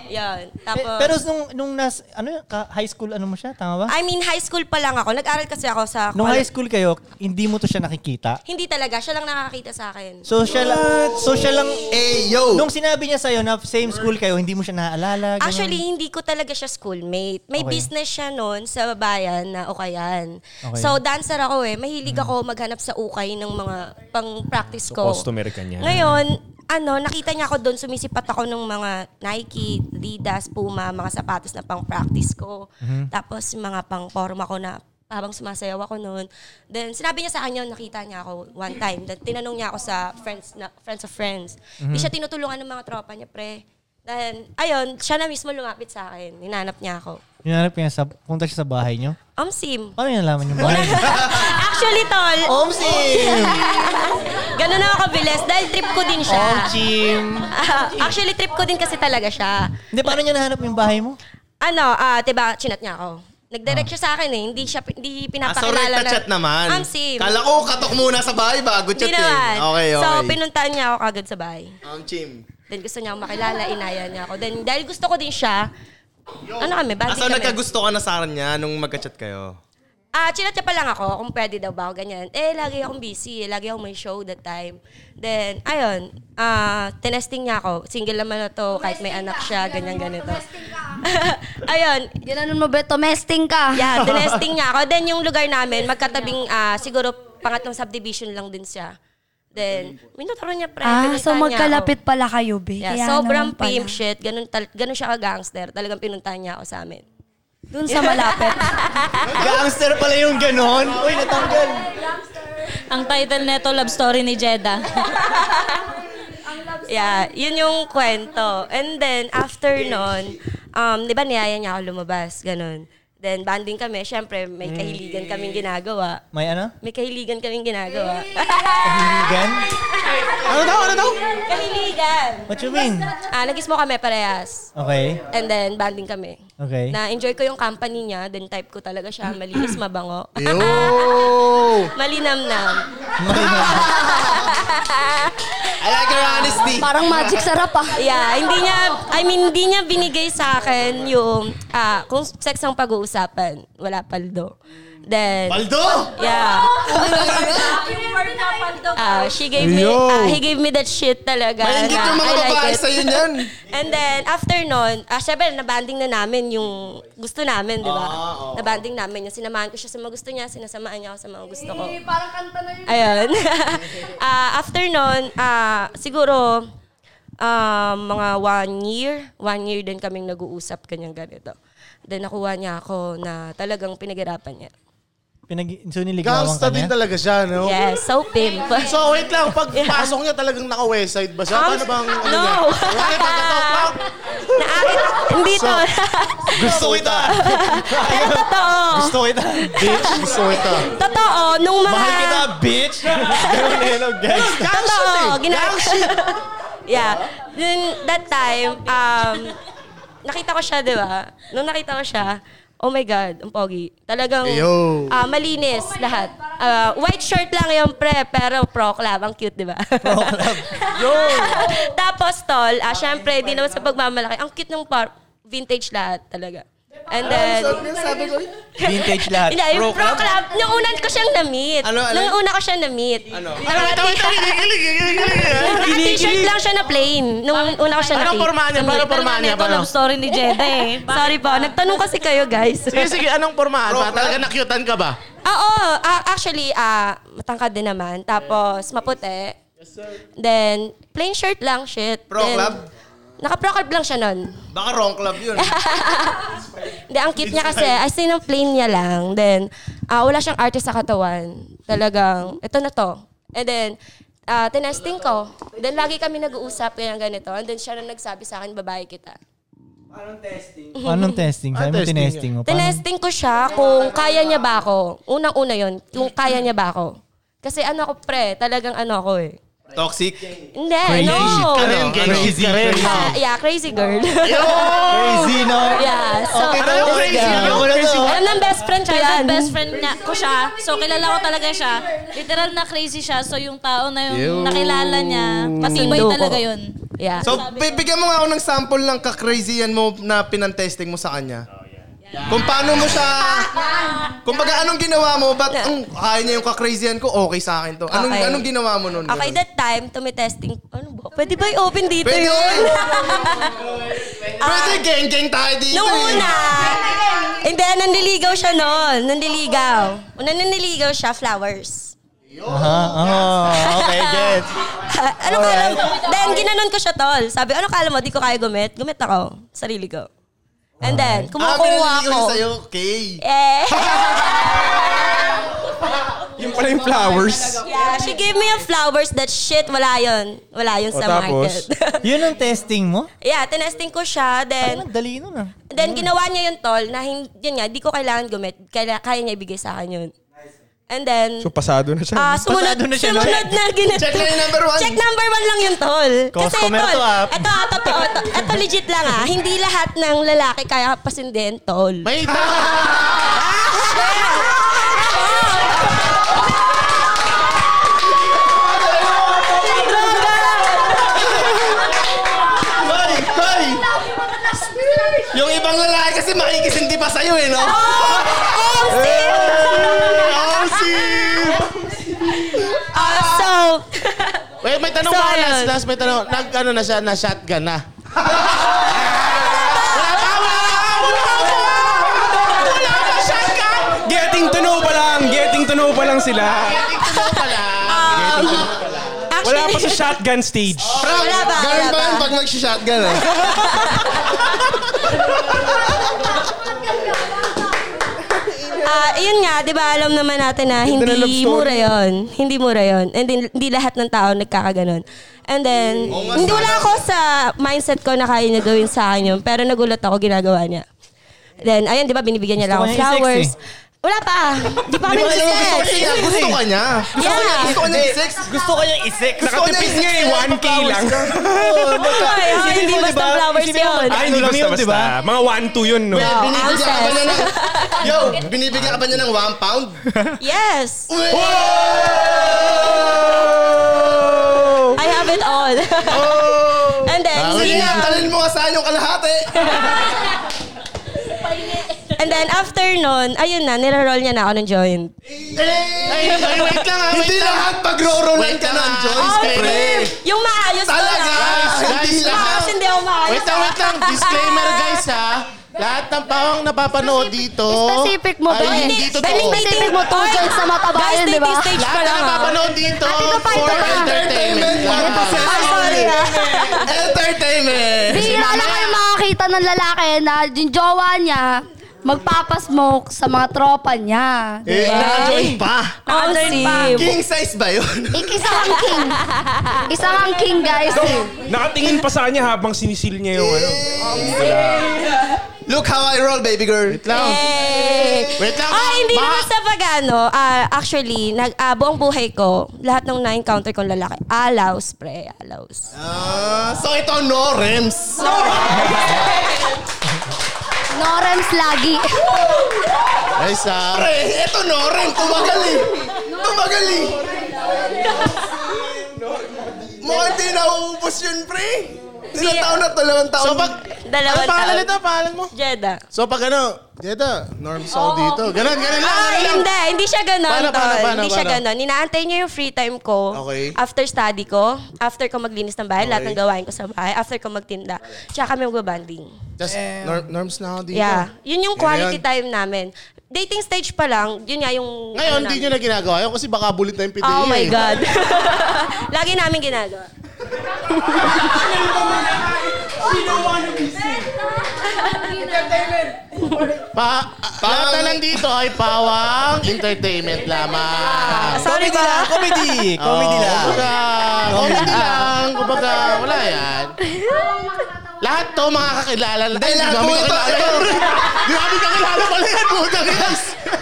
S6: Yun.
S8: Eh,
S6: Tapos,
S8: pero nung, nung nas, ano, ka, high school, ano mo siya? Tama ba?
S6: I mean, high school pa lang ako. Nag-aral kasi ako sa...
S8: Nung high school kayo, hindi mo to siya nakikita.
S6: Hindi talaga. Siya lang nakakakita sa akin.
S8: So siya lang, so siya lang,
S1: Eh, yo!
S8: nung sinabi niya sa'yo na same school kayo, hindi mo siya naaalala. ganun.
S6: Actually, hindi ko talaga siya schoolmate. May
S8: Okay.
S6: business siya noon sa bayan na Ukayan.
S8: Okay. Mm.
S6: So, dancer ako eh. Mahilig ako maghanap sa Ukay ng mga pang-practice ko.
S9: Customer ka niya.
S6: Ngayon, ano, nakita niya ako doon, sumisipat ako ng mga Nike, Adidas, Puma, mga sapatos na pang-practice ko.
S8: Mm-hmm.
S6: Tapos yung mga pang-forma ko na habang sumasayaw ako noon. Then sinabi niya sa akin yun, nakita niya ako one time. Then, tinanong niya ako sa friends na friends of friends. Di
S8: Mm-hmm.
S6: siya tinutulungan ng mga tropa niya, pre. Then, ayun, siya na mismo lumapit sa akin. Hinanap niya ako.
S8: Hinanap niya, sa, punta siya sa bahay niyo.
S6: Om Sim.
S8: Paano niya nalaman yung bahay?
S6: Actually, tol,
S8: Omsim!
S6: ganun ako kabilis dahil trip ko din siya.
S8: Omsim!
S6: Actually, trip ko din kasi talaga siya.
S8: Hindi, paano niya nahanap yung bahay mo?
S6: ano, ah, diba, chinat niya ako. Nag-direct siya sa akin eh. Hindi siya hindi
S1: Ah, sorry,
S6: pinapakilala
S1: chat naman.
S6: I'm sim.
S1: Kala ko, katok muna sa bahay bago
S6: Hindi
S1: chat eh.
S6: naman.
S1: Okay, okay.
S6: So, pinuntahan niya ako agad sa bahay.
S1: Um, Chim.
S6: Then gusto niya ako makilala, inaya niya ako. Then dahil gusto ko din siya, ano kami,
S1: Ah,
S6: banding
S1: so,
S6: kami.
S1: nagkagusto ka na sa kanya nung magka-chat kayo?
S6: Ah, chinat niya pa lang ako kung pwede daw ba ako ganyan. Eh, lagi akong busy. eh, Lagi akong may show that time. Then, ayun, ah, tinesting niya ako. Single naman na to, kahit may anak siya, ganyan, ganito. ayun,
S2: Ginanon mo ba? Tomesting ka.
S6: Yeah, tinesting niya Ah, ako. Then yung lugar namin, magkatabing ah, siguro pangatlong subdivision lang din siya. Then, minuturo niya pre.
S2: Ah,
S6: pinuntahan
S2: so
S6: niya
S2: magkalapit
S6: ako.
S2: pala kayo, be.
S6: Yeah,
S2: Kaya
S6: sobrang
S2: naman pala.
S6: pimp shit. Ganun, tal- ganun siya ka-gangster. Talagang pinuntahan niya ako sa amin.
S2: Dun sa malapit.
S8: Gangster pala yung ganon. Uy, natanggal.
S7: Ang title nito, Love Story ni Jedda.
S6: Yeah, yun yung kwento. And then, after nun, um, di ba niyaya niya ako lumabas? Ganun. Then, banding kami. Siyempre, may kahiligan kaming ginagawa.
S8: May ano?
S6: May kahiligan kaming ginagawa.
S8: Hiligan? Ano daw, ano daw?
S6: kahiligan!
S8: What you mean?
S6: Ah, nag-ismo kami parehas.
S8: Okay.
S6: And then, banding kami.
S8: Okay.
S6: Na-enjoy ko yung company niya. Then, type ko talaga siya. Malinis, mabango.
S1: Yo!
S6: Malinamnam.
S1: I like your honesty.
S6: Hindi.
S4: Parang magic sarap ah.
S6: Yeah, hindi niya, I mean, hindi niya binigay sa akin yung, ah, kung sex ang pag-uusapan, wala paldo. Then,
S11: Paldo?
S6: Yeah.
S4: Yung word na paldo.
S6: Ah, she gave me,
S11: Yo.
S6: ah, he gave me that shit talaga.
S11: Maingit
S6: na
S11: yung mga
S6: I like
S11: babae
S6: it.
S11: sa'yo niyan.
S6: And then, after nun, ah, syempre, nabanding na namin yung gusto namin, di ba?
S11: Ah, oo.
S6: Nabanding namin yun. Sinamahan ko siya sa mga gusto niya, sinasamaan niya ako sa mga gusto ko.
S2: Eh, parang kanta na yun.
S6: Ayun. Ah, after nun, ah, siguro, ah, mga one year, one year din kaming nag-uusap kanyang ganito. Then nakuha niya ako na talagang pinaghirapan niya.
S8: Pinag- so niligawan
S11: Gangsta
S8: ka
S11: din
S8: niya?
S11: talaga siya, no?
S6: Yes, so pimp.
S11: So, wait lang. Pagpasok niya talagang naka-west side ba siya?
S6: Um,
S11: Paano bang... ano
S6: no.
S11: niya? Wala ka tatok
S6: Hindi to.
S11: Gusto kita!
S6: Pero totoo.
S11: Gusto kita, bitch! Gusto kita.
S6: Totoo, nung mga...
S11: Mahal kita, bitch! Ganun eh, no? Gangsta.
S6: Totoo, gina- yeah. Dun, that time, um, nakita ko siya, di ba? Nung nakita ko siya, oh my God, ang pogi. Talagang
S11: Ayo.
S6: ah, malinis lahat. Ah, white shirt lang yung pre, pero pro club. Ang cute, di ba? Pro club. Tapos, tol, ah, syempre, di naman sa pagmamalaki. Ang cute ng par- vintage lahat talaga. And then,
S1: sabi ko,
S8: Vintage lahat.
S6: hindi, yung pro club, nung una ko siyang na-meet.
S1: Ano, ano?
S6: Nung una ko siyang na-meet. Ano? Naka-t-shirt lang siya na plain. Nung una ko siya
S11: Ano
S6: na-meet.
S11: pormahan niya? Paano pormahan niya? Paano?
S6: story ni Jeda eh. Sorry po, nagtanong kasi kayo guys.
S11: Sige, sige. Anong pormahan?
S6: Bro,
S11: Ba? Talaga nakyutan ka ba?
S6: Oo, ah, actually, ah, matangkad din naman. Tapos, maputi. Then, plain shirt lang, shit.
S1: Pro
S6: Then,
S1: club?
S6: Naka-pro club lang siya nun.
S1: Baka wrong club yun.
S6: Hindi, ang cute niya kasi, as in, ang plain niya lang. Then, ah, wala siyang artist sa katawan. Talagang, ito na to. And then, ah, tinesting ko. Then, lagi kami nag-uusap, ganyan ganito. And then, siya na nagsabi sa akin, babae kita.
S8: Anong testing?
S1: Ah,
S8: Sabi mo tinesting mo. Paano?
S6: Tinesting ko siya kung kaya niya ba ako. Unang-una yon kung kaya niya ba ako. Kasi ano ako, pre, talagang ano ako eh.
S1: Toxic?
S6: Hindi,
S1: Crazy
S6: no.
S1: shit ka rin, Ano crazy ka rin.
S6: Ah, yeah, crazy girl.
S8: Crazy, no?
S6: Yeah, so...
S8: Okay, tara, crazy, no? Crazy ka.
S6: Alam ng best friend ko yan.
S7: Childhood best friend niya ko siya. So, kilala ko talaga siya. Literal na crazy siya. So, yung tao na yung
S1: Ew.
S7: nakilala niya, matibay
S6: Sundo ko.
S7: talaga yun.
S6: Yeah.
S1: So, bi- bigyan mo nga ako ng sample ng ka-crazyan mo na pinantesting mo sa kanya. Kung paano mo siya... Kung baga, anong ginawa mo? Ba't ang kaya niya yung ka-crazyan ko? Okay sa akin to. Anong,
S6: Okay.
S1: anong ginawa mo nun?
S6: Ah, Okay, that time, tumitesting. Ano ba? Pwede ba i-open dito
S1: Pwede.
S6: yun? Ah.
S1: Pwede, gang-gang tayo dito.
S6: Nung
S1: eh.
S6: una, hindi, nandiligaw siya noon. Nandiligaw. Una nandiligaw siya, flowers.
S8: Aha, oh, okay, get.
S6: ano kala mo? Then, ginanon ko siya, tol. Sabi, ano kala mo? Di ko kaya gumit. Gumit ako. Sarili ko. And then,
S1: Ah, may
S6: kumukuha
S1: naliligaw
S6: ako.
S1: yun sa'yo. Okay.
S6: Eh.
S9: Yung pala yung flowers.
S6: yeah, she gave me a flowers. That shit, wala yun. Wala yun
S9: O,
S8: Oh,
S6: sa
S9: tapos?
S6: market.
S8: Yun ang testing mo?
S6: yeah, tinesting ko siya. Then,
S8: Ang dali nun ah.
S6: Then ginawa niya yung tol na hin- yun nga, di ko kailangan gumit. Kaya, kaya niya ibigay sa akin yun. And then,
S9: So, pasado na siya.
S6: ah sumunod,
S8: pasado na siya, no?
S6: sumunod na ginit.
S1: Check lang yung number one.
S6: Check number one lang yun, tol.
S8: Costco meron
S6: tol,
S8: to, ah.
S6: ito, ah, totoo, to, ito legit lang ah. Hindi lahat ng lalaki kaya pasindin, tol.
S11: May ita!
S1: Hoy! Hoy! Yung ibang lalaki kasi makikisindi pa sa'yo eh, no?
S6: oh,
S11: Eh, Oh, si!
S6: Ah, so,
S11: Wait, may tanong
S6: So, ano?
S11: pa.
S6: ayun.
S11: Last, last, may tanong. Nag, ano na siya, na shotgun na.
S9: Getting to know pa lang. Getting to know pa lang sila.
S6: Ah.
S9: Wala pa sa shotgun stage.
S1: Prank!
S6: Wala ba?
S1: Ganun
S6: Wala
S1: ba yun
S6: ba?
S1: pag nag-shotgun ah?
S6: ah yun nga, di ba alam naman natin na hindi mura yon Hindi mura yon And then, hindi lahat ng tao nagkakaganon. And
S1: Mm.
S6: then,
S1: Oh,
S6: hindi wala
S1: ano?
S6: ako sa mindset ko na kaya niya gawin sa akin yun. Pero nagulat ako ginagawa niya. Then, ayun, di ba, binibigyan niya lang
S8: Gusto
S6: ako
S8: ko niya i-sex
S6: flowers. Wala pa. Di pa kami
S1: Gusto niya,
S6: nag-sex.
S1: gusto niya, gusto ka niya. Gusto ka niya,
S6: Yeah.
S1: gusto ka niya sex.
S8: Gusto ko niyang isik.
S1: Gusto ko niya
S9: Nakatipid nga eh, 1K lang.
S8: Oh,
S6: Ay, ay, hindi basta
S8: diba?
S6: flowers yun.
S9: Ay, hindi
S8: Alam mo yun,
S9: basta-basta.
S8: diba?
S9: Mga 1-2 yun, no?
S6: Wow,
S1: Binibigyan
S6: ang
S1: ka ba niya
S6: sex.
S1: ng... Yo, binibigyan ka ba niya ng one pound? Oh!
S6: Yes. I have of it all. And then,
S1: Sige na,
S6: single.
S1: Oh! talin mo nga saan yung kalahati.
S6: And then, after nun, ayun na, nilaroll niya na ako ng joint.
S11: Ay, ay, wait lang ah, wait
S1: Hindi
S11: lang.
S1: lahat pag-ro-rollan
S11: Wait
S1: ka
S11: lang
S1: ng
S11: ah.
S1: joints,
S11: Okay.
S1: pre.
S6: Yung maayos ko
S11: Talaga?
S6: lang.
S11: Guys, guys,
S6: Yung maayos,
S11: lahat.
S6: hindi ako maayos. ah.
S11: Wait lang, wait lang. Disclaimer guys ha. Lahat ng pawang napapanood dito.
S2: Specific mo ba?
S11: Ay,
S6: eh.
S11: hindi totoo.
S2: Specific mo two joints na matabayan, di ba?
S11: Lahat ng napapanood dito for entertainment lang.
S6: Ah,
S1: Entertainment!
S2: Bihira na kayo makakita ng lalaki na yung jowa niya magpapasmoke sa mga tropa niya. Di
S8: Diba?
S1: Eh,
S2: ba?
S1: naka-joint pa.
S2: Oh, sim.
S1: King size ba yun?
S2: Isa kang king. Isa kang king, guys.
S9: Nakatingin pa sa kanya habang sinisil niya yung ano.
S1: Look how I roll, baby girl. Wait
S11: lang. Wait lang.
S6: Ah, hindi naman sa pagano. Ah, actually, nag, ah, buong buhay ko, lahat ng na-encounter kong lalaki, alaws, pre, alaws.
S11: Ah,
S1: so ito, no rems.
S2: Norems lagi.
S11: Guys ah.
S1: Pre, ito no rems. Tumagal eh. Tumagal eh. Mukhang di nauubos yun, pre. Ilang taon na to? Dalawang taon.
S11: So pag...
S6: Dalawang
S11: Ano pangalan
S6: taon.
S11: nito? Pangalan mo?
S6: Jeda.
S11: So pag ano, Jeda, norm all dito. Ganun, ganun lang.
S6: Oh. Ah,
S11: ganun lang.
S6: hindi. Hindi siya ganon.
S11: Paano, paano,
S6: tol.
S11: paano,
S6: hindi siya
S11: paano?
S6: ganon. Ninaantay niya yung free time ko.
S11: Okay.
S6: After study ko. After ko maglinis ng bahay. Lahat
S11: Okay.
S6: ng gawain ko sa bahay. After ko magtinda. Tsaka kami magbabanding.
S11: Just norm, norms na ako dito.
S6: Eh. Yeah. Yun yung quality
S11: Ganun.
S6: time namin. Dating stage pa lang, yun nga yung... ano
S11: Ngayon, hindi
S6: namin.
S11: nyo na ginagawa yun kasi baka bulit na yung PDA.
S6: Oh my
S11: eh.
S6: God. Lagi namin ginagawa.
S11: Pa, lahat na nandito ay pawang entertainment lamang.
S6: Sorry
S8: Comedy lang, comedy. Comedy
S11: Oh,
S8: lang.
S11: Kumbaga, comedy lang. Kumbaga, wala yan. Lahat to mga kakilala. Ay,
S1: lahat
S11: dami
S1: po ito.
S11: kakilala. Di kami kakilala pala yan. Puta guys.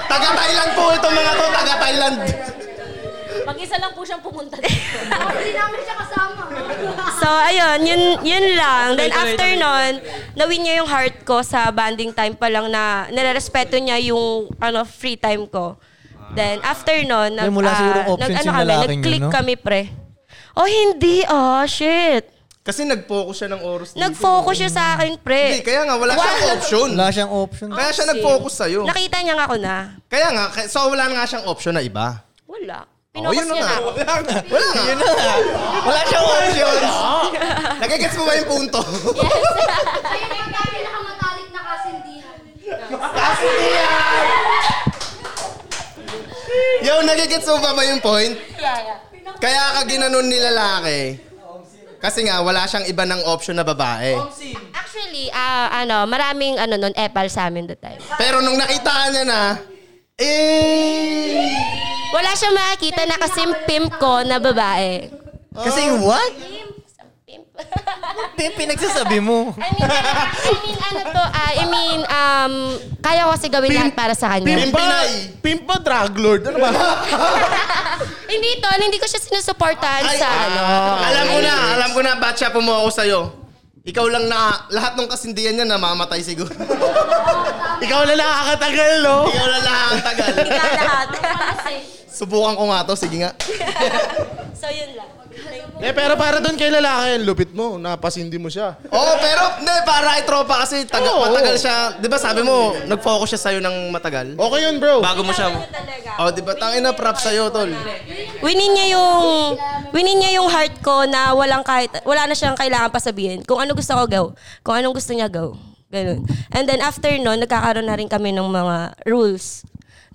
S1: Taga-Thailand po ito mga to. Taga-Thailand.
S11: Eh.
S4: Mag-isa lang po siyang pumunta dito.
S2: Hindi namin siya kasama.
S6: So, ayun, yun, yun lang. Then after nun, nawin niya yung heart ko sa banding time pa lang na nilarespeto niya yung ano free time ko. Then after nun,
S8: Ay, mula
S6: ah,
S8: siguro
S6: nag-
S8: options
S6: ano
S8: yung
S6: kami,
S8: lalaki niyo,
S6: nag-click
S8: no?
S6: kami, pre. Oh, hindi. Oh, shit.
S1: Kasi nag-focus siya ng oras dito.
S6: Nag-focus siya sa akin, pre.
S1: Hindi, kaya nga wala siyang option.
S8: Wala siyang option.
S1: Kaya
S11: Ah,
S1: siya nag-focus sa'yo.
S6: Nakita niya nga ako na.
S1: Kaya nga, kaya- so wala na nga siyang option na iba.
S6: Wala.
S1: Oh,
S6: Pinokus
S1: yun na
S6: niya
S1: nga.
S6: na ako.
S1: Wala na. Wala na. Yun na nga. Wala siyang options. Nagigets mo ba yung punto?
S2: Ayun ang pinakamatalik na kasindihan.
S1: Kasi yan! Yo, nagigets mo ba ba yung point? Kaya ka ginanon ni lalaki. Kasi nga, wala siyang iba ng option na babae.
S6: Actually, ah, ano, maraming ano nun, epal sa amin that time.
S1: Pero nung nakita niya na, eh...
S6: Wala siyang makakita na kasi pimp ko na babae.
S8: Kasi what? Pimp. pinagsasabi mo.
S6: I mean, I mean, ano to, ah, I mean, um, kaya ko kasi gawin lahat para sa kanya.
S11: Pimpa, pimpa drug lord. Ano ba?
S6: Hindi to, hindi ko siya sinusuportahan sa, ano.
S1: ah, Alam ko na, alam ko na, ba't siya pumuha sa'yo? Ikaw lang na, lahat ng kasindihan niya namamatay siguro.
S11: Ikaw na nakakatagal, no?
S1: Ikaw lang lahat ang tagal.
S6: Ikaw lahat.
S1: Subukan ko nga to, Oh, sige nga.
S6: so, yun lang.
S11: Eh, pero para doon kay lalaki, lupit mo, napasindi mo siya.
S1: Oo, pero hindi, para ay tropa kasi taga,
S11: Oo.
S1: matagal siya. Di ba sabi mo, nag-focus siya sa'yo ng matagal?
S11: Okay yun, bro.
S1: Bago mo
S6: Ano
S1: siya. Oh, di ba? Tangin na props sa'yo, tol.
S6: Winin niya yung, winin niya yung heart ko na walang kahit, wala na siyang kailangan pa sabihin. Kung ano gusto ko, gaw. Kung anong gusto niya, gaw. Ganun. And then after nun, nagkakaroon na rin kami ng mga rules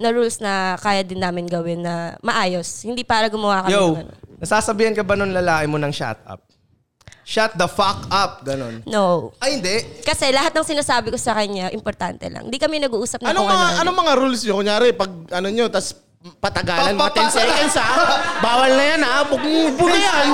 S6: na rules na kaya din namin gawin na maayos. Hindi para gumawa kami ng
S1: Yo,
S6: ano.
S1: nasasabihan ka ba nung lalaki mo ng shut up? Shut the fuck up, ganon.
S6: No.
S1: Ay, hindi.
S6: Kasi lahat ng sinasabi ko sa kanya, importante lang. Hindi kami nag-uusap na
S11: Anong
S6: kung
S11: mga,
S6: ano.
S11: anong mga rules nyo? Kunyari, pag ano nyo, tas patagalan, mga 10
S1: Papapasa-
S11: seconds ha. Bawal na yan ha. Pag na yan.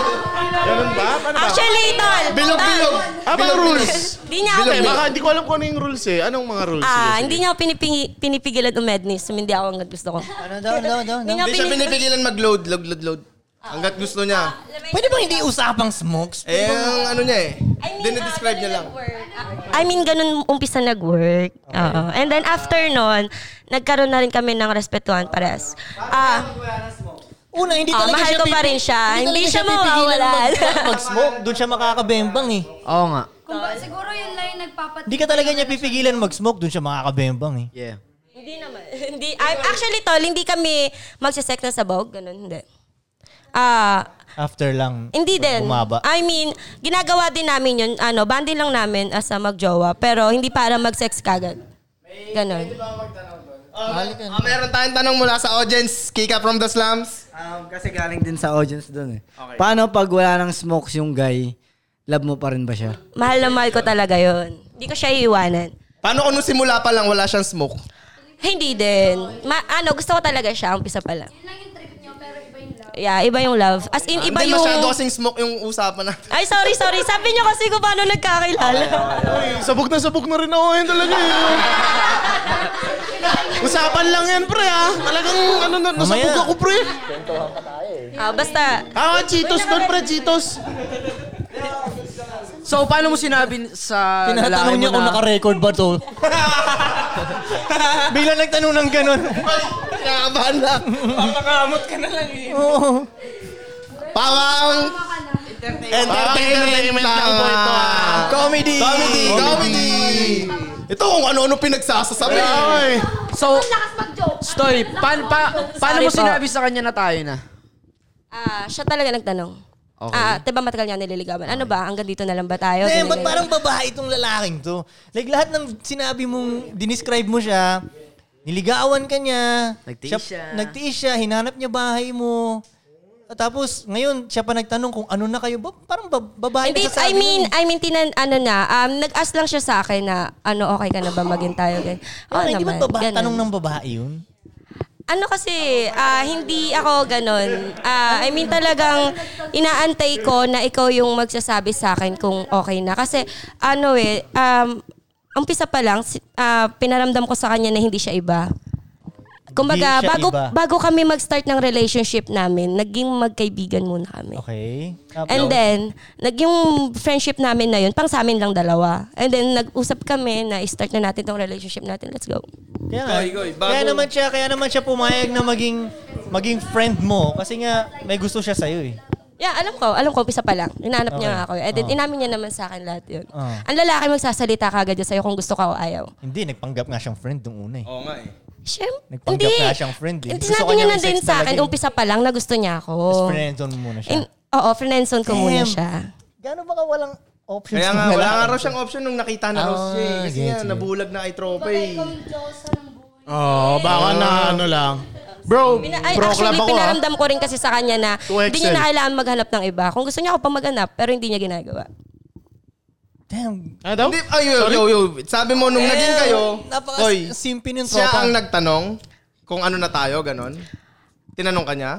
S11: Ganun ba? Paano ba?
S6: Actually, tol!
S1: Bilog,
S6: tol,
S1: bilog.
S11: Ah, mga
S1: Bilog,
S11: rules.
S6: Di niya ako
S11: Bilog,
S6: pinipigil.
S11: baka hindi ko alam kung ano yung rules eh. Anong mga rules?
S6: Ah,
S11: Sige,
S6: hindi
S11: sige.
S6: niya ako pinipingi- pinipigilan umednis. Hindi ako hanggang gusto ko.
S8: Ano daw, daw, daw,
S6: Hindi
S8: daw.
S6: nga
S1: Hindi siya pinipigilan mag-load, load, load, load. Hanggat gusto niya.
S6: Ah,
S8: Pwede bang hindi usapang smokes?
S1: Eh, ang ano niya eh. Dinidescribe
S6: ah,
S1: niya lang.
S6: I mean, ganun umpisa nag-work. Oo. And then after nun, nagkaroon na rin kami ng respetuhan parehas. Ah,
S8: Una, hindi
S6: Ah,
S8: talaga
S6: mahal
S8: siya
S6: ko pa
S8: pipi-
S6: rin siya. Hindi
S8: talaga
S6: siya
S8: pipigilan
S6: mawawalan.
S8: mag- Mag-smoke, doon siya makakabembang eh.
S3: Oo nga.
S2: Kung ba, siguro yun lang yung nagpapat...
S8: Hindi ka talaga niya pipigilan mag-smoke, doon siya makakabembang eh.
S3: Yeah.
S6: Hindi naman. Hindi. I'm actually tol, hindi kami magsasek na sabog. Ganun, hindi. Ah,
S8: After lang.
S6: hindi din. Ah.
S8: Bumaba.
S6: I mean, ginagawa din namin yun. Ano, bandi lang namin as a magjowa. Pero hindi para mag-sex kagad. Ganun.
S1: Ah, meron tayong tanong mula sa audience. Kika from the slums.
S13: Um, kasi galing din sa audience doon eh. Paano pag wala ng smokes yung guy, love mo pa rin ba siya?
S6: Mahal na mahal ko talaga yun. Hindi ko siya iiwanan.
S1: Paano kung nung simula pa lang wala siyang smoke?
S6: Hindi din. Ma- ano, gusto ko talaga siya. Umpisa pa lang. Yeah, iba yung love. As in,
S11: Ah,
S6: iba
S1: Ah,
S6: yung...
S1: Hindi masyado kasing smoke yung usapan natin.
S6: Ay, sorry, sorry. Sabi niyo kasi kung paano nagkakilala.
S11: Ay, sabog na sabog na rin ako yun talaga eh. Usapan lang yan, pre ah. Talagang ano na, nasabog ako, pre.
S6: Ah, basta.
S11: Ah, Cheetos doon, pre, Cheetos.
S3: So, paano mo sinabi sa
S8: Tinatanong niya kung naka-record ba to. Bigla nagtanong ng ganun.
S1: Kinakabahan lang.
S11: Papakamot ka na lang eh.
S8: Oo.
S1: Pawang entertainment lang. ah.
S8: Comedy.
S1: Comedy. Comedy. Ito kung ano-ano pinagsasasabi. Ay.
S3: So, Stoy, pan, pa, paano mo
S6: Sorry po.
S3: sinabi sa kanya na tayo na?
S6: Ah, siya talaga nagtanong.
S3: Okay.
S6: Ah, diba matagal niya nililigawan? Ano ba? Hanggang dito na lang ba tayo?
S8: Eh,
S6: Ganyan,
S8: ba't
S6: ganyan.
S8: parang babae itong lalaking to? Like, lahat ng sinabi mong, dinescribe mo siya, niligawan ka niya.
S3: Nagtiis siya.
S8: Nagtiis siya, hinanap niya bahay mo. At tapos, ngayon, siya pa nagtanong kung ano na kayo. Ba- parang bab- babae
S6: Hindi,
S8: nagsasabi
S6: I mean,
S8: nun eh.
S6: I mean, tinan, ano na, um, nag-ask lang siya sa akin na, ano, okay ka na ba maging tayo? Ganyan. Oo
S8: Parang hindi
S6: naman,
S8: ba babae?
S6: ganun.
S8: Tanong ng babae yun?
S6: Ano kasi, ah, hindi ako ganun. Ah, I mean, talagang inaantay ko na ikaw yung magsasabi sa akin kung okay na. Kasi, ano eh, um, umpisa pa lang, si- ah, pinaramdam ko sa kanya na hindi siya iba. Kumbaga,
S8: Hindi siya
S6: bago,
S8: iba.
S6: bago kami mag-start ng relationship namin, naging magkaibigan muna kami.
S8: Okay. Tapos-
S6: And then, naging friendship namin na yun, pang sa amin lang dalawa. And then, nag-usap kami na start na natin tong relationship natin. Let's go.
S8: Kaya, nga, kaya naman siya, kaya naman siya pumayag na maging maging friend mo kasi nga may gusto siya sa iyo eh.
S6: Yeah, alam ko. Alam ko, umpisa pa lang. Hinahanap niya
S8: Okay.
S6: nga ako. And then,
S8: Oh.
S6: inamin niya naman sa akin lahat yun.
S8: Oh.
S6: Ang lalaki magsasalita ka agad yan sa'yo kung gusto ka o ayaw.
S8: Hindi nagpanggap nga siyang friend nung una eh.
S1: Oo nga eh.
S6: Siyempre.
S8: Nagpanggap
S6: hindi.
S8: nga siyang friend eh.
S6: Hindi,
S8: Gusto
S6: sinabi
S8: ka
S6: niya
S8: niya
S6: na
S8: may
S6: din
S8: sex
S6: sa akin,
S8: talaga eh.
S6: umpisa pa lang, na gusto niya ako.
S8: Tapos friendzone mo muna siya.
S6: In- Oo, friendzone ko muna
S8: Damn.
S6: siya.
S8: Gano'n ba ka walang options?
S1: Kaya nga,
S8: na
S1: wala
S8: lang?
S1: nga raw siyang option nung nakita na raw
S8: Ah,
S1: siya. eh. Kasi
S8: gets
S1: nga,
S8: it.
S1: nabulag na kay tropa eh.
S11: Oo, oh, baka na ano lang. Bro,
S6: Pina- ay,
S11: pro club
S6: actually,
S11: ako ah.
S6: pinaramdam ko rin kasi sa kanya na
S11: 2XL.
S6: hindi niya na kailangan maghanap ng iba. Kung gusto niya ako pa maghanap, pero hindi niya ginagawa.
S8: Damn.
S11: Ano daw?
S1: Hindi, ay, yo, yo, yo. Sabi mo, nung naging kayo,
S8: Eh, napaka-
S1: oy,
S8: simpin yung
S1: siya
S8: tropa.
S1: ang nagtanong kung ano na tayo, ganon. Tinanong ka niya?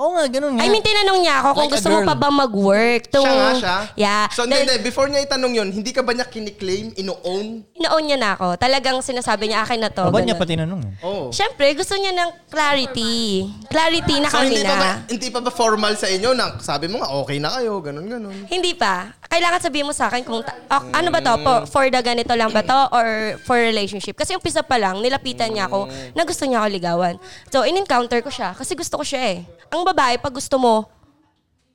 S8: Oo nga, ganun nga.
S6: I mean, tinanong niya ako kung
S8: Like a
S6: gusto mo
S8: girl.
S6: pa ba mag-work. To,
S1: Siya nga siya?
S6: Yeah.
S1: So,
S6: Then,
S1: hindi, hindi. Before niya itanong yun, hindi ka ba niya kiniklaim, ino-own?
S6: inoon niya na ako. Talagang sinasabi niya akin na to.
S8: Ba't
S6: ganun.
S8: niya pa tinanong eh? yun?
S1: Oo.
S6: Siyempre, gusto niya ng clarity. Clarity na
S1: So,
S6: kami
S1: hindi
S6: na.
S1: pa, ba, hindi pa ba formal sa inyo na sabi mo nga, okay na kayo, ganon, ganon.
S6: Hindi pa. Kailangan sabihin mo sa akin kung ta- o- ano ba to, po, for the ganito lang ba to or for relationship. Kasi yung pisa pa lang, nilapitan niya ako na gusto niya ako ligawan. So, in-encounter ko siya kasi gusto ko siya eh. Ang babae, pag gusto mo,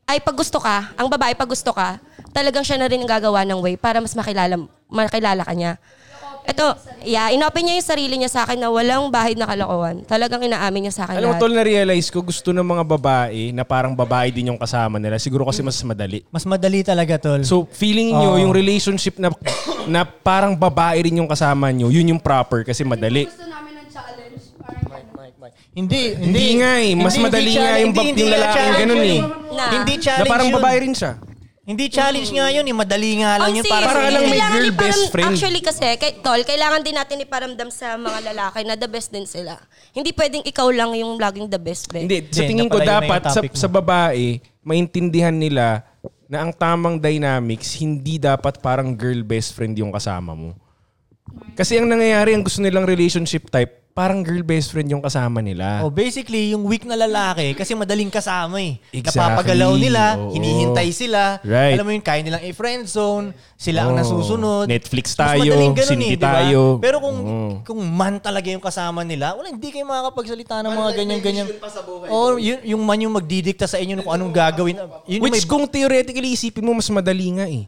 S6: ay pag gusto ka, ang babae pag gusto ka, talagang siya na rin ang gagawa ng way para mas makilala, makilala ka niya. Ito, yeah, inopen niya yung sarili niya sa akin na walang bahid na kalokohan. Talagang inaamin niya sa akin
S9: Alam mo,
S6: lahat.
S9: tol, na-realize ko, gusto ng mga babae na parang babae din yung kasama nila. Siguro kasi mas madali.
S8: Mas madali talaga, tol.
S9: So, feeling nyo,
S8: Oo.
S9: yung relationship na, na parang babae rin yung kasama nyo, yun yung proper kasi madali.
S8: hindi,
S9: Hindi, nga eh. Mas
S8: Hindi-
S9: madali
S8: hindi
S9: nga
S8: challenge-
S9: yung, bab-
S8: hindi-
S9: yung
S8: hindi
S9: lalaking
S8: challenge
S9: ganun
S8: yun
S9: eh.
S6: Na.
S8: Hindi
S9: Na
S8: challenge
S9: parang
S8: yun.
S9: babae rin siya.
S8: Hindi challenge nga yun eh. Madali nga lang
S6: Ang
S8: yun. Para
S6: serious
S9: Oh, Parang
S6: eh.
S9: alam mo, may
S6: Kailangan
S9: girl
S6: iparam-
S9: best friend.
S6: Actually kasi, kay, tol, kailangan din natin iparamdam sa mga lalaki na the best din sila. Hindi pwedeng ikaw lang yung laging the best, be.
S9: Hindi, sa
S8: Hindi,
S9: tingin ko
S8: napalayo na yung
S9: dapat sa,
S8: topic mo.
S9: sa babae, maintindihan nila na ang tamang dynamics, hindi dapat parang girl best friend yung kasama mo. Kasi ang nangyayari, ang gusto nilang relationship type, parang girl best friend yung kasama nila.
S8: Oh, basically, yung weak na lalaki, kasi madaling kasama eh.
S9: Exactly.
S8: Napapagalaw nila,
S9: Oo.
S8: hinihintay sila.
S9: Right.
S8: Alam mo yun, kaya nilang i-friend zone, sila ang
S9: Oo.
S8: nasusunod.
S9: Oh, Netflix
S8: Mas
S9: tayo,
S8: madaling ganun eh,
S9: sindi
S8: di ba?
S9: tayo.
S8: Pero kung
S9: Oo.
S11: Oh.
S8: kung man talaga yung kasama nila, wala, hindi kayo makakapagsalita ng mga ganyan-ganyan. O yun, yung man yung magdidikta sa inyo kung anong gagawin. Yun yung
S9: Which
S8: may-
S9: kung theoretically isipin mo, mas madali nga eh.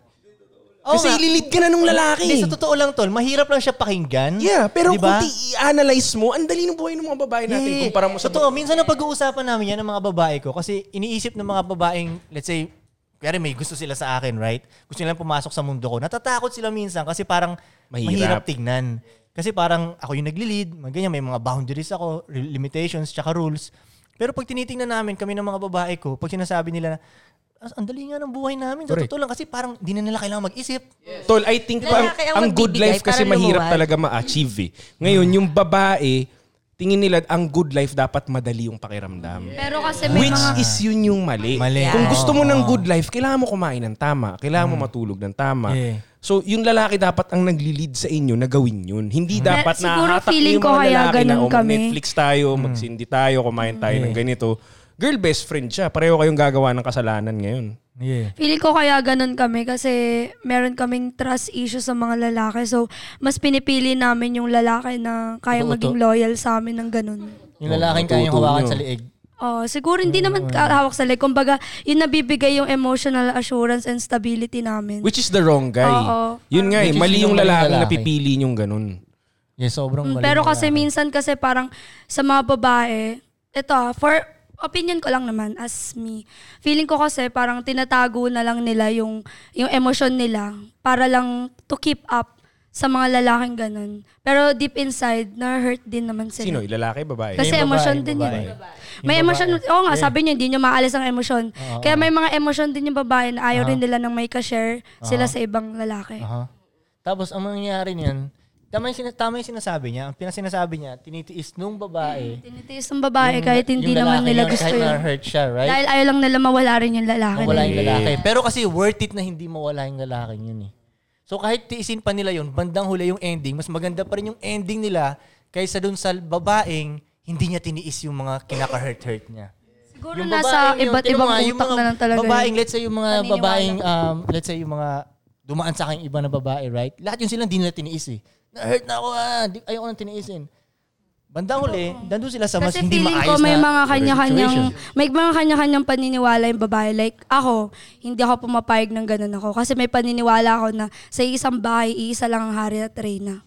S8: Oo
S9: Kasi
S8: oh, nga.
S9: ililid ka na nung lalaki.
S8: Hindi, sa totoo lang, tol. Mahirap lang siya pakinggan.
S9: Yeah,
S8: Di
S9: pero
S8: ba?
S9: kung i-analyze mo, ang dali ng buhay ng mga babae natin
S8: Yeah.
S9: kumpara mo sa
S8: Totoo, minsan na pag-uusapan namin yan ng mga babae ko kasi iniisip ng mga babaeng, let's say, kaya may gusto sila sa akin, right? Gusto nilang pumasok sa mundo ko. Natatakot sila minsan kasi parang mahirap,
S9: Mahirap.
S8: tignan. Kasi parang ako yung nagli-lead, mga ganyan, may mga boundaries ako, re- limitations, tsaka rules. Pero pag tinitingnan namin kami ng mga babae ko, pag sinasabi nila na, "As- ang dali nga ng buhay namin. Sa
S9: Correct.
S8: totoo lang kasi parang di na nila kailangan mag-isip.
S9: Tol, I think ang,
S8: Lalaki ang
S9: ang good
S8: magbibigay
S9: life kasi
S8: para
S9: mahirap
S8: lumuwag.
S9: talaga ma-achieve eh. Ngayon, yung babae, tingin nila ang good life dapat madali yung pakiramdam.
S2: Pero kasi may
S9: Which
S2: mga...
S9: is yun yung mali.
S8: Mali.
S9: Kung gusto mo
S8: Oo. Hmm.
S9: ng good life, kailangan mo kumain ng tama. Kailangan mo matulog ng tama.
S8: Yeah.
S9: So, yung lalaki dapat ang nagli-lead sa inyo na gawin yun. Hindi
S8: Hmm.
S2: Well,
S9: dapat
S2: siguro
S9: nahahatak
S2: feeling
S9: yung
S2: ko
S9: mga
S2: kaya
S9: lalaki na
S2: ganun
S9: oh,
S2: kami.
S9: Netflix tayo,
S8: Hmm.
S9: magsindi tayo, kumain tayo ng ganito. Girl, best friend siya. Pareho kayong gagawa ng kasalanan ngayon.
S8: Yeah.
S2: Feeling ko kaya ganun kami kasi meron kaming trust issue sa mga lalaki. So, mas pinipili namin yung lalaki na kaya
S8: Totoo to.
S2: maging loyal sa amin ng ganun.
S8: Yung lalaking kaya yung
S9: matutunan.
S8: hawakan sa liig.
S2: Oh, siguro hindi naman hawak sa leg. Kumbaga, yun nabibigay yung emotional assurance and stability namin.
S9: Which is the wrong guy.
S2: Oo.
S9: Yun nga eh,
S8: Which is
S9: mali
S8: yun
S9: yung
S8: yung maling
S9: lalaki na
S8: lalaki.
S9: pipili yung ganun.
S8: Yeah, sobrang
S2: Mm, Pero kasi minsan kasi parang sa mga babae, ito ah, for opinion ko lang naman as me. Feeling ko kasi parang tinatago na lang nila yung yung emosyon nila para lang to keep up sa mga lalaking ganun. Pero deep inside, na-hurt din naman sila.
S9: Sino? eh, Lalaki, babae?
S2: Kasi
S9: Yung babae,
S2: emosyon
S9: yung
S2: din
S9: babae.
S2: yun. May emosyon, oo nga, sabi niyo, hindi niyo maalis ang emosyon.
S8: Ah,
S9: Oo,
S2: Kaya
S9: oo.
S2: may mga emosyon din yung babae na ayaw
S8: Aha.
S2: rin nila nang may
S8: Ah,
S2: ka-share sila
S8: Aha.
S2: sa ibang lalaki.
S8: Aha. Tapos ang mangyayari niyan, tama yung, sina- tama yung sinasabi niya. Ang pinasinasabi niya, tinitiis nung
S2: Mm,
S8: babae.
S2: Tinitiis ng babae
S8: yung-
S2: kahit hindi
S8: yung
S2: naman
S8: lalaki
S2: nila
S8: yun,
S2: gusto
S8: Kahit
S2: yun.
S8: na-hurt siya, right?
S2: Dahil ayaw lang nila mawala rin yung lalaki.
S8: mawala
S2: na
S8: yung
S2: yun.
S8: lalaki. Pero kasi worth it na hindi mawala yung lalaki yun eh. So kahit tiisin pa nila yun, bandang huli yung ending, mas maganda pa rin yung ending nila kaysa dun sa babaeng hindi niya tiniis yung mga kinaka-hurt-hurt niya.
S2: Siguro nasa
S8: babaeng yun,
S2: iba't
S8: tingnan
S2: ibang
S8: mo nga, yung
S2: utak
S8: mga
S2: na lang talaga. yun.
S8: Babaeng, let's say yung mga
S2: Naniniwala.
S8: babaeng, um, let's say yung mga dumaan sa akin iba na babae, right? Lahat yun sila hindi nila tiniis eh. Na-hurt na ako ah, di, ayoko
S9: Ano
S8: nang tiniisin. Bandang huli, nandun sila sa mas
S2: Kasi
S8: hindi
S2: feeling
S8: maayos
S2: ko may
S8: na
S2: mga kanya-kanyang
S8: situation.
S2: may mga kanya-kanyang paniniwala yung babae. Like ako, hindi ako pumapayag ng ganun ako kasi may paniniwala ako na sa isang bahay, isa lang ang hari at reyna.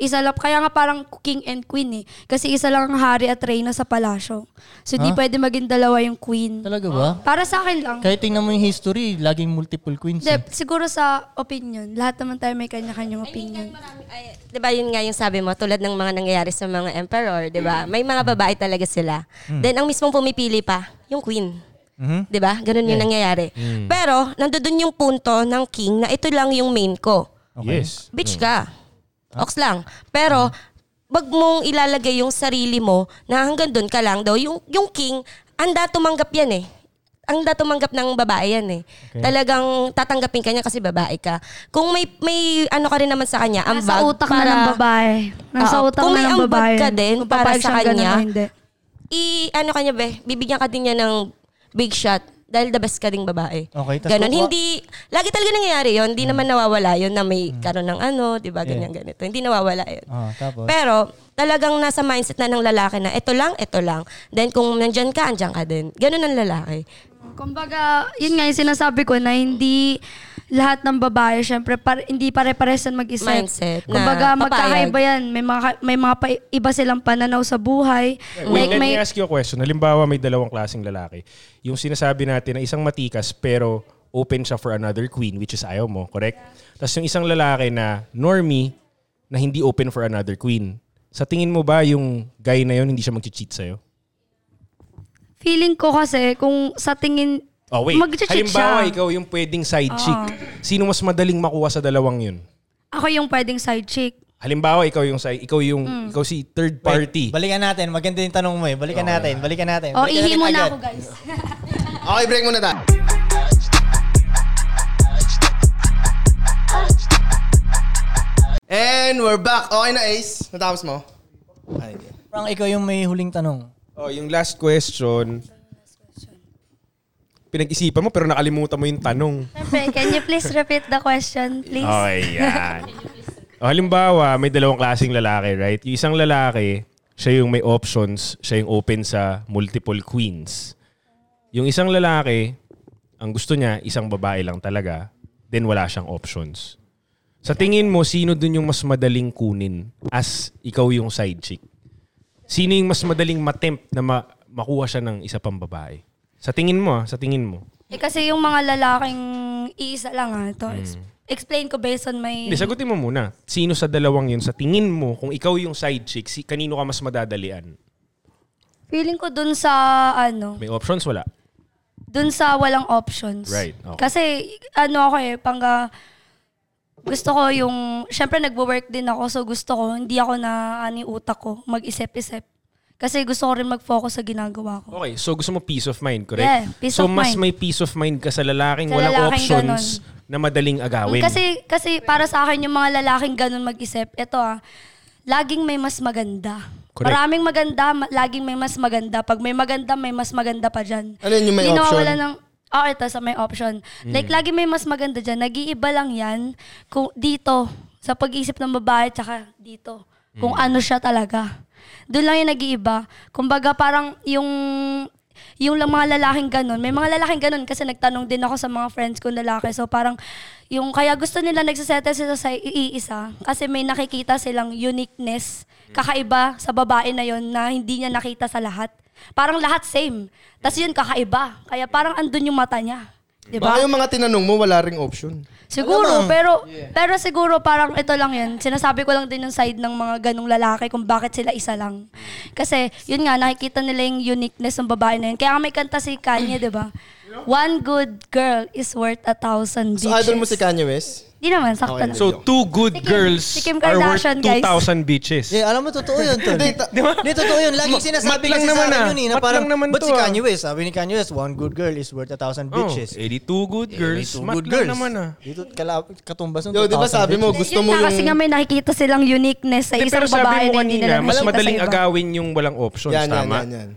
S2: Isa lang, kaya nga parang king and queen eh. Kasi isa lang ang hari at reyna sa palasyo. So di
S8: Ha?
S2: pwede maging dalawa yung queen.
S8: Ah. Talaga ba?
S2: Para sa akin lang.
S8: Kahit tingnan mo yung history, laging multiple queens.
S2: Hindi,
S8: eh.
S2: siguro sa opinion. Lahat naman tayo may kanya-kanyang opinion.
S6: 'Di ba Diba, yun nga yung sabi mo tulad ng mga nangyayari sa mga emperor, 'di
S9: Mm.
S6: ba? May mga babae talaga sila.
S4: Mm.
S6: Then ang mismong pumipili pa, yung queen.
S4: Mhm.
S8: Mm-hmm.
S6: 'Di ba? Ganun yung
S4: Yeah.
S6: nangyayari.
S4: Mm.
S6: Pero nandoon yung punto ng king na ito lang yung main ko.
S9: Yes.
S6: Bitch ka. Ox lang. Pero wag mong ilalagay yung sarili mo na hanggang doon ka lang daw. Yung, yung king, anda tumanggap yan eh. Anda tumanggap ng babae yan eh.
S4: Okay.
S6: Talagang tatanggapin ka niya kasi babae ka. Kung may may ano ka rin naman sa kanya, ambag
S2: Nasa utak na
S6: para-
S2: ng babae. Nasa
S6: Oo.
S2: utak na
S6: Kung may
S2: ng
S6: ambag
S2: babae.
S6: ka din
S2: Kung
S6: para
S2: papayag
S6: sa
S2: siyang ganun
S6: kanya,
S2: o hindi.
S6: i ano kanya be, bibigyan ka din niya ng big shot dahil the best ka ding babae.
S8: Okay, tas
S6: Ganon,
S8: kukuha- Mm.
S6: hindi, lagi talaga nangyayari yon hindi naman nawawala yon na may karon ng ano, di ba,
S8: Yeah.
S6: ganyan, ganito. Hindi nawawala yon
S8: Ah, tapos?
S6: Pero, talagang nasa mindset na ng lalaki na, ito lang, ito lang. Then kung nandyan ka, andyan ka din. Ganon ang lalaki.
S2: Kumbaga, yun nga yung sinasabi ko na hindi lahat ng babae, syempre, par- hindi pare-pares ang mag-isip.
S6: Mindset na
S2: Kumbaga,
S6: papayag.
S2: magkakaiba yan. May mga, ka- may mga pa- iba silang pananaw sa buhay.
S9: Wait, let
S2: may,
S9: me ask you a question. Halimbawa, may dalawang klaseng lalaki. Yung sinasabi natin na isang matikas pero open siya for another queen, which is ayaw mo, correct? Tapos yung isang lalaki na normie, na hindi open for another queen. Sa tingin mo ba yung guy na yun hindi siya mag-cheat sa'yo?
S2: feeling ko kasi, kung sa tingin,
S9: Oh, wait.
S2: Mag-cheat siya. Ah.
S9: Halimbawa, ikaw yung pwedeng side
S2: Oo.
S9: chick. Sino mas madaling makuha sa dalawang yun?
S2: ako yung pwedeng side chick.
S9: Halimbawa, ikaw yung side, ikaw yung
S2: Mm.
S9: ikaw si third party.
S8: Balikan natin, maganda yung tanong mo eh. Balikan natin,
S9: Okay.
S8: balikan natin.
S2: O, Oh,
S8: balikan
S2: ihi
S8: natin
S2: muna
S8: agad.
S2: ako, guys.
S1: Okay, break muna tayo. And we're back. Okay na, Ace. Natapos mo? Ay, okay.
S8: Frank, ikaw yung may huling tanong.
S9: Oh, yung last question. Pinag-isipan mo pero nakalimutan mo yung tanong.
S2: Siyempre, can you please repeat the question, please?
S9: Okay, yan. o, halimbawa, may dalawang klaseng lalaki, right? Yung isang lalaki, siya yung may options, siya yung open sa multiple queens. Yung isang lalaki, ang gusto niya, isang babae lang talaga, then wala siyang options. Sa tingin mo, sino dun yung mas madaling kunin as ikaw yung side chick? Sino yung mas madaling matempt na ma- makuha siya ng isa pang babae? Sa tingin mo, ah, sa tingin mo.
S2: eh, kasi yung mga lalaking iisa lang ha. Ito, ex-
S9: Mm.
S2: explain ko based on my...
S9: Hindi, sagutin mo muna. Sino sa dalawang yun, sa tingin mo, kung ikaw yung side chick, si, kanino ka mas madadalian?
S2: Feeling ko dun sa, ano,
S9: May options? Wala.
S2: dun sa walang options.
S9: Right, okay.
S2: Kasi, ano ako eh, pangga, gusto ko yung, syempre nagwo-work din ako, so gusto ko, hindi ako na, ano yung utak ko, mag-isip-isip. Kasi gusto ko rin mag-focus sa ginagawa ko.
S9: Okay, so gusto mo peace of mind, correct?
S2: Yeah, peace
S9: so
S2: of
S9: mas
S2: mind.
S9: may peace of mind ka sa lalaking
S2: Sa
S9: walang
S2: lalaking
S9: options na madaling agawin.
S2: Kasi, kasi para sa akin, yung mga lalaking ganun mag-isip, eto ah, laging may mas maganda.
S9: Correct.
S2: Maraming maganda, ma- laging may mas maganda. Pag may maganda, may mas maganda pa dyan.
S1: Ano yun, yung may
S2: Hindi
S1: option?
S2: nawawala ng, oh, ito sa may option.
S1: Mm.
S2: Like, laging may mas maganda dyan. Nag-iiba lang yan kung dito, sa pag-iisip ng babae, tsaka dito. Kung
S14: Mm.
S2: ano siya talaga. Doon lang yung nag-iiba. Kumbaga, parang yung yung lang mga lalaking ganun. May mga lalaking ganun kasi nagtanong din ako sa mga friends ko lalaki. So parang yung kaya gusto nila nagsasettle sila sa iisa kasi may nakikita silang uniqueness, kakaiba sa babae na yon na hindi niya nakita sa lahat. Parang lahat same. Tapos yun kakaiba. Kaya parang andun yung mata niya. Diba? Di ba?
S9: Diba?
S1: Baka yung mga tinanong mo, wala ring option.
S2: Siguro,
S1: Alam mo.
S2: pero pero siguro parang ito lang 'yun. Sinasabi ko lang din yung side ng mga ganong lalaki kung bakit sila isa lang. Kasi yun nga nakikita nila yung uniqueness ng babae na yun. Kaya nga may kanta si Kanye, 'di ba? One good girl is worth a thousand
S1: So,
S2: bitches.
S1: idol mo si Kanye West?
S2: Di naman, sakto
S1: Okay,
S2: lang.
S9: so, two good girls
S2: si Kim
S9: are worth
S2: Kardashian,
S9: 2,000
S2: guys.
S9: bitches.
S8: Yeah, alam mo, totoo yun, Tol.
S1: Hindi,
S8: Di ba? Hindi, totoo yun. Lagi
S9: Ma-
S8: sinasabi
S9: matlang
S8: kasi sa
S9: naman
S8: akin
S9: ah.
S8: yun eh. Na
S9: Matlang
S8: parang,
S9: naman
S8: ba't
S9: to
S8: si
S9: ah.
S8: Kanye West? Sabi ni Kanye West, one good girl is worth a thousand
S9: Oh,
S8: bitches.
S1: eh,
S9: 82 Eh, good girls.
S8: two
S9: Matlang naman ah.
S8: Dito, kala, katumbas ng
S1: Yo, di ba
S8: 2,000
S1: sabi mo,
S8: bitches?
S1: gusto
S2: Yun nga, kasi nga may nakikita silang uniqueness sa
S9: Hindi,
S2: isang
S9: pero sabi
S2: babae
S9: mo
S2: na hindi nila
S9: kanina, mas
S2: nakikita
S9: madaling
S2: sa iba.
S9: agawin yung walang options,
S1: Yan, yan,
S9: tama?
S1: yan, yan.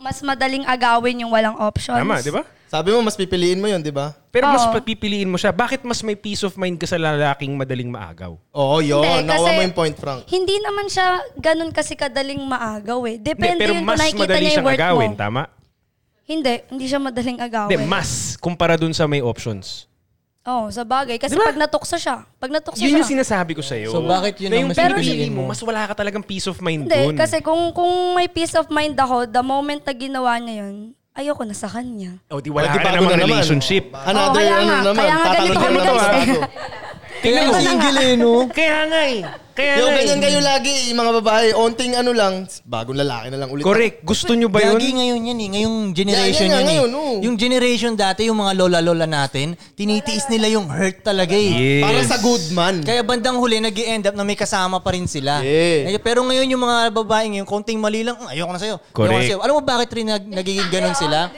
S2: Mas madaling agawin yung walang options.
S9: Tama, di ba?
S1: Sabi mo, mas pipiliin mo yun, diba? di ba?
S9: Pero mas
S2: Oo.
S9: papipiliin mo siya. Bakit mas may peace of mind ka sa lalaking madaling maagaw?
S1: Oo, yun.
S2: Hindi,
S1: Nakuha
S2: kasi-
S1: mo yung point, Frank.
S2: Hindi naman siya ganun kasi kadaling maagaw eh.
S9: Hindi,
S2: Depende
S9: pero
S2: yun kung
S9: mas
S2: nakikita
S9: madali
S2: niya yung
S9: siyang
S2: work
S9: agawin,
S2: mo.
S9: tama?
S2: Hindi, hindi siya madaling agawin.
S9: Hindi, mas kumpara dun sa may options.
S2: Oo, sa bagay. Kasi pag natukso siya, pag natukso
S9: Diba?
S2: siya.
S9: Yun yung sinasabi ko sa'yo.
S8: So, bakit yun
S9: Na
S8: ang
S9: yung
S8: mas
S9: pero
S8: pipiliin
S9: pipiliin mo?
S8: mo?
S9: Mas wala ka talagang peace of mind
S2: Hindi,
S9: dun.
S2: kasi kung, kung may peace of mind ako, the moment na ginawa niya yun, ayoko na sa kanya.
S9: O, di wala
S1: O, di
S9: ka
S1: bago
S9: na namang
S1: na naman.
S9: relationship.
S2: Oo, kaya nga, kaya nga ganito kami
S1: naman
S2: guys.
S1: ako.
S2: Kaya,
S9: Tingnan mo.
S8: Single eh, no?
S9: Kaya nga eh. Kaya
S1: Yo,
S9: nga eh.
S1: ganyan kayo lagi, eh, mga babae. Onting ano lang, bagong lalaki na lang ulit.
S9: Correct. Gusto nyo ba yun?
S8: Gagi ngayon yan eh. Ngayong generation yan,
S1: Yan, yan, yan,
S8: eh.
S1: ngayon, oh. oo.
S8: Yung generation dati, yung mga lola-lola natin, tinitiis nila yung hurt talaga eh.
S1: Yes. Para sa good man.
S8: Kaya bandang huli, nag end up na may kasama pa rin sila. Eh,
S1: Yes.
S8: Pero ngayon yung mga babae ngayon, konting mali lang, "Mm, ayoko na sa'yo. ayoko
S9: Correct.
S8: na sa'yo." Alam mo bakit rin nag- nagiging ganun sila?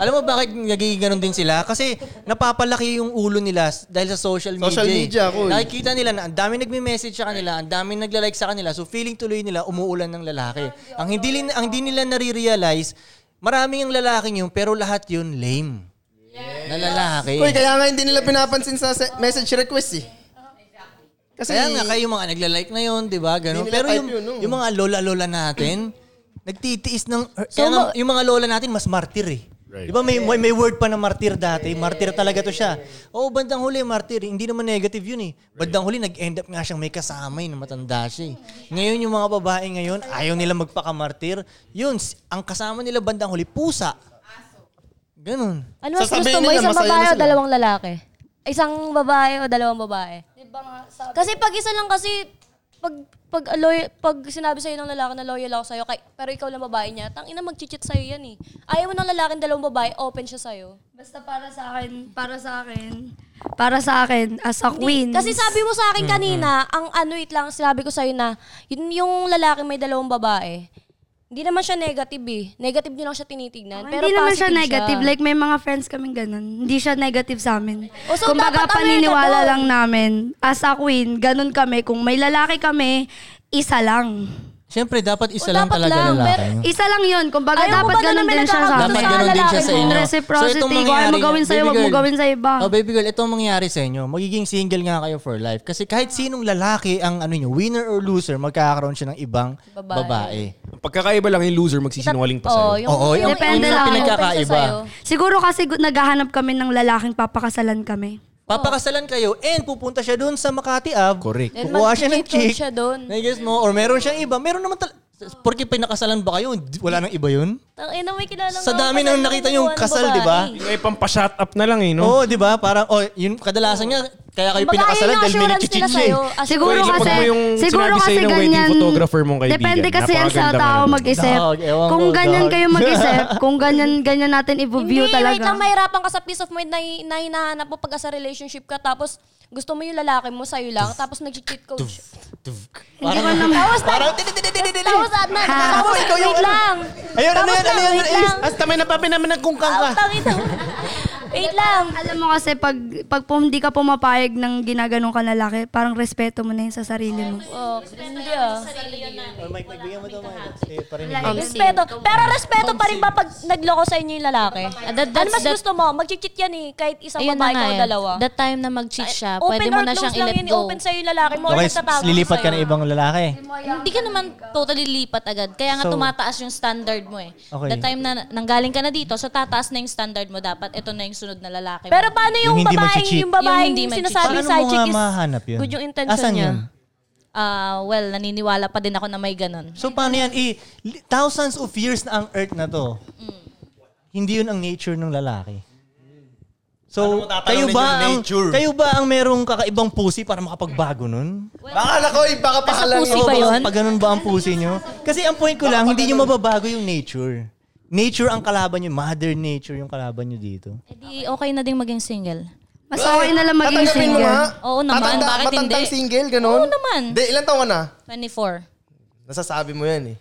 S8: Alam mo bakit nagiging ganun din sila? Kasi napapalaki yung ulo nila s- dahil sa social media.
S1: Social
S8: eh.
S1: media, ako eh.
S8: Nakikita nila na ang dami nagme-message sa kanila, ang dami nagla-like sa kanila. So feeling tuloy nila umuulan ng lalaki. Ang hindi, lin- ang hindi nila nare-realize, maraming ang lalaking yun, pero lahat yun lame. Na lalaki.
S1: Uy, kaya nga hindi nila pinapansin sa se- message request eh. Kasi-
S8: Kaya nga kayo mga nagla-like na yun, di ba? Ganun.
S1: Hindi nila
S8: Pero
S1: type
S8: yung,
S1: yun, no?
S8: yung mga lola-lola natin, nagtitiis ng... kaya nga, yung mga lola natin, mas martir eh. Di ba may, may, may word pa na martir dati? Martir talaga to siya. Oo, bandang huli, martir. Hindi naman negative yun eh. Bandang huli, nag-end up nga siyang may kasama eh, na matanda siya eh. Ngayon, yung mga babae ngayon, ayaw nila magpakamartir. Yun, s- ang kasama nila bandang huli, pusa. Ganun.
S14: Ano mas gusto mo, isang babae o dalawang lalaki? Isang babae o dalawang babae? Kasi pag isa lang kasi, pag pag, loy, pag sinabi sa'yo ng lalaki na loyal ako sa'yo, kay, pero ikaw lang babae niya, tang ina mag-cheat sa'yo yan eh. Ayaw mo ng lalaking dalawang babae, open siya sa'yo.
S2: Basta para sa akin, para sa akin, para sa akin, as a queen.
S14: Kasi sabi mo sa akin kanina, ang ano it lang, sinabi ko sa'yo na, yun, yung lalaki may dalawang babae, hindi naman siya negative eh. Negative nyo lang siya tinitignan. pero
S2: hindi naman siya
S14: positive
S2: negative. Like, may mga friends kaming ganun. Hindi siya negative sa amin.
S14: O, so
S2: Kumbaga,
S14: dapat aware ka
S2: paniniwala
S14: doon.
S2: lang namin. As a queen, ganun kami. Kung may lalaki kami, isa lang.
S8: Siyempre, dapat isa
S2: O,
S8: lang
S2: dapat
S8: talaga
S2: lang,
S8: lalaki.
S2: pero Isa lang yun. Kumbaga,
S4: Ayaw ko
S2: dapat
S4: ba ganun
S2: ganun din siya sa
S8: Dapat ganun Ano din siya sa inyo.
S2: Reciprocity.
S8: itong
S2: kung ayaw mo
S8: mangyayari-
S2: gawin sa'yo,
S8: Baby
S2: wag mo
S8: girl,
S2: gawin sa iba.
S8: Oh, baby girl, ito ang mangyayari sa inyo. Magiging single nga kayo for life. Kasi kahit sinong lalaki ang ano nyo, winner or loser, magkakaroon siya ng ibang
S7: Babae.
S8: babae.
S9: Ang pagkakaiba lang yung loser magsisinungaling pa sa'yo.
S2: Depende
S8: yun yung
S2: lang.
S8: pinagkakaiba.
S2: Siguro kasi gu- naghahanap kami ng lalaking papakasalan kami.
S8: Papakasalan kayo and pupunta siya doon sa Makati Ave.
S9: Correct.
S2: Then
S8: Kukuha siya ng
S2: mag-date
S8: chick.
S2: siya
S4: doon.
S8: Na-guess mo? Or meron siyang iba. Meron naman talaga. Porque pinakasalan ba kayo? Hindi- Wala nang iba yun?
S4: Ang ina, may kilala
S8: Sa dami nang nakita yung kasal, di ba? Yung
S9: ay pampashut up na lang eh,
S8: no? Oo, di ba? Parang, oh, yun kadalasan nga, kaya kayo
S2: Kumbaga, ayun
S8: pinakasalan
S2: yung
S8: dahil may
S2: assurance
S8: nagchichit
S2: nila
S8: siya eh.
S2: sa'yo. As- Siguro
S9: Pwede
S2: kasi-
S9: pag mo yung
S2: siguro
S9: sinabi
S2: kasi
S9: sa'yo ng wedding
S2: ganyan-
S9: photographer mong kaibigan.
S2: Depende kasi yan sa
S9: napakaganda mo
S2: tao
S9: nun.
S2: mag-isip.
S9: Dog, Oh, ewan
S2: kung
S9: ko,
S2: ganyan
S9: dog.
S2: kayo mag-isip, kung ganyan, ganyan natin i-view
S4: Hindi, wait lang,
S2: talaga.
S4: mahirapan ka sa peace of mind na, hi- na hinahanap mo pag sa relationship ka, tapos gusto mo yung lalaki mo sa'yo lang, tapos nag-cheat coach.
S8: Parang-
S4: Hindi ko naman. Tapos na,
S8: Parang-
S4: tapos at na, tapos
S8: ikaw yung
S4: wait
S8: ano.
S4: lang.
S8: Ayun, ano
S4: Tapos
S8: yan,
S4: lang,
S8: ano yan,
S4: wait
S8: Ace?
S4: lang.
S8: Hasta may napapinaman kung ka.
S4: Wait lang.
S2: Alam mo kasi pag pag po hindi ka pumapayag ng ginaganong ka lalaki, parang respeto mo na yun sa sarili mo.
S4: Oh, hindi ah.
S8: Oh, Mike, magbigyan mo daw, Mike. Eh, parinig.
S4: Like, respeto. Pero respeto pa rin ba pag nagloko sa inyo yung lalaki? ano
S7: that's-
S4: mas
S7: Ah, that-
S4: gusto mo? Mag-cheat yan eh, kahit isang
S7: Ayun na
S4: babae
S7: nga
S4: ka o
S7: eh.
S4: dalawa.
S7: That time na mag-cheat siya,
S4: Open
S7: pwede
S4: or
S7: mo na
S4: close
S7: siyang
S4: lang
S7: i-let
S4: yun,
S7: go.
S4: Open sa'yo yung lalaki mo or
S8: Okay,
S4: nagtatawag
S8: lilipat
S4: sa'yo. Ano
S8: ka ng ibang lalaki.
S7: Hindi ka naman totally lipat agad. Kaya nga
S8: So-
S7: tumataas yung standard mo eh.
S8: Okay.
S7: The time na nanggaling ka na dito, so tataas na yung standard mo. Dapat ito na yung sunod na lalaki mo.
S4: Pero paano yung,
S8: Yung hindi
S4: babae,
S8: mag-cheat?
S4: yung babae
S7: Yung hindi mag-cheat.
S4: sinasabi
S7: Paano
S4: sa
S7: mo
S4: chick
S7: nga
S4: is
S7: mahanap yun?
S4: good yung intention
S7: Asan
S4: niya?
S7: yun? Ah, well, naniniwala pa din ako na may ganun.
S8: So paano yan? I, li- thousands of years na ang earth na to. Hindi yun ang nature ng lalaki. So,
S15: tatanungin
S8: kayo ba
S15: yung
S8: ang
S15: nature?
S8: kayo ba ang merong kakaibang pusi para makapagbago nun?
S1: Akala ko, iba ka pa lang.
S8: Oo, baka Pag ganun ba ang pusi nyo? Kasi ang point ko lang, hindi nyo mababago yung nature. Nature ang kalaban nyo. Mother nature yung kalaban nyo dito.
S7: Di okay na ding maging single.
S2: Mas okay na lang maging
S1: Tatanggapin mo
S2: single.
S1: nga?
S7: Oo naman,
S1: Tatanda-
S7: bakit hindi?
S1: matandang single, ganun?
S7: Oo naman.
S1: Hindi, ilan taon ka na?
S7: 24.
S1: Nasasabi mo yan eh.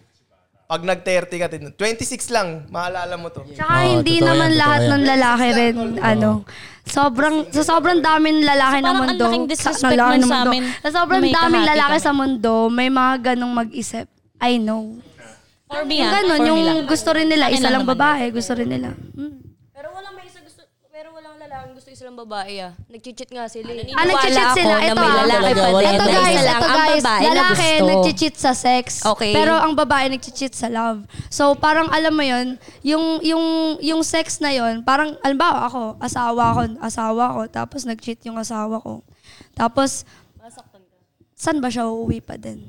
S1: Pag nag-30 ka, tin- 26 lang, maalala mo to.
S2: Tsaka hindi naman lahat ng lalaki rin, ano, sobrang, sa sobrang daming lalaki ng
S7: parang ang
S2: mundo,
S7: laking disrespect
S2: lalaki ng
S7: nun sa
S2: mundo,
S7: amin
S2: sa sobrang
S7: na may
S2: daming
S7: kahati
S2: lalaki
S7: kami.
S2: sa mundo, may mga ganong mag-isip. I know.
S7: For
S2: Yung
S7: me, ah.
S2: ganun,
S7: For me
S2: yung
S7: lang.
S2: gusto rin nila,
S7: Akin
S2: isa
S7: lang
S2: lang
S7: naman
S2: babae, gusto rin nila.
S7: Mm.
S4: Pero walang may isa gusto, pero walang lalaking gusto isang babae ah. Nag-cheat nga sila.
S7: Ano,
S4: eh.
S2: Ah, nag-cheat sila. Ito, ah. ito guys, ito guys, lalaki nag-cheat sa sex.
S4: Okay.
S2: Pero ang babae nag-cheat sa love. So parang alam mo yun, yung, yung, yung sex na yun, parang, alam ba ako, asawa ko, asawa ko, tapos nag-cheat yung asawa ko. Tapos, saan ba siya uuwi pa din?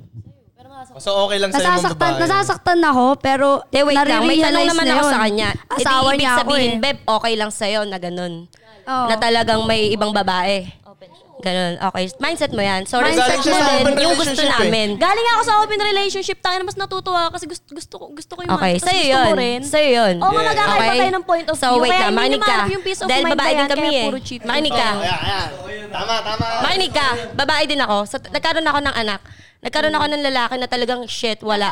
S1: So okay lang sa'yo mong
S2: Nasasaktan,
S1: babae.
S2: nasasaktan ako, pero
S6: De, wait lang. May
S2: nare-realize
S6: tanong naman
S2: na
S6: ako
S2: yun.
S6: sa kanya. Eh,
S2: Asawa
S6: di, ibig
S2: niya ako
S6: sabihin,
S2: eh.
S6: Beb, okay lang sa'yo na ganun.
S2: Oo.
S6: Na talagang may ibang babae. Ganun, okay. Mindset mo yan. Sorry,
S1: Mindset
S6: mindset mo
S1: siya sa open
S6: din. Yung gusto
S1: relationship eh.
S6: namin.
S4: Galing ako sa open relationship, tayo mas natutuwa kasi gusto gusto ko gusto ko yung
S6: Okay,
S4: tas
S6: sa'yo
S4: gusto mo
S6: yun.
S4: rin.
S6: Sa'yo yun.
S4: Oo,
S6: Yeah.
S4: magkakaiba
S6: Okay.
S4: tayo ng point of
S6: So,
S4: view.
S6: wait
S4: kaya
S6: lang,
S4: hindi
S6: makinig
S4: naman
S6: ka.
S4: Yung peace of
S6: Dahil
S4: mind
S6: babae
S4: na
S6: din
S4: yan,
S6: kami
S4: kaya
S6: eh.
S4: puro cheating.
S6: Makinig ka.
S1: Oh, yeah, yeah. Tama, tama.
S6: Makinig ka. Babae din ako. So, nagkaroon ako ng anak. Nagkaroon ako ng lalaki na talagang shit, wala.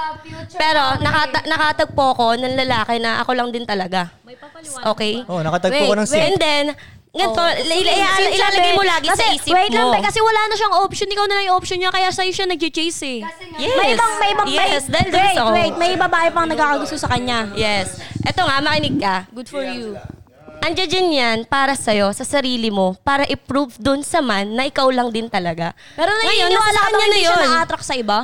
S6: Pero nakata- nakatagpo ko ng lalaki na ako lang din talaga. Okay?
S8: Oh, nakatagpo ko ng
S6: Wait,
S8: simp.
S6: And then, ganito,
S4: Oh.
S6: ila- ila- ila- ilalagay mo lagi
S4: Kasi,
S6: sa isip
S4: wait lang,
S6: mo.
S4: te, kasi wala na siyang option. Ikaw na lang yung option niya, kaya sa'yo siya nag-chase eh.
S6: Yes.
S4: May ibang, may ibang, may-
S6: Yes, dahil
S4: wait,
S6: gusto ko.
S4: wait, may babae pang nagkakagusto sa kanya.
S6: Yes. Eto nga, makinig ka.
S4: Good for you.
S6: Andiyan din yan para sa'yo, sa sarili mo, para i-prove dun sa man na ikaw lang din talaga.
S4: Pero
S6: Ngayon,
S4: naniniwala
S6: nasa
S4: ka
S6: kanya
S4: bang
S6: na
S4: hindi siya
S6: yun.
S4: na-attract sa iba?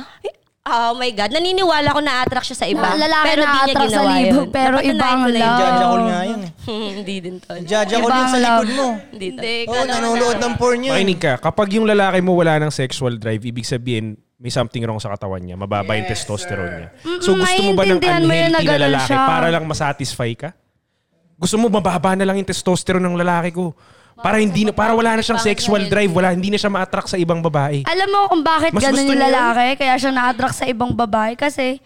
S6: Oh my God, naniniwala ko na-attract siya sa iba.
S2: Na- lalaki
S6: pero di niya
S2: na-attract sa
S6: ginawa
S2: libo,
S6: yun.
S2: pero
S6: Napatunayan
S2: ibang
S6: ko na yun.
S8: Ah.
S2: love. Jajakol nga
S8: yun eh.
S6: Hindi din to.
S8: Jajakol yun sa likod mo.
S6: Hindi to.
S8: Oo, nanonood ng porn yun.
S9: Makinig ka, kapag yung lalaki mo wala ng sexual drive, ibig sabihin, may something wrong sa katawan niya. Mababa yung testosterone niya.
S2: Mm-mm,
S9: So gusto mo ba ng
S2: naiintindihan Mm, mo yun na
S9: unhealthy na
S2: ganun
S9: lalaki
S2: siya.
S9: para lang masatisfy ka? Gusto mo mababa na lang yung testosterone ng lalaki ko? Para hindi na, para wala na siyang sexual drive, wala hindi na siya ma-attract sa ibang babae.
S2: Alam mo kung bakit
S9: Mas
S2: ganun
S9: gusto
S2: yung
S9: niya
S2: lalaki, kaya siya na-attract sa ibang babae kasi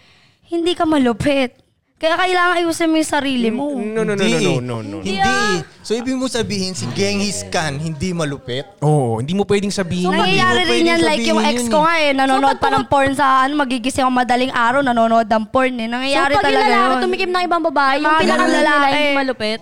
S2: hindi ka malupit. Kaya kailangan ayusin mo yung sarili mo.
S9: No, no, no, no, no, no, no.
S8: Hindi. eh. So ibig mo sabihin, si Genghis Khan hindi malupit?
S9: Oo, hindi mo pwedeng sabihin.
S2: Nangyayari rin yan like yung ex ko
S8: Ah,
S2: nga eh, nanonood pa ng porn sa ano, magigising ako madaling araw, nanonood ng porn eh. Nangyayari
S4: so, pag
S2: talaga
S4: yung lalaki
S2: yun.
S4: tumikim ng ibang babae, yung
S2: Mga ganun
S4: pinakalalaki
S2: lalaki.
S4: hindi malupit.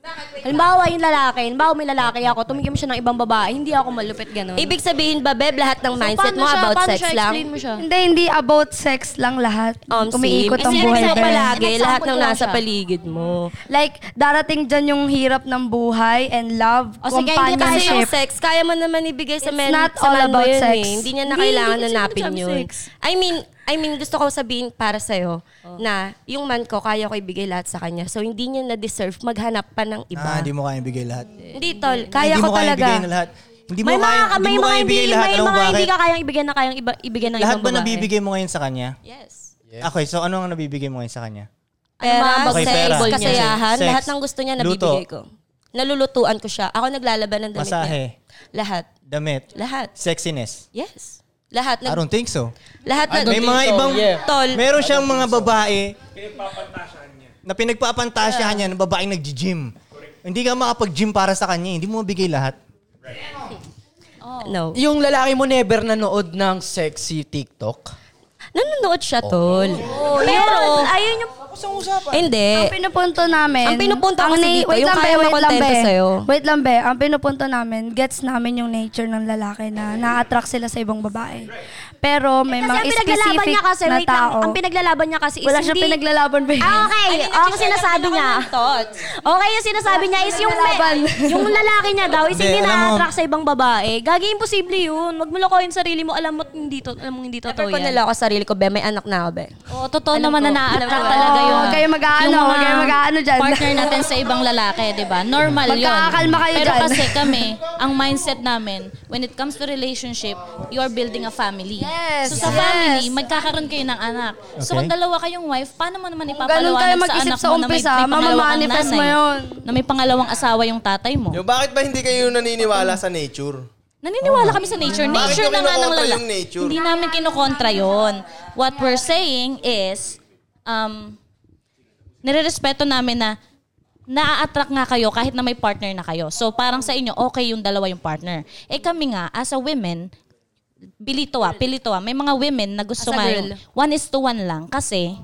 S14: Halimbawa, yung lalaki, halimbawa may lalaki ako, tumigil mo siya ng ibang babae, hindi ako malupit ganun.
S6: Ibig sabihin ba, Beb, lahat ng mindset
S14: paano
S6: mo
S14: siya-
S6: about
S14: paano
S6: sex
S14: siya
S6: lang?
S14: explain mo siya? Oh,
S2: Hindi, hindi about sex lang lahat.
S6: Um,
S2: Umiikot
S6: sim.
S2: ang
S6: Kasi
S2: buhay
S6: example
S2: ko.
S6: palagi, lahat ng nasa
S2: paligid.
S6: paligid mo.
S2: Like, darating dyan yung hirap ng buhay and love,
S6: O Oh, sige, hindi kasi yung
S2: companionship.
S6: sex, kaya mo naman ibigay sa
S2: It's
S6: men,
S2: not
S6: sa
S2: all
S6: man mo
S2: about
S6: yun
S2: sex.
S6: eh. Hindi niya na
S2: Hindi,
S6: kailangan
S2: hindi
S6: hanapin
S2: sinasabi
S6: yun.
S2: sex.
S6: I mean, I mean, gusto ko sabihin para sa'yo na yung man ko, kaya ko ibigay lahat sa kanya. So, hindi niya na-deserve maghanap pa ng iba.
S8: Ah, hindi mo kaya ibigay lahat.
S6: Hindi, tol. Kaya
S8: hindi
S6: ko
S8: mo kaya
S6: talaga.
S8: ibigay na lahat. Hindi mo
S7: may mga,
S8: kaya, hindi
S7: may
S8: mo
S7: mga
S8: kaya
S7: hindi,
S8: ibigay lahat.
S7: may
S8: Alam mo
S7: mga
S8: bakit?
S7: hindi
S4: Ano
S7: ka kayang ibigay na kayang iba, ibigay ng
S8: Lahat
S7: ibang
S8: ba
S7: babae.
S8: nabibigay mo ngayon sa kanya?
S6: Yes.
S8: Okay, so ano ang nabibigay mo ngayon sa kanya?
S6: Pera,
S8: Okay,
S6: sex,
S8: pera.
S6: kasayahan,
S8: Sex.
S6: lahat ng gusto niya
S8: Luto.
S6: nabibigay ko. Nalulutuan ko siya. Ako naglalaban ng damit
S8: Masahe.
S6: niya. Lahat.
S8: Damit.
S6: Lahat.
S8: Sexiness.
S6: Yes. Lahat.
S8: I don't think so.
S6: Lahat na-
S8: I don't May
S6: think
S8: mga
S6: so,
S8: ibang
S6: yeah. Tol.
S8: Meron siyang mga babae na pinagpapantasyahan niya ng babaeng nag-gym. Hindi ka makapag-gym para sa kanya. eh. Hindi mo mabigay lahat.
S6: No.
S16: Yung lalaki mo never nanood ng sexy TikTok?
S6: Nanonood siya,
S8: Oh.
S6: tol.
S16: Oo,
S6: Pero,
S14: ayun yung...
S2: usapan.
S6: Hindi.
S2: Oh, Ang pinupunto namin.
S6: Ang pinupunto
S2: ang
S6: ko kasi
S2: ni-
S6: dito, yung kaya makontento
S2: be.
S6: sa'yo.
S2: Wait lang, be. Ang pinupunto namin, gets namin yung nature ng lalaki na na-attract sila sa ibang babae. Pero may
S7: Kasi
S2: mga
S7: ang pinaglalaban
S2: specific
S7: niya kasi,
S2: na
S7: wait lang,
S2: tao.
S7: ang pinaglalaban niya kasi is
S2: Wala siya
S7: hindi-
S2: pinaglalaban, be.
S7: Ah, okay.
S2: Ay,
S7: Ang sinasabi niya. Okay, yung sinasabi niya is yung me,
S2: Laban.
S7: yung lalaki niya daw is
S8: Hindi,
S7: hindi
S8: alam mo-
S7: na-attract sa ibang babae. Gagi imposible yun. Wag mo lokohin sarili mo. Alam mo hindi to, alam mo hindi
S6: Never
S7: totoo
S6: ko
S7: yan.
S6: niloko sarili ko, be. May anak na ako, be.
S7: Oo, totoo
S6: Alam
S7: naman
S6: ko.
S7: na na-attract
S6: Alam ko.
S7: talaga yun.
S2: Huwag kayo mag-aano,
S7: Yung mga
S2: huwag kayo mag-aano dyan.
S7: Partner natin
S2: sa
S7: sa ibang lalaki, di ba? Normal yun.
S2: Magkakakalma kayo
S7: Pero
S2: dyan.
S7: kasi kami, ang mindset namin, when it comes to relationship, you are building a family.
S2: Yes,
S7: So
S2: yes.
S7: sa family, magkakaroon kayo ng anak.
S2: Okay.
S7: So kung dalawa kayong wife, paano mo naman
S2: ganun kayo
S7: ipapaliwanag sa
S2: mag-isip
S7: anak
S2: sa
S7: mo na may,
S2: umpisa,
S7: may pangalawang
S2: mamamanifest
S7: nanay?
S2: mo yun.
S7: Na may pangalawang asawa yung tatay mo.
S17: Yung bakit ba hindi kayo naniniwala sa nature?
S7: Naniniwala kami sa nature.
S17: Bakit nyo
S7: Nature na nga ng
S17: kinokontra
S7: lalaki.
S17: yung nature?
S7: Hindi namin kinokontra yon. What we're saying is, um, nirerespeto namin na naa-attract nga kayo kahit na may partner na kayo. So parang sa inyo, okay yung dalawa yung partner. Eh kami nga, as a women, bilito ah, pilito ah. May mga women na
S14: As
S7: gusto
S14: a
S7: nga
S14: girl.
S7: yung one is to one lang kasi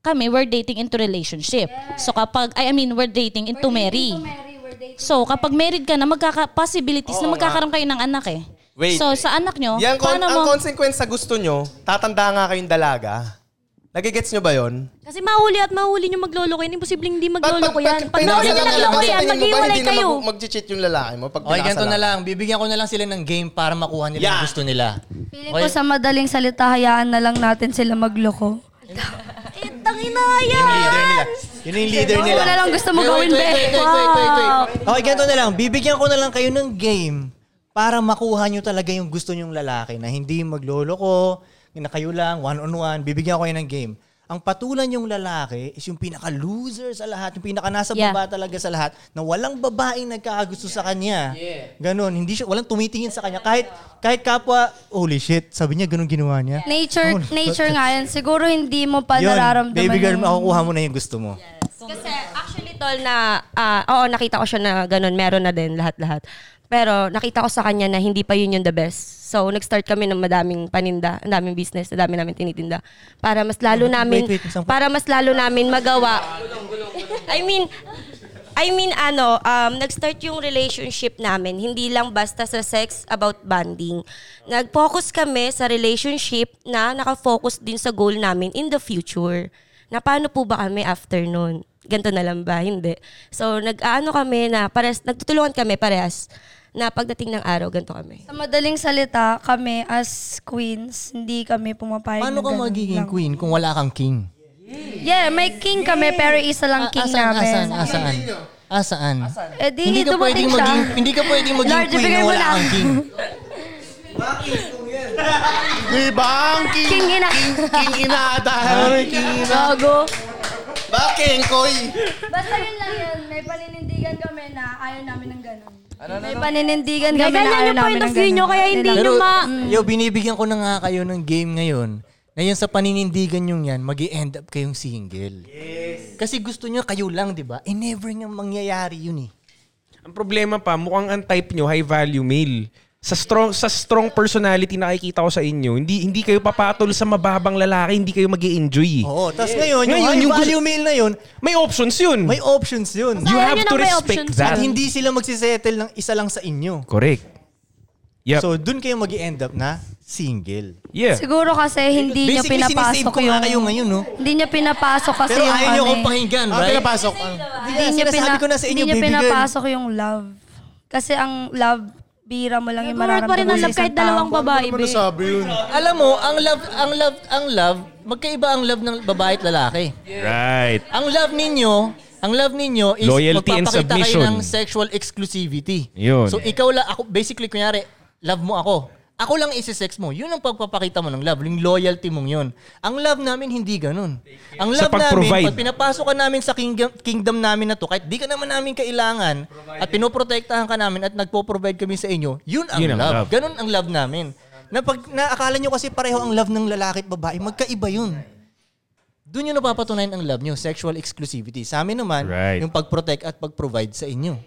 S7: kami, we're dating into relationship. So kapag, I mean, we're dating into marry. So kapag married ka na, magkaka possibilities na
S17: Oo nga.
S7: magkakaroon kayo ng anak eh.
S17: Wait.
S7: So sa anak nyo,
S17: Yan, kon-
S7: paano mo?
S17: ang consequence sa gusto nyo, tatanda nga kayong dalaga. Nagigets nyo ba yon?
S7: Kasi mahuli at mahuli nyo magloloko yan. Imposibleng di magloloko yan. Pag
S17: Pinasa
S7: nahuli nyo
S17: lang
S7: nagloloko
S17: lalaki, tingin mo
S7: yan,
S17: ba
S7: maghiwalay
S17: hindi na
S7: kayo.
S17: Mag- mag-cheat yung lalaki mo pag
S16: Okay,
S17: pinasa
S16: ganito na
S17: lang?
S16: lang. Bibigyan ko na lang sila ng game para makuha nila yung gusto nila.
S2: Piling ko sa madaling salita, hayaan na lang natin sila magloko.
S7: Tangina
S8: Yung leader nila. Yun yung leader nila.
S2: Ah! Wala lang gusto mo
S8: Wait,
S2: gawin,
S8: wait,
S2: be.
S8: wait, wait, wait, wait, wait. Okay, ganito na lang. Bibigyan ko na lang kayo ng game para makuha nyo talaga yung gusto nyong lalaki na hindi magloloko, na kayo lang, one-on-one. Bibigyan ko kayo ng game. Ang patulan yung lalaki is yung pinaka-loser sa lahat, yung pinaka nasa
S7: Yeah.
S8: baba talaga sa lahat, na walang babaeng nagkakagusto sa kanya.
S16: Yeah.
S8: Ganon, hindi siya, walang tumitingin sa kanya. Kahit, kahit kapwa, holy shit, sabi niya, ganun ginawa niya.
S2: Nature,
S8: Holy-
S2: nature nga yan. Siguro hindi mo pa
S8: Yun,
S2: nararamdaman.
S8: baby girl,
S2: yun.
S8: makukuha mo na yung gusto mo.
S6: Kasi actually, tol, na, ah, oo, nakita ko siya na ganun, meron na din lahat-lahat. Pero nakita ko sa kanya na hindi pa yun yung the best. So, nag-start kami ng madaming paninda, ang daming business, ang dami namin tinitinda. Para mas lalo
S8: Wait,
S6: namin,
S8: wait, isang-
S6: para mas lalo namin magawa. I mean, I mean ano, um, nag-start yung relationship namin. Hindi lang basta sa sex about bonding. Nag-focus kami sa relationship na nakafocus din sa goal namin in the future. Na paano po ba kami after nun? Ganto na lang ba? Hindi. So, nag-ano kami na, pares, nagtutulungan kami parehas na pagdating ng araw, ganito kami.
S2: Sa madaling salita, kami as queens, hindi kami pumapayag na
S8: Paano ka
S2: ganun
S8: magiging
S2: lang.
S8: queen kung wala kang king?
S2: Yeah, may king kami, pero isa lang king
S8: asaan,
S2: namin.
S8: Asaan, asaan, asaan?
S2: Eh, di,
S8: hindi ka
S2: dumating
S8: pwedeng
S2: siya.
S8: maging, hindi ka pwedeng maging
S2: Lord,
S8: queen
S2: ibigay
S8: na
S2: mo
S8: wala
S2: na.
S8: kang king.
S11: Di ba? Diba? Ang king,
S2: King ina.
S11: King, king ina ata. Ano yung king ina?
S2: Gago.
S11: Bakit, koy?
S2: Basta yun lang yun, may paninindigan kami na ayaw namin ng ganun. may
S11: ano?
S2: paninindigan
S7: Hindi,
S2: kami na
S7: ganyan
S2: ayaw
S7: yung point
S2: namin
S7: of
S2: ng
S7: view
S2: ganun.
S7: nyo, kaya hindi
S8: Pero,
S7: nyo ma...
S8: yo, binibigyan ko na nga kayo ng game ngayon na yun sa paninindigan nyo yan, mag end up kayong single. Yes. Kasi gusto nyo kayo lang, di ba? Eh, never nga mangyayari yun eh.
S9: Ang problema pa, mukhang ang type nyo high value male. Sa strong sa strong personality na nakikita ko sa inyo, hindi hindi kayo papatol sa mababang lalaki, hindi kayo mag enjoy
S8: Oo, tas ngayon, yung high value
S9: male na yun, may options yun.
S8: May options yun.
S9: You have to respect that.
S8: At hindi sila magsisettle ng isa lang sa inyo.
S9: Correct. Yep.
S8: So, dun kayo mag end up na single.
S9: Yeah.
S2: Siguro kasi hindi niyo
S8: Basically,
S2: pinapasok
S8: sinisave ko nga
S2: yung...
S8: kayo ngayon, no?
S2: Hindi niyo pinapasok kasi
S8: Pero
S2: yung
S8: ayaw niyo
S2: ano
S8: akong
S2: eh. Ah.
S8: pakinggan, right? pinapasok.
S2: Hindi niyo
S8: sinasabi
S2: pina-
S8: ko na sa inyo,
S2: Hindi niyo
S8: baby girl.
S2: pinapasok yung love. Kasi ang love, bira mo lang yung
S4: Nagwo-work
S2: mararamdaman
S4: pa rin ang love
S2: sa
S4: kahit
S2: isang tao.
S4: dalawang
S9: Ano
S4: babae, Paano mo babe. nasabi
S11: yun?
S16: Alam mo, ang love, ang love, ang love, magkaiba ang love ng babae at lalaki.
S9: Right.
S16: Ang love ninyo, ang love ninyo is
S9: Loyalty and
S16: magpapakita kayo
S9: submission.
S16: ng sexual exclusivity.
S9: Yun.
S16: So ikaw lang, ako, basically, kunyari, love mo ako. Ako lang isi-sex mo. Yun ang pagpapakita mo ng love, yung loyalty mong yun. Ang love namin, hindi ganun. Ang
S9: Sa
S16: love namin,
S9: pag-provide.
S16: pag pinapasok ka namin sa kingdom, kingdom namin na to, kahit di ka naman namin kailangan, at pinoprotektahan ka namin at nagpo-provide kami sa inyo, yun ang,
S8: Yun ang
S16: love.
S8: love.
S16: Ganun ang love namin.
S8: Na pag naakala nyo kasi pareho ang love ng lalaki at babae, magkaiba yun.
S16: Doon yung napapatunayan ang love nyo, sexual exclusivity. Sa amin naman, yung pag-protect at pag-provide sa inyo.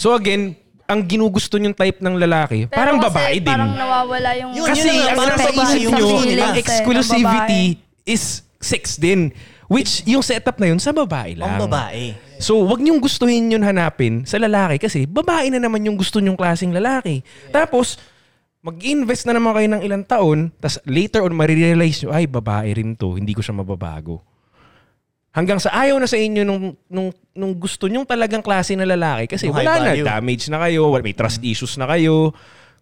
S9: So again, ang ginugusto yung type ng lalaki,
S2: Pero
S9: parang
S2: kasi
S9: babae din.
S2: Parang nawawala yung...
S9: Kasi ang nasa isip nyo,
S2: eh,
S9: ang exclusivity is sex din. Which, yung setup na yun, sa babae lang.
S8: Ang babae.
S9: So, wag niyong gustuhin yun hanapin sa lalaki kasi babae na naman yung gusto niyong klaseng lalaki. Tapos, mag-invest na naman kayo ng ilang taon, tapos later on, marirealize nyo, ay, babae rin to, hindi ko siya mababago. Hanggang sa ayaw na sa inyo nung, nung, nung gusto nyong talagang klase na lalaki kasi
S8: Yung high
S9: wala na,
S8: value.
S9: damage na kayo, wal- may trust issues na kayo.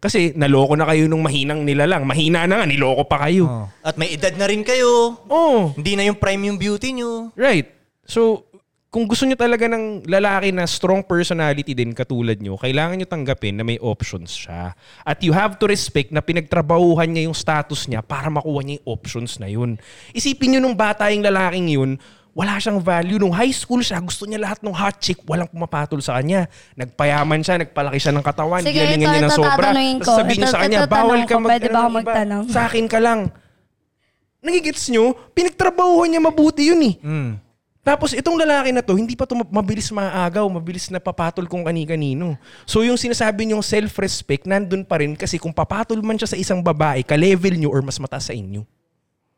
S9: Kasi naloko na kayo nung mahinang nila lang. Mahina na nga, niloko pa kayo.
S8: At may edad na rin kayo.
S9: Oo.
S8: Hindi na yung prime yung beauty nyo.
S9: Right. So, kung gusto nyo talaga ng lalaki na strong personality din katulad nyo, kailangan nyo tanggapin na may options siya. At you have to respect na pinagtrabahuhan niya yung status niya para makuha niya yung options na yun. Isipin nyo nung bata yung lalaking yun, wala siyang value. Nung high school siya, gusto niya lahat ng hot chick, walang pumapatol sa kanya. Nagpayaman siya, nagpalaki siya ng katawan,
S2: Sige,
S9: ginalingan
S2: ito,
S9: niya ng
S2: ito
S9: sobra.
S2: tatanungin ko.
S9: Tapos sabihin niya
S2: Ito-
S9: sa kanya,
S2: ito
S9: bawal
S2: tatanungin
S9: ka ano, diba?
S2: ko. Pwede ba ako
S9: ng iba.
S2: magtanong?"
S9: Sa akin ka lang. Nagigets nyo, pinagtrabahuhan niya mabuti yun eh.
S8: Mm.
S9: Tapos itong lalaki na to, hindi pa to ma- mabilis maaagaw, mabilis na papatol kung kani-kanino. So yung sinasabi niyong self-respect, nandun pa rin kasi kung papatol man siya sa isang babae, ka-level niyo or mas mataas sa inyo.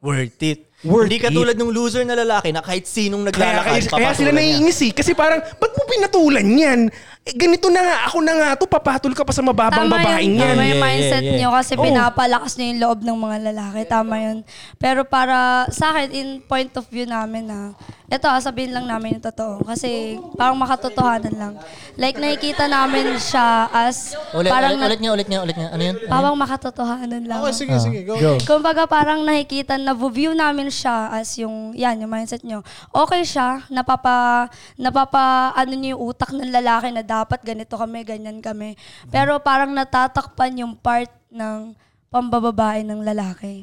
S8: Worth it.
S9: Worth
S8: Hindi katulad
S9: it.
S8: ng loser na lalaki na kahit sinong
S9: Kaya, kaya,
S8: naglalakad,
S9: kaya sila
S8: papatulan niya.
S9: naiinis eh. Kasi parang, ba't mo pinatulan yan? Eh, ganito na nga, ako na nga to, papatol ka pa sa mababang
S2: Tama
S9: babaeng
S2: yun,
S9: yan.
S2: tama yung mindset nyo kasi
S16: Oh.
S9: Oo.
S2: pinapalakas nyo yung loob ng mga lalaki. Tama yun. Pero para sa akin, in point of view namin na, ito ah, sabihin lang namin yung totoo. Kasi parang makatotohanan lang. Like nakikita namin siya as
S16: Ulit,
S2: parang...
S16: ulit, ulit niya, ulit niya, ulit niya. Ano yun? Ano
S2: Parang
S16: yun?
S2: makatotohanan lang.
S16: Okay, sige, Ah, sige, go. go.
S2: Kumbaga parang nakikita, na-view namin siya as yung, yan, yung mindset nyo. Okay siya, napapa, napapa, ano nyo yung utak ng lalaki na dapat ganito kami, ganyan kami. Pero parang natatakpan yung part ng pambababae ng lalaki.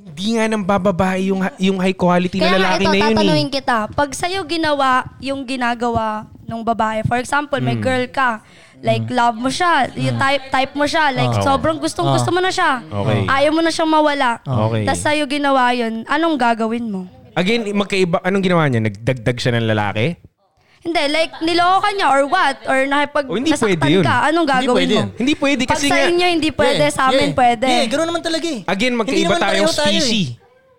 S9: Hindi nga nang bababae yung, yung high quality na
S2: Kaya nga
S9: lalaki
S2: ito,
S9: na yun eh.
S2: tatanungin kita. Pag sa'yo ginawa yung ginagawa ng babae, for example, may
S9: Mm.
S2: girl ka, like love mo siya, yung type, type mo siya, like
S9: Ah, Oo.
S2: sobrang gustong gusto mo na siya.
S9: Okay.
S2: Ayaw mo na siyang mawala.
S9: Okay.
S2: Tapos sa'yo ginawa yun, anong gagawin mo?
S9: Again, magkaiba, anong ginawa niya? Nagdagdag siya ng lalaki?
S2: Hindi, like niloko ka niya or what? Or nakipag
S9: O, Oh, hindi pwede
S2: nasaktan
S9: yun.
S2: ka, anong gagawin
S9: hindi pwede
S2: mo?
S9: yun. Hindi pwede kasi
S2: Pag sa
S9: nga-
S2: inyo hindi pwede,
S9: Yeah,
S2: sa amin
S9: yeah,
S2: pwede.
S9: yeah,
S16: Ganun naman talaga eh.
S9: Again,
S16: Hindi
S9: magkaiba
S16: naman
S9: tayong
S16: pareho tayo eh.
S9: species.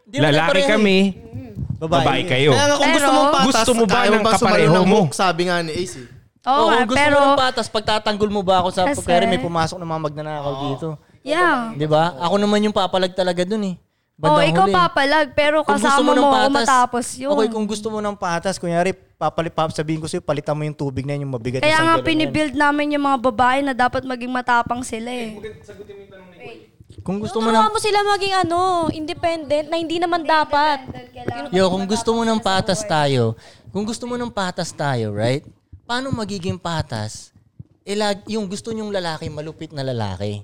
S16: Hindi naman
S9: Lalaki
S16: pareho eh.
S9: kami,
S1: Hmm. Babae.
S9: babae, kayo.
S1: Kaya nga kung gusto mong patas,
S9: gusto mo ba
S1: ayaw
S9: ng
S1: bang sumalo
S9: kapareho
S1: ng
S9: mo?
S1: hook? Sabi nga ni Ace eh.
S2: Oo, nga,
S16: gusto
S2: pero...
S16: mo ng patas, pagtatanggol mo ba ako sa
S2: Kasi-
S16: pagkari may pumasok ng mga magnanakaw dito.
S2: Yeah.
S16: Di ba? Ako naman yung papalag talaga dun eh.
S2: Oh,
S16: Bandang
S2: ikaw
S16: huli.
S2: papalag, pero
S16: Kung gusto mo
S2: kasama
S16: ng
S2: mo,
S16: patas,
S2: matapos yun.
S8: Okay, kung gusto mo ng patas, kunyari, papalipap, sabihin ko sa'yo, palitan mo yung tubig na yun, yung
S2: Kaya
S8: mabigat na
S2: nga
S8: sandal na yan.
S2: pinibuild namin yung mga babae na dapat maging matapang sila eh.
S16: Kung
S2: Ano
S16: gusto mo ng
S14: Turuan mo sila maging ano, independent na hindi naman dapat.
S16: Yo, kung gusto mo ng patas tayo, kung gusto mo ng patas tayo, right? Paano magiging patas? Eh, lag- yung gusto nyong lalaki, malupit na lalaki.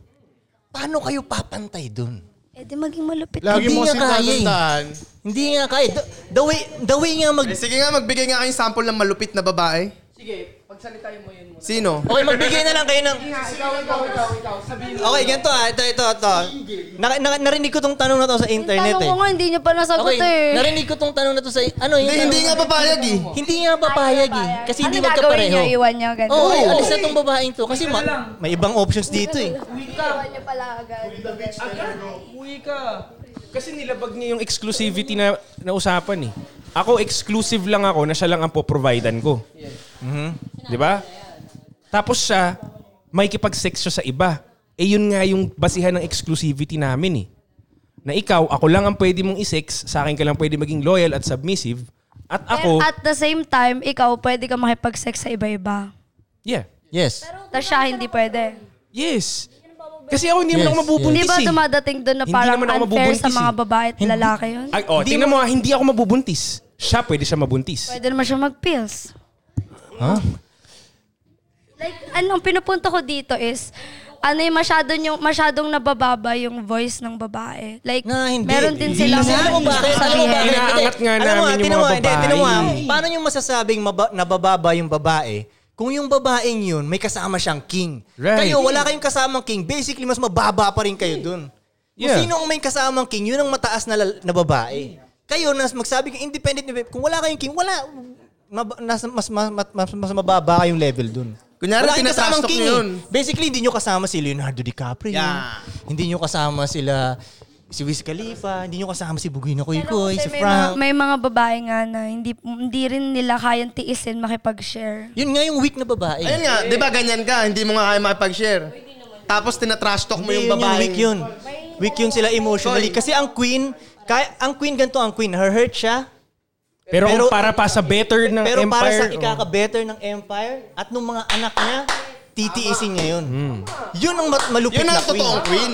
S16: Paano kayo papantay dun?
S2: Eh di maging malupit.
S16: Lagi mo kasi
S1: tatantahan.
S16: Hindi
S8: eh.
S16: nga kaya. The, the way, the way nga mag...
S1: Eh, sige nga, magbigay nga kayong sample ng malupit na babae.
S3: Sige,
S11: Pagsalitain mo yun muna.
S1: Sino?
S8: Okay, magbigay na lang kayo ng...
S11: Ikaw, ikaw, ikaw, ikaw. Sabihin mo.
S8: Okay, ganito ah. Ito, ito, ito. Na, na- narinig ko tong tanong na to sa internet eh.
S18: Tanong ko nga, hindi niyo pa nasagot
S8: Okay,
S18: eh.
S8: narinig ko tong tanong na to sa... Ano
S18: Hindi, hindi nga
S1: papayag eh.
S8: Hindi nga papayag eh. Kasi
S2: Ano
S8: hindi
S2: gagawin
S8: magkapareho.
S2: niyo? Iwan niyo? Ganun?
S8: Oo, oh, alis na tong babaeng to. Kasi ma-
S19: May ibang options dito eh.
S2: Iwan niyo pala agad.
S11: Uwi ka.
S9: Kasi nilabag niya yung exclusivity na nausapan eh. Ako, exclusive lang ako na siya lang ang poprovidean ko. Mhm. Di ba? Tapos siya, may kipag-sex siya sa iba. Eh yun nga yung basihan ng exclusivity namin eh. Na ikaw, ako lang ang pwede mong isex, sa akin ka lang pwede maging loyal at submissive. At ako,
S2: At the same time, ikaw pwede ka makipag-sex sa iba-iba.
S9: yeah. Yes.
S2: Tapos siya hindi pwede.
S9: Yes. Kasi ako hindi naman ako mabubuntis
S2: Hindi ba
S9: eh.
S2: dumadating doon na
S9: Hindi
S2: parang
S9: naman ako
S2: unfair sa
S9: mabubuntis
S2: mga
S9: eh.
S2: babae at lalaki yun?
S9: Ay, oh, tingnan mo, ah, hindi ako mabubuntis. Siya pwede siya mabuntis.
S2: Pwede naman siya mag-pills.
S9: Ha?
S2: Like, anong pinupunto ko dito is, ano yung masyado yung, masyadong nabababa yung voice ng babae. Like, meron din silang
S8: Alam mo bakit? Alam mo bakit?
S9: Inaangat nga
S8: Alam mo,
S9: namin yung
S8: tingnan mo,
S9: mga
S8: hindi, tingnan mo, ah.
S9: babae.
S8: paano yung masasabing maba- nabababa yung babae kung yung babaeng yun may kasama siyang king?
S9: Right.
S8: Kayo, wala kayong kasamang king. Basically, mas mababa pa rin kayo dun. Kung
S9: Yeah.
S8: sino ang may kasamang king, yun ang mataas na, lal- na babae. Kayo, nas magsabi kayo, independent, na babe, kung wala kayong king, wala, mab- nas- mas, mas, mas, mas, mas mababa kayong level dun.
S1: Kunyari,
S8: Wala kayong kasamang
S1: tinatrastok
S8: king
S1: niyo
S8: eh.
S1: yun.
S8: Basically, hindi nyo kasama si Leonardo DiCaprio.
S1: Yeah.
S8: Hindi nyo kasama sila si Wiz Khalifa, hindi nyo kasama si Bugoy na Koy Koy, si
S2: may mga,
S8: Frank.
S2: may mga babae nga na hindi, hindi rin nila kayang tiisin makipag-share.
S8: Yun nga yung weak na babae.
S1: Ayun nga, di ba ganyan ka, hindi mo nga kaya makipag-share. Tapos tinatrash talk mo
S8: Hindi,
S1: yung
S8: yun yung
S1: babae.
S8: weak yun. Weak yun sila emotionally. Oh, Kasi ang queen, kaya, ang queen ganito ang queen, her hurt siya.
S9: Pero, kung para pa sa better ng
S8: Pero
S9: empire.
S8: para sa
S9: oh.
S8: ikaka-better ng empire at nung mga anak niya, titiisin niya yun.
S9: Hmm.
S8: Yun ang mat- malupit
S1: Yun ang
S8: na queen.
S1: totoong queen.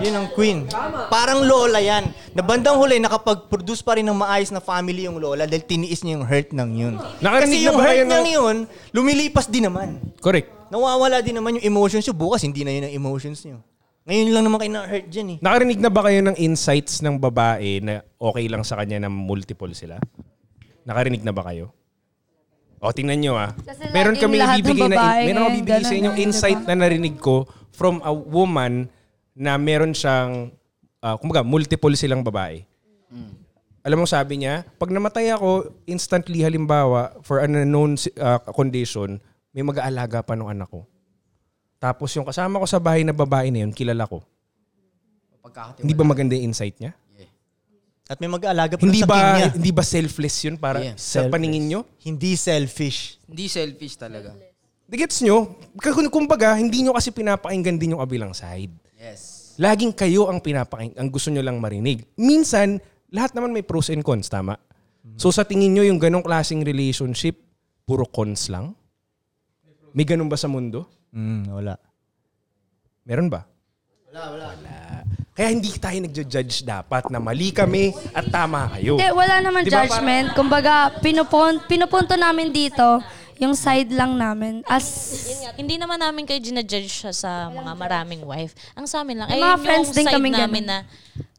S8: Yun ang queen. Parang lola yan. Na bandang huli, nakapag-produce pa rin ng maayos na family yung lola dahil tiniis niya yung hurt ng yun.
S9: Nakarinig
S8: Kasi
S9: na
S8: yung
S9: ba kayo
S8: hurt
S9: ng-
S8: ng yun, lumilipas din naman.
S9: Correct.
S8: Nawawala din naman yung emotions nyo. Bukas, hindi na yun ang emotions nyo. Ngayon lang naman kayo na-hurt dyan eh.
S9: Nakarinig na ba kayo ng insights ng babae na okay lang sa kanya na multiple sila? Nakarinig na ba kayo? O, tingnan nyo ah.
S2: Kasi
S9: meron
S2: laging
S9: kami
S2: lahat ng
S9: ibibigay na
S2: babae
S9: meron kami
S2: ngayon,
S9: ibibigay
S2: ganun
S9: sa inyong
S2: na, di ba?
S9: insight na narinig ko from a woman na meron siyang ah, kumbaga multiple silang babae. Alam mo sabi niya, pag namatay ako, instantly halimbawa for an unknown si- ah, condition, may mag-aalaga pa ng anak ko. Tapos yung kasama ko sa bahay na babae na yun, kilala ko.
S11: Pagkakatiwala.
S9: Hindi ba maganda yung insight niya?
S8: At may mag-aalaga pa
S9: Hindi
S8: sa king
S9: ba
S8: niya.
S9: hindi ba selfless 'yun para
S11: Yeah.
S9: sa
S8: Selfless.
S9: paningin nyo?
S8: Hindi selfish.
S11: Hindi selfish talaga.
S9: Di gets nyo? K- kun- Kumbaga, hindi nyo kasi pinapakinggan din yung kabilang side.
S11: Yes.
S9: Laging kayo ang pinapaking ang gusto nyo lang marinig. Minsan, lahat naman may pros and cons, tama? So sa tingin nyo, yung ganong klaseng relationship, puro cons lang? May ganun ba sa mundo?
S8: Mm, wala.
S9: Meron ba?
S1: Wala, wala.
S9: Kaya hindi tayo nagja-judge dapat na mali kami at tama kayo.
S2: Hindi, wala naman
S9: Di ba?
S2: judgment. Kumbaga, pinupun- pinupunto namin dito yung side lang namin. As
S7: Hindi naman namin kayo ginajudge siya sa mga maraming wife. Ang sa amin lang, ay
S2: Mga
S7: yung
S2: friends din
S7: side
S2: kaming
S7: namin
S2: ganun.
S7: na,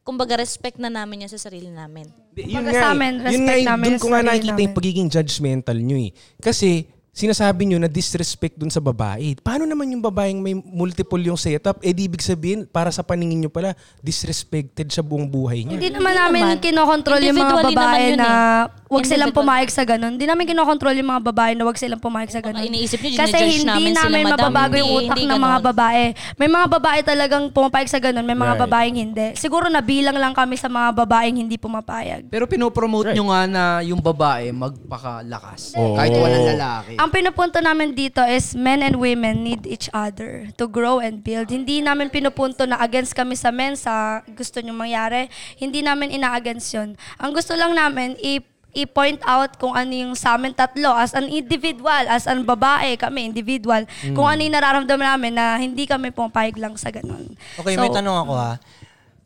S7: kumbaga respect na namin yan sa sarili namin.
S9: Yun nga, eh. yun nga, eh. doon ko nga nakikita yung pagiging judgmental nyo eh. Kasi sinasabi nyo na disrespect dun sa babae. Paano naman yung babaeng may multiple yung setup? Eh di ibig sabihin, para sa paningin nyo pala, disrespected sa buong buhay niya.
S2: Hindi naman namin kinokontrol yung mga
S7: Individually naman
S2: babae
S7: yun
S2: na
S7: eh.
S2: huwag silang
S7: Individual.
S2: pumayag sa ganun. Hindi namin kinokontrol yung mga babae na huwag silang pumayag sa ganun.
S7: iniisip nyo,
S2: Kasi
S7: ginajudge
S2: hindi namin,
S7: namin sila, madam.
S2: mababago yung
S7: Hindi-
S2: utak
S7: hindi
S2: ng mga
S7: ganun.
S2: babae. May mga babae talagang pumapayag sa ganun, may mga
S11: Right.
S2: babaeng hindi. Siguro nabilang lang kami sa mga babaeng hindi pumapayag.
S11: Pero pinopromote nyo nga na yung babae magpakalakas.
S9: Oo.
S11: Kahit walang lalaki.
S2: Ang pinupunto namin dito is men and women need each other to grow and build. Hindi namin pinupunto na against kami sa men sa gusto nyong mangyari. Hindi namin ina-against yun. Ang gusto lang namin i- i-point out kung ano yung sa amin tatlo as an individual, as an babae kami, individual,
S8: Mm.
S2: kung ano yung nararamdaman namin na hindi kami pumapayag lang sa ganun.
S8: Okay, may tanong ako ha.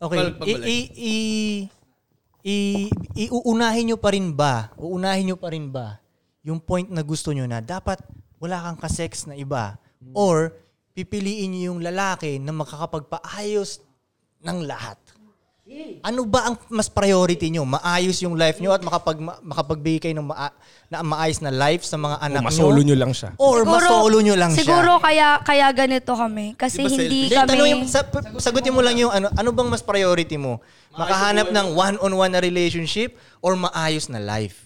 S8: Okay, i, i, i, i, iuunahin nyo pa rin ba? Uunahin nyo pa rin ba yung point na gusto nyo na dapat wala kang kasex na iba?
S9: Hmm.
S8: Or pipiliin nyo yung lalaki na makakapagpaayos ng lahat? Ano ba ang mas priority nyo? Maayos yung life nyo at makapag, ma- makapagbigay kayo ng maa- na maayos na life sa mga anak nyo?
S9: masolo nyo lang siya.
S8: Or masolo nyo lang
S2: siguro
S8: siya?
S2: kaya, kaya ganito kami. Kasi hindi
S8: Then, tanungin-
S2: kami...
S8: sa- p- sagutin mo lang yung ano, ano bang mas priority mo? Makahanap ng one-on-one na relationship or maayos na life?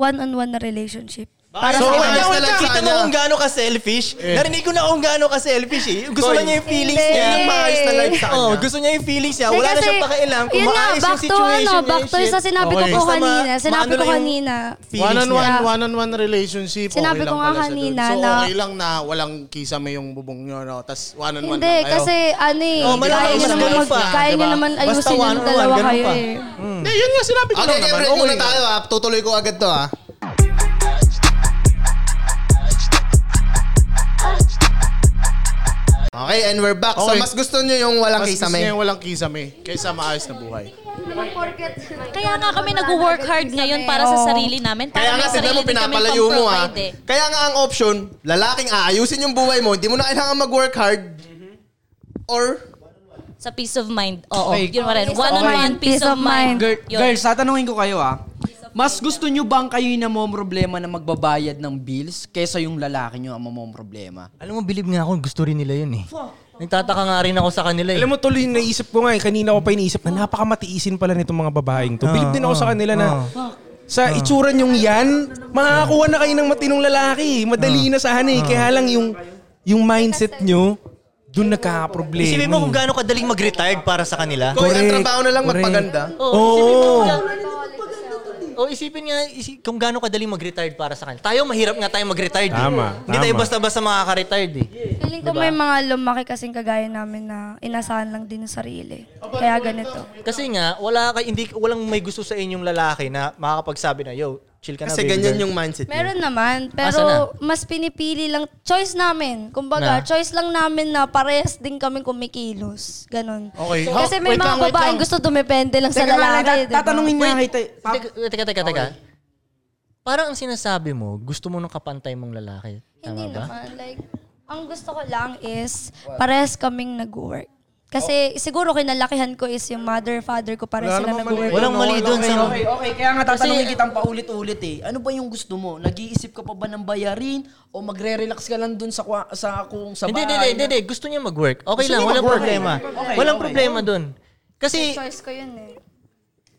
S2: one-on-one na relationship.
S8: so,
S2: sa
S8: wait,
S2: akin.
S8: wait, wait, kita mo kung gaano ka selfish. Narinig ko na kung gaano ka selfish eh. Gusto
S11: Koy.
S8: lang niya yung feelings
S11: Hindi.
S8: niya.
S11: Maayos na life sa kanya.
S8: Oh, gusto niya yung feelings niya.
S11: Hindi,
S8: Wala na
S11: kasi-
S8: siyang pakialam kung
S11: yun nga,
S8: maayos yung
S11: back to
S8: situation
S11: ano,
S8: niya.
S2: back to yung sa sinabi ko po kanina. Sinabi ko kanina.
S11: One on one,
S2: Yeah.
S11: one on one relationship.
S2: Sinabi
S11: okay lang
S2: ko nga
S11: pala siya
S2: kanina
S11: dun. So
S2: na-
S11: okay lang na walang kisame yung bubong nyo, no? Tapos one on one
S2: Hindi, kasi ano eh,
S11: Oh, malaki
S2: kaya nyo
S11: isang
S2: naman,
S11: ganun
S2: mag,
S11: pa,
S2: kaya nyo
S11: diba?
S2: naman
S11: Basta
S2: ayusin yung
S11: one-on-one,
S2: dalawa
S11: ganun
S2: kayo
S11: pa.
S2: eh.
S11: Hmm. Hindi, yun nga sinabi ko
S1: Okay,
S11: lang naman.
S1: Everett,
S11: Okay.
S1: muna tayo ah. Tutuloy ko agad to ah. Okay, and we're back. So,
S11: Okay.
S1: mas gusto nyo yung walang
S11: Mas gusto
S1: kisame?
S11: niya yung walang kisame kaysa maayos na buhay.
S7: Kaya nga kami nag-work hard ngayon para sa
S1: Oo.
S7: sarili namin. Para
S1: Kaya nga,
S7: may
S1: tignan mo,
S7: sarili din kaming
S1: pinapalayo mo ah.
S7: pang-provide eh.
S1: Kaya nga ang option, lalaking aayusin yung buhay mo, hindi mo na kailangan mag-work hard. Or,
S7: Sa peace of mind. Oo,
S1: Okay.
S7: yun pa rin.
S1: Peace of
S7: One-on-one,
S1: mind.
S7: peace of mind.
S3: Girl-
S7: Yun.
S3: girls, tatanungin ko kayo ah. Mas gusto nyo bang kayo yung namomroblema na magbabayad ng bills kesa yung lalaki nyo ang mamomroblema?
S16: Alam mo, bilib nga ako, gusto rin nila yun eh. Nagtataka nga rin ako sa kanila eh.
S9: Alam mo, tuloy naisip ko nga eh, kanina ko pa iniisip na napakamatiisin pala nitong mga babaeng to.
S16: Ah,
S9: Bilib din ako sa
S16: ah,
S9: kanila na
S16: ah.
S9: sa itsura niyong yan, makakakuha na kayo ng matinong lalaki.
S8: Ah.
S9: Madali na sana eh. Kaya lang yung, yung mindset niyo, dun nagkakaproblema.
S8: Isipin mo kung
S9: eh.
S8: gaano kadaling mag-retired para sa kanila.
S9: Kung ang Correct. trabaho na lang magpaganda. Oo.
S16: O isipin nga isi- kung gaano kadaling mag-retired para sa kanila. Tayo mahirap nga tayo mag-retired. eh.
S9: Tama,
S16: Hindi tayo
S9: tama.
S16: basta-basta makaka-retired eh.
S2: Feeling ko
S16: Diba?
S2: may mga lumaki kasing kagaya namin na inasahan lang din yung sarili. Kaya ganito.
S16: Kasi nga wala kay hindi walang may gusto sa inyong lalaki na makakapagsabi na yo, chill ka na.
S1: kasi
S16: baby
S1: ganyan
S16: girl."
S1: yung mindset niya.
S2: Meron naman,
S16: sana?
S2: pero mas pinipili lang, choice namin.
S16: Na?
S2: Kumbaga, choice lang namin na parehas din kami kumikilos. Ganon.
S16: Okay. How-
S2: Kasi may
S16: wait
S2: mga
S16: lang, wait
S2: babaeng
S16: lang.
S2: gusto dumepende lang sa lalaki. diba?
S16: Wait,
S3: eh.
S16: Teka, teka, teka, teka. Parang ang sinasabi mo, gusto mo ng kapantay mong lalaki. Tama
S2: Hindi
S16: ba?
S2: naman. Like, ang gusto ko lang is, parehas kaming nag-work. Kasi siguro kinalakihan ko is yung mother, father ko parehas
S3: Wala
S2: sila
S3: namang
S2: nag-work.
S3: mali doon, no? okay, Okay, okay. Kaya nga tatanungin kitang paulit-ulit eh. Ano ba yung gusto mo? Nag-iisip ka pa ba ng bayarin? O magre-relax ka lang dun sa, kwa- sa kung sa
S16: Hindi,
S3: bahay?
S16: hindi, hindi, hindi, hindi. Gusto niya mag-work. Okay
S3: Gusto
S16: lang,
S3: niya
S16: walang
S3: mag-work.
S16: problema.
S3: Okay,
S16: walang
S3: okay.
S16: problema dun. Kasi
S2: Choice ko yun eh.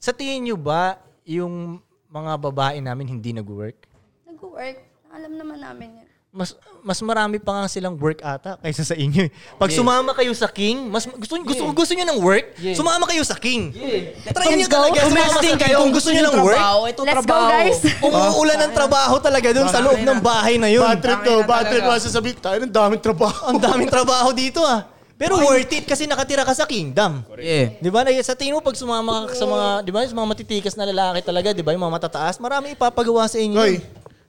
S16: sa tingin niyo ba yung mga babae namin hindi nag-work?
S2: Nag-work. Alam naman namin yun.
S16: Mas mas marami pa nga silang work ata kaysa sa inyo. eh. Pag
S11: Yeah.
S16: sumama kayo sa King, mas gusto gusto gusto niyo ng work,
S11: Yeah.
S16: sumama kayo sa King.
S11: Yeah.
S16: Try niyo talaga sumama sa King kung gusto niyo ng work.
S8: Umuulan ng trabaho talaga doon sa loob ng bahay na yun.
S11: Bad trip to, bad trip. Kasi
S8: sabi, tayo ng daming trabaho. Ang daming trabaho dito ah. Pero worth it kasi nakatira ka sa kingdom.
S3: Yeah.
S16: Di ba? Sa tingin mo, pag sumama ka sa mga, di ba, sa mga matitikas na lalaki talaga, di ba, yung mga matataas, marami ipapagawa sa inyo.
S11: Koy,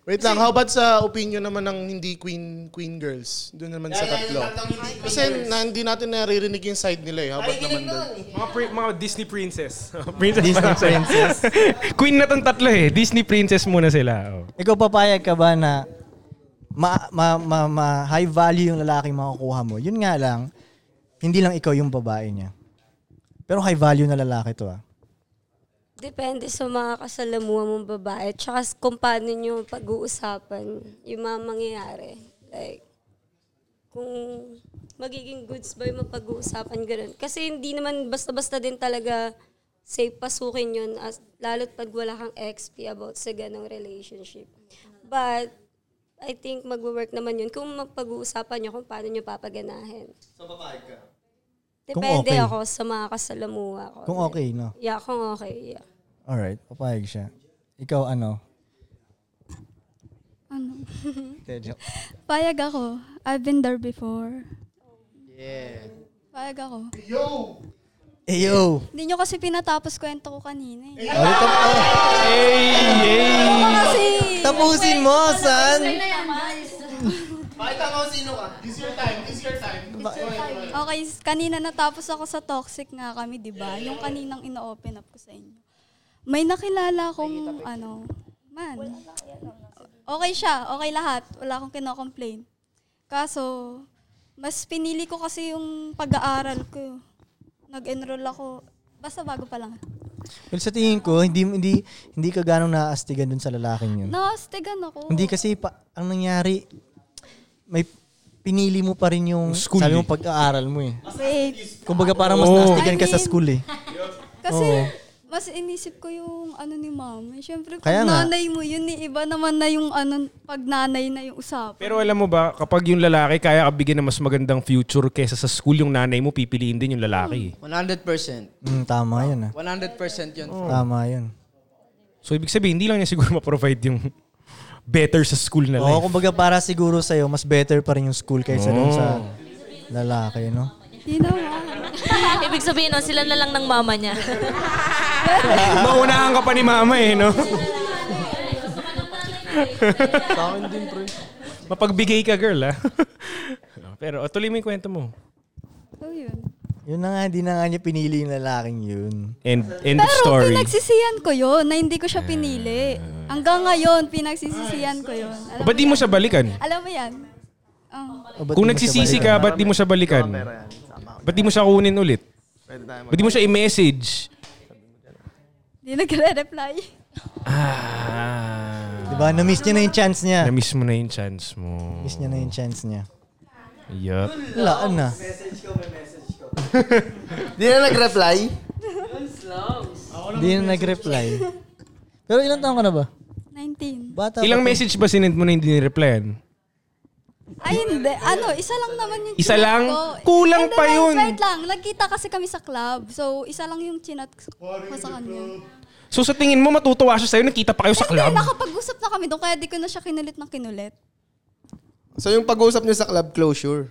S11: wait lang. How about sa opinion naman ng hindi queen queen girls? Doon naman sa tatlo. Kasi na, hindi natin naririnig yung side nila eh. How about naman doon?
S9: Mga, pri- mga Disney princess.
S16: Disney princess.
S9: Queen na tong tatlo eh. Disney princess muna sila. Oh.
S8: Ikaw papayag ka ba na ma, ma, ma, ma- high value yung lalaking makukuha mo? Yun nga lang, hindi lang ikaw yung babae niya. Pero high value na lalaki to ah.
S12: Depende sa mga kasalamuha mong babae. Tsaka s- kung paano nyo pag-uusapan yung mga mangyayari. Like, kung magiging goods ba yung mapag-uusapan ganun. Kasi hindi naman basta-basta din talaga safe pasukin yun. As, lalo't pag wala kang XP about sa ganong relationship. But, I think mag-work naman yun kung mapag-uusapan nyo kung paano nyo papaganahin.
S11: Sa babae ka.
S8: Kung
S12: Depende
S8: okay.
S12: ako sa mga kasalamuha ko.
S8: Kung okay, no?
S12: Yeah, kung okay, yeah.
S8: Alright, papayag siya. Ikaw ano?
S5: Ano?
S8: Tedyo.
S5: Payag ako. I've been there before.
S3: Yeah.
S5: Payag ako.
S8: Eh yo!
S5: Hindi nyo kasi pinatapos kwento ko kanina eh.
S8: Tapusin mo, son!
S11: Pakita mo sino ka. This your time, this your time.
S5: Okay, s- kanina natapos ako sa toxic nga kami, di ba? Yung kaninang ino-open up ko sa inyo. May nakilala akong ano, man. Okay siya, okay lahat. Wala akong kino-complain. Kaso, mas pinili ko kasi yung pag-aaral ko. Nag-enroll ako Basta bago pa lang.
S8: Well, sa tingin ko, hindi hindi hindi ka ganong naaastigan dun sa lalaking yun.
S5: Nakastigan ako.
S8: Hmm. Hindi kasi pa, ang nangyari, may pinili mo pa rin yung
S5: School
S8: sabi mo
S5: eh.
S8: pag-aaral mo eh.
S5: Wait.
S8: Kumbaga parang mas
S9: Oh.
S5: Oo.
S8: naastigan ka
S5: I
S8: sa
S5: mean,
S8: school eh.
S5: Kasi
S8: Oo.
S5: mas inisip ko yung ano ni mama. Siyempre, pag
S9: Kaya nga.
S5: nanay mo yun, eh, iba naman na yung ano, pag nanay na yung usapan.
S9: Pero alam mo ba, kapag yung lalaki kaya ka bigyan ng mas magandang future kesa sa school, yung nanay mo pipiliin din yung lalaki. eh.
S3: 100%.
S8: Mm, tama yun ah.
S3: 100% yun.
S8: Tama yun.
S9: So ibig sabihin, hindi lang niya siguro ma-provide yung better sa school na
S8: Oo,
S9: life.
S8: kumbaga para siguro sa'yo, mas better pa rin yung school kaysa dun
S9: Oo.
S8: sa lalaki, no?
S5: Hindi naman.
S7: Ibig sabihin nun, sila na lang ng mama niya.
S9: Maunahan ka pa ni mama eh, no?
S11: Sa akin din, pre.
S9: Mapagbigay ka, girl, ah. Pero oh, tuloy mo yung kwento mo.
S5: So, yun.
S8: Yun na nga, hindi na nga niya pinili yung lalaking yun.
S9: End,
S5: Pero pinagsisiyan ko yun na hindi ko siya pinili. Hanggang ngayon, pinagsisisiyan ko yun. Alam,
S9: Oh, Ba't di mo siya balikan?
S5: alam mo yan? Oh.
S9: Kung nagsisisi ka, ba't di mo siya balikan? Ba't di mo siya kunin ulit?
S11: Pwede tayo mag-
S9: Ba't di mo siya i-message?
S5: Hindi nagre-reply.
S9: Ah.
S8: Diba? Na-miss niya na yung chance niya.
S9: Na-miss mo na yung chance mo.
S8: Miss niya na yung chance niya.
S9: Yup.
S8: Laan ano na.
S1: Di na nag-reply?
S8: Hindi na nag-reply. Pero ilang taon ka na ba?
S5: 19.
S8: Bata
S9: Ilang message ba sinend mo na hindi ni-replyan?
S5: Ay, hindi. Ano, isa lang naman yung
S9: Isa
S5: chinat
S9: lang?
S5: ko. Hindi,
S9: Kulang pa
S8: Ano
S5: wait,
S9: yun.
S5: Wait lang. Nagkita kasi kami sa club. So, isa lang yung chinat ko sa kanya.
S9: So sa tingin mo matutuwa siya sa'yo, nakita pa kayo sa
S5: Hindi,
S9: club?
S5: nakapag-usap na kami doon kaya di ko na siya kinulit ng kinulit.
S1: So yung pag-uusap niyo sa club closure.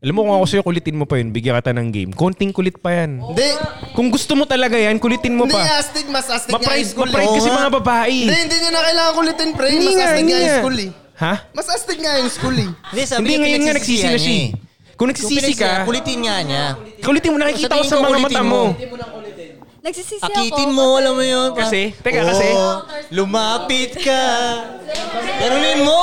S9: Alam mo kung ako sa'yo, kulitin mo pa yun, bigyan kita ng game. Konting kulit pa yan. Hindi. Kung gusto mo talaga yan, kulitin mo
S1: Hindi nga
S9: pa.
S1: astig, mas astig nga
S9: Ma-pride,
S1: yung school.
S9: ma-pride
S1: eh.
S9: kasi
S1: Oo nga.
S9: mga babae.
S1: Hindi, hindi niya na kailangan kulitin, pre.
S9: Hindi
S1: Mas
S9: nga,
S1: astig
S9: hindi
S1: nga yung
S9: nga.
S1: school eh.
S9: Ha?
S1: Mas astig nga yung school eh.
S8: Hindi,
S9: Hindi ngayon nga nagsisi na siya. eh. Kung nagsisisi
S16: pinagsisi
S9: ka,
S16: niya, kulitin nga niya.
S9: Kulitin mo, nakikita ko sa mga mata mo.
S5: Nagsisisi
S16: Akitin
S5: ako.
S16: mo, alam mo yun.
S9: Kasi, teka, kasi-
S16: Lumapit ka. Ganunin mo.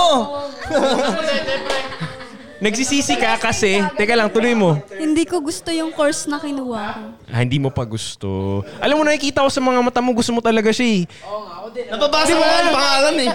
S9: Nagsisisi ka kasi, teka lang, tuloy mo.
S5: Hindi ko gusto yung course na kinuha ko.
S9: Ah, hindi mo pa gusto. Alam mo, nakikita ko sa mga mata mo, gusto mo talaga siya eh.
S1: Nababasa
S9: Di
S1: mo
S9: ba?
S1: nga ang pangalan eh.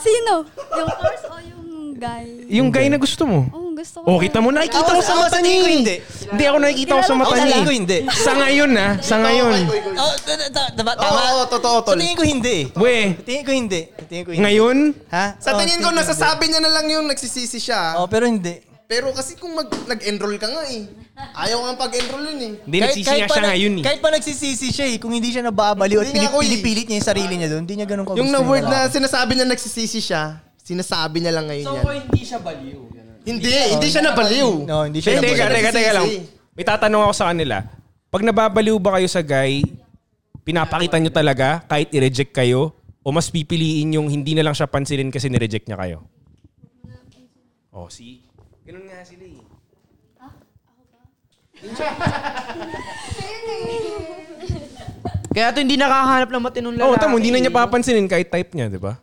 S5: Sino? Yung course o yung guy?
S9: Yung guy na gusto mo.
S5: Oo, gusto ko.
S9: Oh, kita mo, nakikita
S5: Ako-
S9: ko sa
S5: ako
S9: mata
S5: sa
S9: niya.
S5: tingin
S9: eh. Hindi. ako nakikita ko sa
S16: Kilala ko
S9: mata
S16: talaga.
S9: niya. eh.
S16: Ako hindi.
S9: Sa ngayon na, sa ngayon.
S16: Oh, d- d- d- diba, tama? Oo,
S1: totoo,
S16: Sa tingin ko hindi.
S9: We.
S8: Tingin ko hindi. Tingin ko hindi.
S9: Ngayon?
S8: Ha?
S1: Sa
S8: Oo,
S1: tingin ko,
S8: hindi.
S1: nasasabi niya na lang yung nagsisisi siya.
S8: Oo, Oh, pero hindi.
S1: Pero kasi kung mag, nag-enroll ka nga eh. Ayaw nga pag-enroll yun eh.
S9: Hindi, nagsisi nga siya ngayon eh.
S8: Kahit pa nagsisisi siya eh, kung hindi siya nababaliw at
S1: Hindi nga
S8: pinip-
S1: ako eh.
S8: pinipilit niya yung sarili niya doon, hindi niya ganun ka
S1: Yung
S8: gusto
S1: na-word na
S8: lalaki.
S1: sinasabi niya nagsisisi siya, sinasabi niya lang ngayon yan.
S3: hindi siya baliw.
S1: Hindi, hindi siya nabaliw.
S8: No, hindi siya
S9: Teka,
S8: nabaliw.
S9: teka, teka lang. May tatanong ako sa kanila. Pag nababaliw ba kayo sa guy, pinapakita nyo talaga kahit i-reject kayo? O mas pipiliin yung hindi na lang siya pansinin kasi nireject niya kayo? Oh, see? Ganun nga sila eh.
S3: Kaya to hindi nakahanap ng matinong lalaki.
S9: Oo, oh, tamo, hindi na niya papansinin kahit type niya, di ba?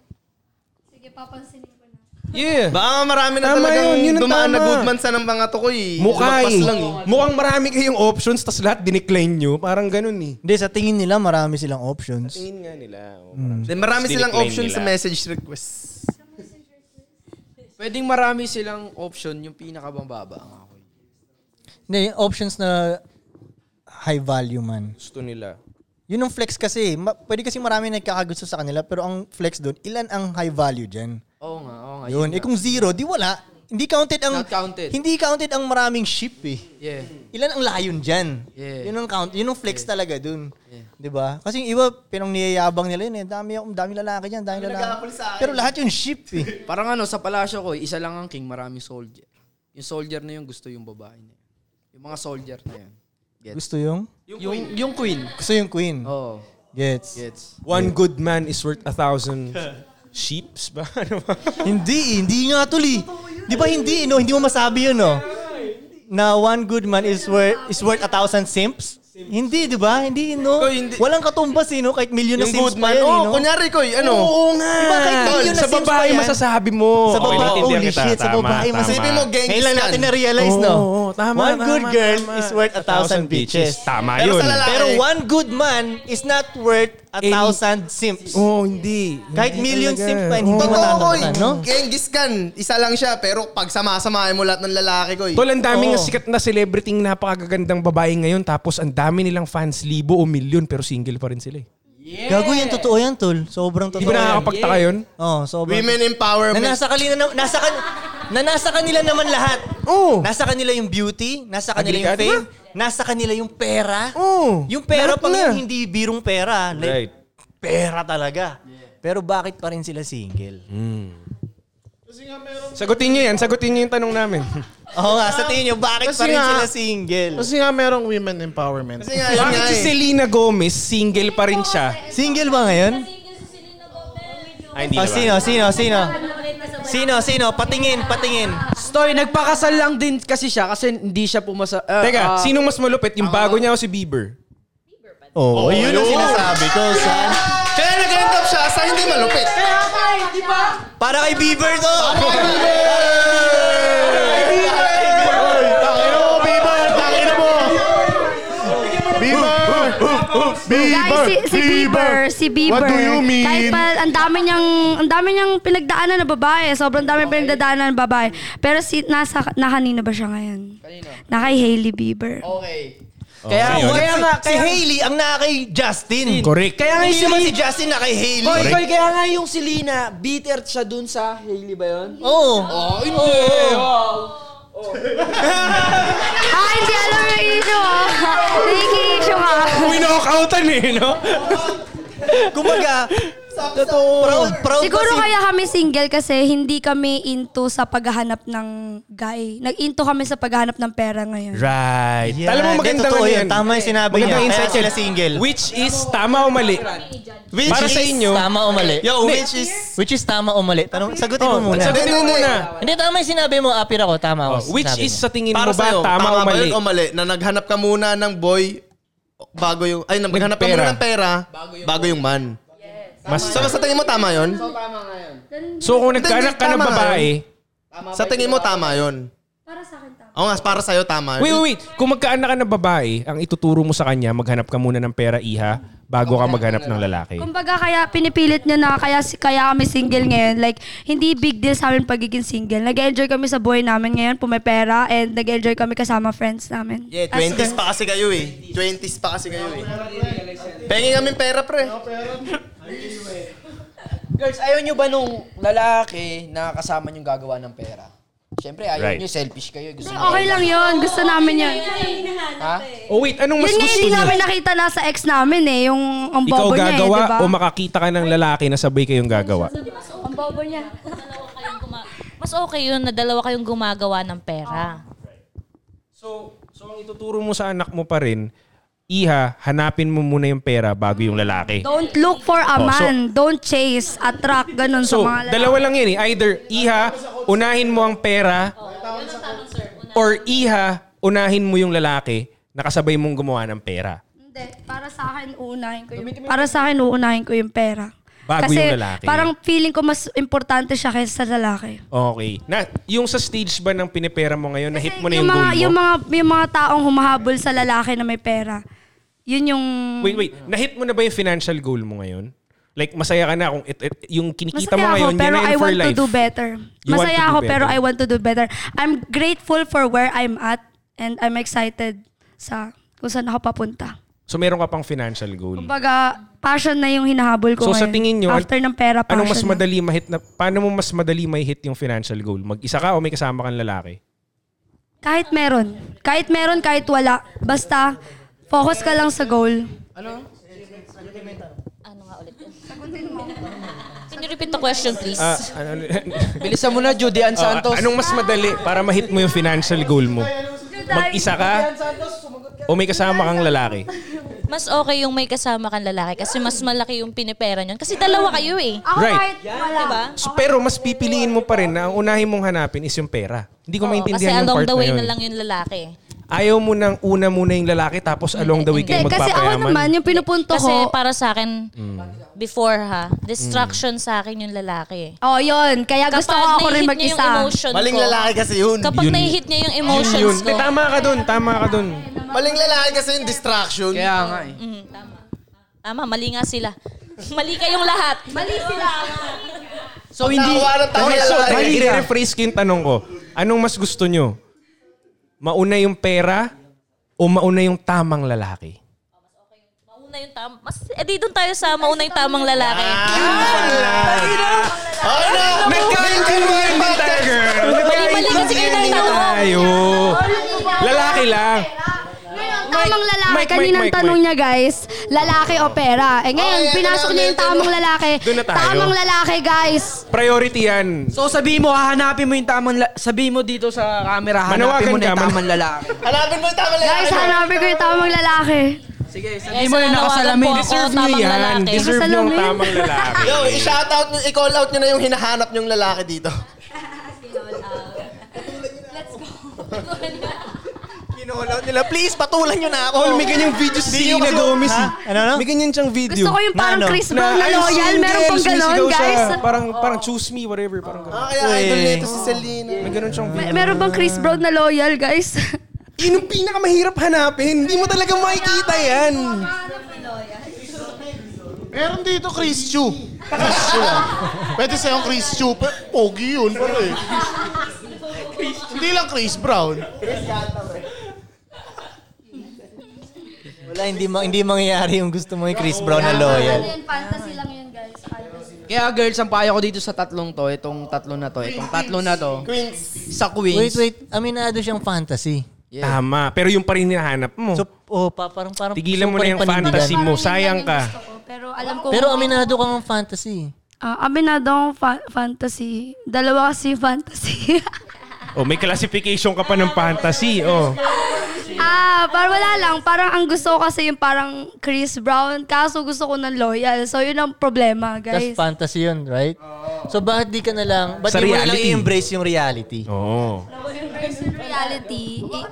S2: Sige, papansin ko na.
S9: Yeah.
S1: Baka nga marami na
S9: Tama
S1: talagang
S9: yun, yun ang
S1: dumaan na
S9: tama.
S1: Goodman sa ng mga tukoy. eh.
S9: Mukha
S1: Lumagpas
S9: eh.
S1: lang eh.
S9: Mukhang marami kayong options tas lahat dinecline nyo. Parang ganun eh.
S8: Hindi, sa tingin nila marami silang options.
S9: Tingin nga nila. oh,
S8: Mm.
S1: Then marami
S9: Tapos
S1: silang
S9: dinecline
S1: options sa
S9: nila.
S1: message request.
S3: Pwedeng marami silang option yung pinakabababa ang ako.
S8: Hindi, options na high value man.
S9: Gusto nila.
S8: Yun ang flex kasi. eh. Ma- pwede kasi marami nagkakagusto sa kanila, pero ang flex doon, ilan ang high value dyan?
S3: Oo nga, oo nga.
S8: Yun. Eh kung zero, di wala. Hindi counted ang...
S3: Not counted.
S8: Hindi counted ang maraming ship eh.
S3: Yeah.
S8: Ilan ang layon dyan?
S3: Yeah.
S8: Yun ang count, yun ang flex talaga dun. Di ba? Kasi yung iba, pinang niyayabang nila yun eh. Dami, ako- dami lalaki dyan, dami lalaki. Pero lahat yung ship eh.
S3: Parang ano, sa palasyo ko, isa lang ang king, maraming soldier. Yung soldier na yun, gusto yung babae na yun. Yung mga soldier na yun. Gets?
S8: Gusto yung?
S3: Yung, yung queen.
S8: Gusto yung queen.
S3: Oo.
S8: Gets.
S3: Gets.
S9: One good man is worth a thousand sheeps ba? Ano ba?
S8: hindi, eh. hindi nga tol eh. Di ba hindi, no? Hindi mo masabi yun, no? Na one good man is worth, is worth a thousand simps? Hindi, di ba? Hindi, no? Walang katumbas, eh, no? Kahit milyon na
S1: Yung
S8: sims
S1: good
S8: pa
S1: man.
S8: yan, eh,
S1: Oh,
S8: no?
S1: kunyari, Koy, ano?
S8: Oo nga. Di ba, kahit
S1: Tol,
S8: milyon na
S1: sa
S8: sims
S1: babae
S8: pa yan.
S9: masasabi mo.
S8: Sa
S9: Okay,
S8: babae,
S9: naiintindihan
S8: holy
S9: kita.
S8: shit, sa
S9: Tama,
S8: babae,
S9: tama.
S8: masasabi mo, Genghis
S16: Ngayon lang
S8: Khan.
S16: natin na-realize, no?
S8: Oo, oo, tama,
S16: one
S8: tama,
S16: good girl
S8: tama.
S16: is worth a thousand bitches.
S9: Tama
S8: Pero
S9: yun.
S8: sa lalaki- Pero one good man is not worth a thousand simps.
S9: Oo, oh, hindi.
S8: Kahit
S9: Hindi
S8: million
S9: talaga.
S8: simps pa, hindi
S9: Oo.
S8: mo
S1: Totoo, Koy.
S8: matatapunan, no?
S1: Genghis Khan, isa lang siya, pero pag samasamahin mo lahat ng lalaki, Koy.
S9: Tol, ang
S1: Oo.
S9: daming sikat na celebrity ng napakagagandang babae ngayon tapos ang dami nilang fans, libo o milyon pero single pa rin sila eh.
S8: Gago yan, totoo yan, tol. Sobrang totoo
S9: Di ba
S8: yan.
S9: nakakapagtaka yun?
S8: Oo, sobrang.
S1: empowerment.
S8: Na nasa kanila, na, nasa, kan, na nasa kanila naman lahat. Oo. Nasa kanila yung beauty, nasa kanila
S16: Agree
S8: yung
S16: ka, di
S8: fame,
S16: ba?
S8: nasa kanila yung pera.
S9: Oo.
S8: Yung pera
S16: Lahat
S8: pang
S16: na.
S8: yung hindi birong pera. Like,
S16: Right.
S8: Pera talaga. Pero bakit pa rin sila single?
S9: Mm. Sagutin nyo yan. Sagutin nyo yung tanong namin.
S8: Oo nga, sa tingin nyo, bakit
S9: Kasi
S8: pa rin
S9: nga-
S8: sila single?
S10: Kasi nga merong women empowerment.
S9: Kasi Bakit si Selena Gomez, single pa rin siya?
S8: Single ba ngayon?
S9: Ay, hindi
S8: Oh,
S9: naman.
S8: sino, sino, sino? Sino, sino? Patingin, patingin.
S3: Story, nagpakasal lang din kasi siya kasi hindi siya pumasa... ah,
S9: Teka,
S3: ah,
S9: sinong mas malupit? Yung bago
S2: ano?
S9: niya o si Bieber?
S8: Oo,
S9: Oh,
S8: yun ang
S9: yun.
S8: sinasabi ko, son.
S1: Kaya nag-end up siya sa hindi malupit.
S3: Kaya nga eh, di ba?
S8: Para kay Bieber to!
S11: Bieber! Bieber!
S2: Guys, si, si Bieber, si Bieber.
S11: What do you mean?
S2: Kahit pa ang dami niyang ang dami niyang pinagdaanan na babae, sobrang dami pinagdadaanan na babae. Pero si nasa nakanino ba siya ngayon? Kanino? Na kay Hailey Bieber.
S5: Oh.
S3: Okay.
S8: Oh, Kaya,
S9: Okay, yun.
S8: kaya
S9: Si-
S8: nga,
S9: si
S8: kaya, si Hailey ang na kay Justin.
S9: Correct.
S8: Kaya nga
S3: Hindi
S8: yung
S3: naman
S8: si Justin na kay Hailey.
S3: Koy, koy, kaya nga yung si Lina, bitter siya dun sa Hailey ba yun?
S2: Oh.
S8: Oo.
S11: Ah,
S3: Oo, hindi. Wow.
S2: Ah, hindi alam yung issue ah. Nakiki-issue ka.
S9: Winokoutan eh, no?
S8: Kumbaga, proud, proud
S2: Siguro
S8: kasi-
S2: kaya kami single kasi hindi kami into sa paghahanap ng guy. Nag-into kami sa paghahanap ng pera ngayon.
S9: Right.
S8: Yeah,
S9: Alam mo ano
S8: hindi,
S9: maganda
S8: totoo
S9: nga
S8: yun. Tama yung sinabi
S9: Maganda
S8: niya. Kaya
S9: insight yun.
S8: sila single.
S9: Which is tama o mali?
S8: Which
S9: Para
S8: is
S9: sa inyo.
S16: tama o mali?
S8: Yo,
S16: Hindi.
S8: which is-
S16: Which is tama o mali? Tanong, sagutin
S9: Oh,
S16: mo muna.
S9: sagutin mo muna. Oh,
S16: Hindi, tama yung sinabi mo. Apir ako, tama ako. sa sinabi mo.
S1: Para sa'yo, ba yun o mali? Na naghanap ka muna ng boy bago yung... Ay, naghanap ka
S9: pera.
S1: muna ng pera bago yung man. Mas, so, sa tingin mo tama yun?
S3: So, tama nga yun.
S9: So kung
S1: Hindi, hindi,
S9: nagkaanak ka ng
S1: tama
S9: babae,
S1: yun. Sa tingin mo tama yun? Oo nga, para sa'yo tama yun.
S9: wait, wait, wait. Kung magkaanak ka ng babae, ang ituturo mo sa kanya, maghanap ka muna ng pera, iha, bago ka maghanap ng lalaki.
S2: Kumbaga kaya pinipilit niya na kaya kaya kami single ngayon. Like hindi big deal sa amin pagiging single. Nag-enjoy kami sa buhay namin ngayon, pumepera and nag-enjoy kami kasama friends namin.
S1: Yeah, 20s pa kasi kayo eh. 20s pa kasi kayo eh. Pengi kami pera pre.
S3: Girls, ayaw nyo ba nung lalaki na kasama nyo gagawa ng pera? Siyempre, ayaw
S9: Right.
S3: nyo, selfish kayo. Gusto nyo
S2: Okay lang 'yon, gusto namin 'yon.
S3: Ha?
S9: Oh wait, anong mas
S2: Yun nga
S9: gusto
S2: hindi
S9: niya?
S2: namin nakita na sa ex namin eh, yung ang
S9: Ikaw
S2: bobo niya eh,
S9: gagawa
S2: di ba?
S9: o makakita ka ng lalaki na sabay kayong gagawa?
S2: Ang bobo niya.
S7: Mas okay yun na dalawa kayong gumagawa ng pera.
S9: So, so ang ituturo mo sa anak mo pa rin, iha, hanapin mo muna yung pera bago yung lalaki.
S2: Don't look for a
S9: Oh, so-
S2: man, don't chase, attract ganun sa
S9: So,
S2: mga lalaki.
S9: dalawa lang yan eh. Either iha, unahin mo ang pera,
S2: Oh,
S9: or iha, unahin mo yung lalaki, nakasabay mong gumawa ng pera.
S2: Hindi, para sa akin uunahin ko yung para sa akin uunahin ko yung pera.
S9: Bago
S2: Kasi
S9: yung lalaki.
S2: parang feeling ko mas importante siya kaysa sa lalaki.
S9: Okay. Na, yung sa stage ba ng pinipera mo ngayon, na-hit mo
S2: Yung
S9: na yung,
S2: mga,
S9: goal
S2: yung
S9: mo?
S2: mga yung mga taong humahabol sa lalaki na may pera. Yun yung
S9: Wait, wait. Na-hit mo na ba yung financial goal mo ngayon? Like, masaya ka na kung it, it- yung kinikita mo
S2: Masaya
S9: ngayon,
S2: ako, pero
S9: yan na
S2: I
S9: yun for
S2: want
S9: life.
S2: to do better.
S9: You want to
S2: Masaya
S9: do
S2: ako,
S9: better.
S2: pero I want to do better. I'm grateful for where I'm at and I'm excited sa kung saan ako papunta.
S9: So, meron ka pang financial goal.
S2: Kumbaga, passion na yung hinahabol ko
S9: So, sa
S2: ngayon.
S9: tingin nyo,
S2: After ng pera, passion
S9: Anong mas
S2: na.
S9: madali ma-hit na, paano mo mas madali ma-hit yung financial goal? Mag-isa ka o may kasama kang lalaki?
S2: Kahit meron. Kahit meron, kahit wala. Basta, focus ka lang sa goal.
S3: Ano?
S7: Ano nga ulit yun? Can you repeat the question, please?
S9: Ah, ano,
S3: Bilisan mo na, Judy Ann
S9: Oh,
S3: Santos.
S9: anong mas madali para ma-hit mo yung financial goal mo? Mag-isa ka o may kasama kang lalaki?
S7: Mas okay yung may kasama kang lalaki kasi mas malaki yung pinipera niyon. Kasi dalawa kayo eh.
S2: Ako
S9: Right.
S2: kahit wala. Diba?
S9: So, pero mas pipiliin mo pa rin na ang unahin mong hanapin is yung pera. Hindi ko maintindihan
S7: kasi
S9: yung
S7: along
S9: part
S7: the way na,
S9: na yun.
S7: lang yung lalaki.
S9: ayaw mo nang una muna yung lalaki tapos along the way kayo
S2: Hindi, kasi
S9: magpapayaman? Mm.
S2: ako naman, yung pinupunto
S7: Kasi
S2: ko-
S7: para sa akin, before ha, distraction
S1: Mm.
S7: sa akin yung lalaki eh.
S2: Oh, yun. Kaya gusto ko ako rin
S7: nahihit niya
S2: mag-isa.
S7: yung emotion
S1: Maling
S7: ko,
S1: lalaki kasi yun.
S7: Ah. Kapag
S9: Yun.
S7: nahihit niya yung
S9: Yun,
S7: emotions
S9: yun.
S7: ko.
S9: Hindi, tama ka dun. Tama ka dun.
S1: Maling lalaki kasi yung distraction.
S11: Kaya nga eh.
S7: Mm, tama. Tama, mali nga sila. mali kayong lahat. Mali sila.
S11: So,
S9: hindi... Okay, so,
S1: lalaki.
S9: dahil i-rephrase ko yung tanong ko. Anong mas gusto nyo? Mauna yung pera o mauna yung tamang lalaki?
S7: Mauna yung tam... Mas, eh di doon tayo sa mauna yung tamang lalaki.
S1: Ah, Oh, no!
S9: Nagka-engineer din tayo, girl.
S7: Mali kasi kayo ng tanong.
S9: Tayo. Lalaki lang.
S2: Tamang lalaki.
S9: Mike, Mike,
S2: Kaninang
S9: Mike,
S2: tanong
S9: Mike.
S2: niya, guys, lalaki o pera. Eh ngayon, pinasok niya yung tamang lalaki.
S9: Doon na tayo.
S2: Tamang lalaki, guys.
S9: Priority yan.
S11: So sabi mo, hahanapin mo yung tamang la- sabi mo dito sa camera, hanapin
S9: Manawagan ka,
S11: mo na yung
S9: man-
S11: tamang lalaki.
S1: Hanapin mo yung tamang lalaki.
S2: Guys, hanapin ko yung tamang lalaki.
S11: Sige,
S7: Guys, nananawagan ano, po ako, tamang lalaki. Nakasalamin.
S1: Yo, i-shoutout nyo, i-call out nyo na yung hinahanap nyong lalaki dito. Kinall out nila. Please, patulan nyo na ako.
S9: Tol, may ganyang video si
S1: Oh. Hindi
S9: Selena
S1: kasi-
S9: Gomez.
S1: Ha? Ano,
S9: eh. May ganyan siyang video.
S2: Gusto ko yung
S9: ano?
S2: parang Chris Brown na
S9: I'm
S2: loyal.
S9: single,
S2: Meron pang ganon,
S9: sumisigaw siya.
S2: guys.
S9: Parang, parang choose me, whatever. Parang ganon.
S1: Ah, Kaya idol nito si Selena.
S9: May ganun siyang
S2: May- meron bang Chris Brown na loyal, guys?
S9: Eh. Yun yung pinakamahirap hanapin. Hindi mo talaga makikita yan.
S20: Meron dito Chris Chu. Chris Chu. ah. Pwede sa'yo Chris Chu. Pe- Pogi yun. Pero eh. Hindi lang Chris Brown.
S8: Wala, hindi, ma- hindi mangyayari yung gusto mo yung Chris Brown na loyal.
S2: Fantasy lang yun, guys.
S11: Kaya girls, ang payo ko dito sa tatlong to, itong tatlo na to, itong tatlo na to.
S1: Queens.
S11: Sa Queens.
S8: Wait, wait. Aminado siyang fantasy.
S9: Tama. Pero yung pa rin hinahanap mo.
S8: So, oh, pa, parang, parang,
S9: Tigilan mo
S8: so,
S9: na yung
S8: parang panindigan.
S9: fantasy mo. Sayang ka.
S2: Pero alam ko...
S8: Pero aminado ka ng fantasy.
S2: Ah, aminado akong fa- fantasy. Dalawa kasi yung fantasy.
S9: Oh, may classification ka pa ng fantasy. Oh.
S2: ah, parang wala lang. Parang ang gusto ko kasi yung parang Chris Brown. Kaso gusto ko ng loyal. So, yun ang problema, guys.
S8: Tapos fantasy yun, right? So, bakit di ka na lang, ba't
S9: Sa
S8: di mo na lang
S9: reality.
S8: i-embrace yung reality?
S9: Oo.
S2: reality. Eh,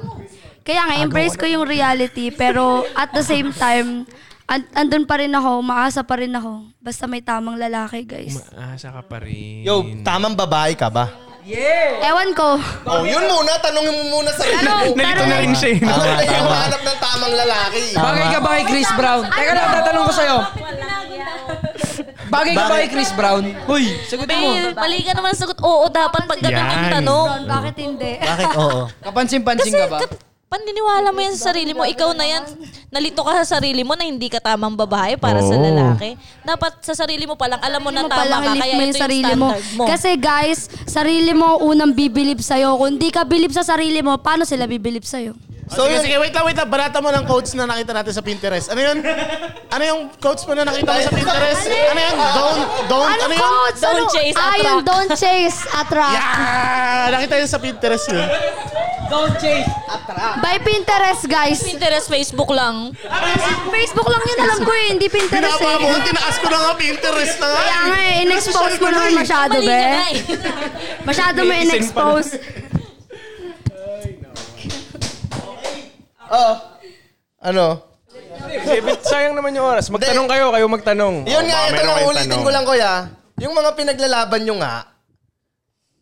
S2: Kaya nga, embrace ko yung reality. Pero at the same time, an- andun pa rin ako. Maasa pa rin ako. Basta may tamang lalaki, guys.
S9: Asa ka pa rin.
S1: Yo, tamang babae ka ba?
S2: Ewan ko.
S1: Oh, yun muna. Tanongin mo muna sa
S2: Tanong, Nalito na rin
S9: siya. eh.
S1: Ano na yung hanap ng tamang lalaki?
S11: Bagay ka ba kay Chris Brown? Teka lang, tatanong ko sa'yo. Bagay ka ba kay Chris Brown? Uy, sagutin mo.
S7: Babe, mali ka naman sagot. Oo, dapat pag ganun
S11: Yan.
S7: ang tanong.
S2: Bakit hindi?
S8: Bakit oo?
S11: Kapansin-pansin ka ba?
S7: Paniniwala mo yan sa sarili mo. Ikaw na yan. Nalito ka sa sarili mo na hindi ka tamang babae para sa
S2: Oo.
S7: lalaki. Dapat sa sarili mo pa lang, alam mo
S2: mo
S7: na
S2: palang ilip mo
S7: tama ka, kaya ito
S2: yung
S7: yung
S2: sarili mo.
S7: standard mo.
S2: Kasi guys, sarili mo ang unang bibilib sa'yo. Kung di ka bilib sa sarili mo, paano sila bibilib sa'yo?
S20: So, sige, sige, wait lang, wait lang. Barata mo ng quotes na nakita natin sa Pinterest. Ano yun? Ano yung quotes mo na nakita mo sa Pinterest? Ano yun? Don't, don't, ano, yun?
S2: coach? Ano? Ah, yun, don't chase, attract.
S20: Yeah! Nakita yun sa Pinterest yun.
S11: Don't chase.
S2: By Pinterest, guys.
S7: Pinterest, Facebook lang.
S2: Facebook lang yun, alam ko eh. Hindi Pinterest
S20: Pinapa
S2: eh.
S20: mo, tinaas ko na nga Pinterest na nga.
S2: Kaya nga eh, in-expose
S20: Nasa
S2: mo naman
S20: eh.
S2: masyado,
S7: Mali
S2: be.
S7: ka na eh.
S2: Masyado mo in-expose.
S1: Oo. Oh. Ano?
S9: Eh, but sayang naman yung oras. Magtanong kayo, kayo magtanong.
S1: Yun
S9: Oh,
S1: nga, ito
S9: baka meron
S1: lang
S9: kayong
S1: ulitin
S9: tanong.
S1: ko lang, kuya. Yung mga pinaglalaban nyo nga,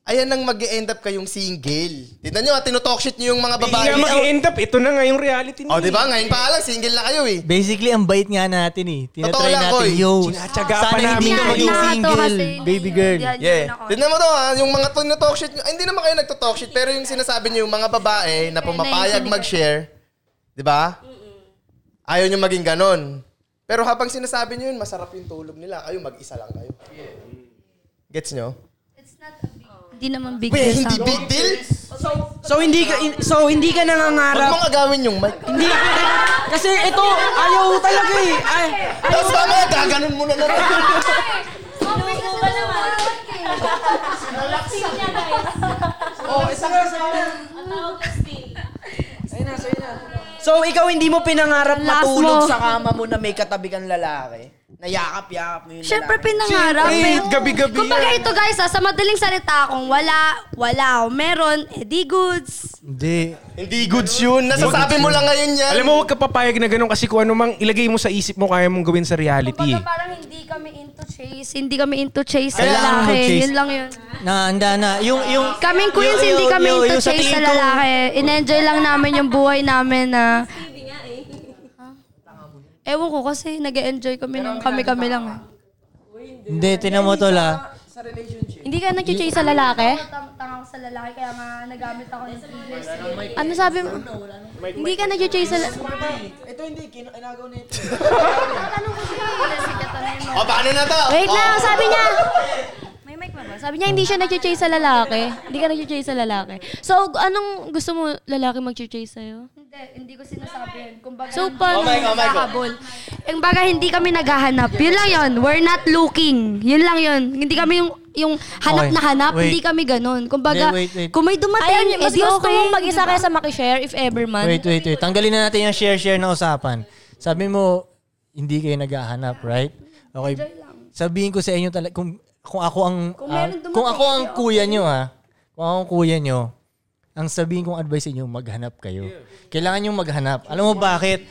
S1: ayan nang mag end up kayong single. Tignan nyo, ah, tinotalk shit nyo yung mga
S9: Hindi
S1: babae.
S9: nga mag-end up. Ito na nga yung reality niya.
S1: O,
S9: eh.
S1: di ba? Ngayon pa lang, single na kayo eh.
S8: Basically, ang bait nga natin eh.
S1: Totoo
S8: Tinatry
S1: lang,
S8: natin,
S1: Koy.
S8: yo,
S9: Sinatsaga pa
S8: sana hindi
S9: namin
S8: ka
S9: to.
S8: maging
S9: Nato
S8: single,
S9: kasi,
S8: baby girl.
S1: Yeah. Tignan mo to, ha? yung mga tinotalk shit nyo, ay, hindi naman kayo nagtotalk shit, pero yung sinasabi nyo, yung mga babae na pumapayag mag-share, di ba? Ayaw nyo maging ganon. Pero habang sinasabi nyo yun, masarap yung tulog nila. Kayo, mag-isa lang kayo. Gets nyo?
S2: Hindi naman big
S1: Wait,
S2: deal sa
S1: hindi
S2: akin.
S1: big deal?
S11: So hindi ka in- so hindi ka
S1: Huwag mong
S11: nangangarap.
S1: agawin yung mic.
S11: Hindi. Kasi ito ayaw talaga eh. Ay,
S1: Tapos mamaya, gaganon mo na naman.
S11: oh, isa nga sa Ayun na, so ayun na. So ikaw hindi mo pinangarap
S2: Last mo.
S11: matulog sa kama mo na may katabi kang lalaki. Nayakap-yakap mo yung lalaki.
S2: Siyempre pinangarap.
S9: Siyempre,
S2: eh.
S9: gabi-gabi
S2: Kumbaga
S9: yan.
S2: ito guys, ah, sa madaling salita, kung wala, wala, o meron, eh di goods.
S6: Hindi.
S1: Hindi goods yun. Nasasabi mo lang ngayon yan.
S9: Alam mo, huwag ka papayag na ganun kasi kung ano mang ilagay mo sa isip mo, kaya mong gawin sa reality. eh.
S2: Parang hindi kami into chase. Hindi kami into chase sa
S9: Kailangan
S2: lalaki.
S6: mag-chase.
S2: Yun lang yun.
S6: Na, anda na. Yung, yung,
S2: Kaming queens,
S6: yung-
S2: hindi
S6: yung-
S2: kami
S6: yung-
S2: into
S6: yung sa
S2: chase sa
S6: tingin ko-
S2: lalaki. In-enjoy lang namin yung buhay namin na... Ewan ko kasi nag enjoy kami nung kami-kami lang. eh.
S6: Hindi, tinan mo to la.
S4: Hindi ka nag-chase sa lalaki?
S2: Tanga ko sa lalaki kaya nga nagamit ako ng feelers.
S4: Ano sabi mo? Hindi ka nag-chase sa lalaki?
S21: Ito hindi, kinagaw na ito.
S1: O, paano na to? Oh.
S4: Wait
S1: O.
S4: lang, sabi niya. May mic ba ba? Sabi niya hindi siya nag-chase sa lalaki. Hindi ka nag-chase sa lalaki. So, anong gusto mo lalaki mag-chase sa'yo?
S2: Hindi, hindi ko sinasabi yun. Kumbaga,
S4: So, paano?
S2: hindi
S4: Oh my God, oh my God.
S2: nakakabol. Yung baga, hindi kami naghahanap. Yun lang yun. We're not looking. Yun lang yun. Hindi kami yung yung hanap
S4: Okay,
S2: na hanap.
S4: wait.
S2: Hindi kami ganun. Kumbaga,
S8: Wait, wait, wait.
S2: kung may dumating,
S4: Ayaw niya, mas
S2: edi
S4: gusto
S2: okay,
S4: mong mag-isa
S2: diba?
S4: kaysa makishare if ever man.
S8: Wait, wait, wait. Tanggalin na natin yung share-share na usapan. Sabi mo, hindi kayo naghahanap, right? Okay. Sabihin ko sa inyo talaga, kung, kung ako ang,
S2: Kung
S8: ah,
S2: meron dumating,
S8: kung ako ang
S2: okay.
S8: kuya nyo, ha? Kung ako ang kuya nyo, ang sabihin kong advice sa inyo, maghanap kayo. Kailangan nyo maghanap. Alam mo bakit?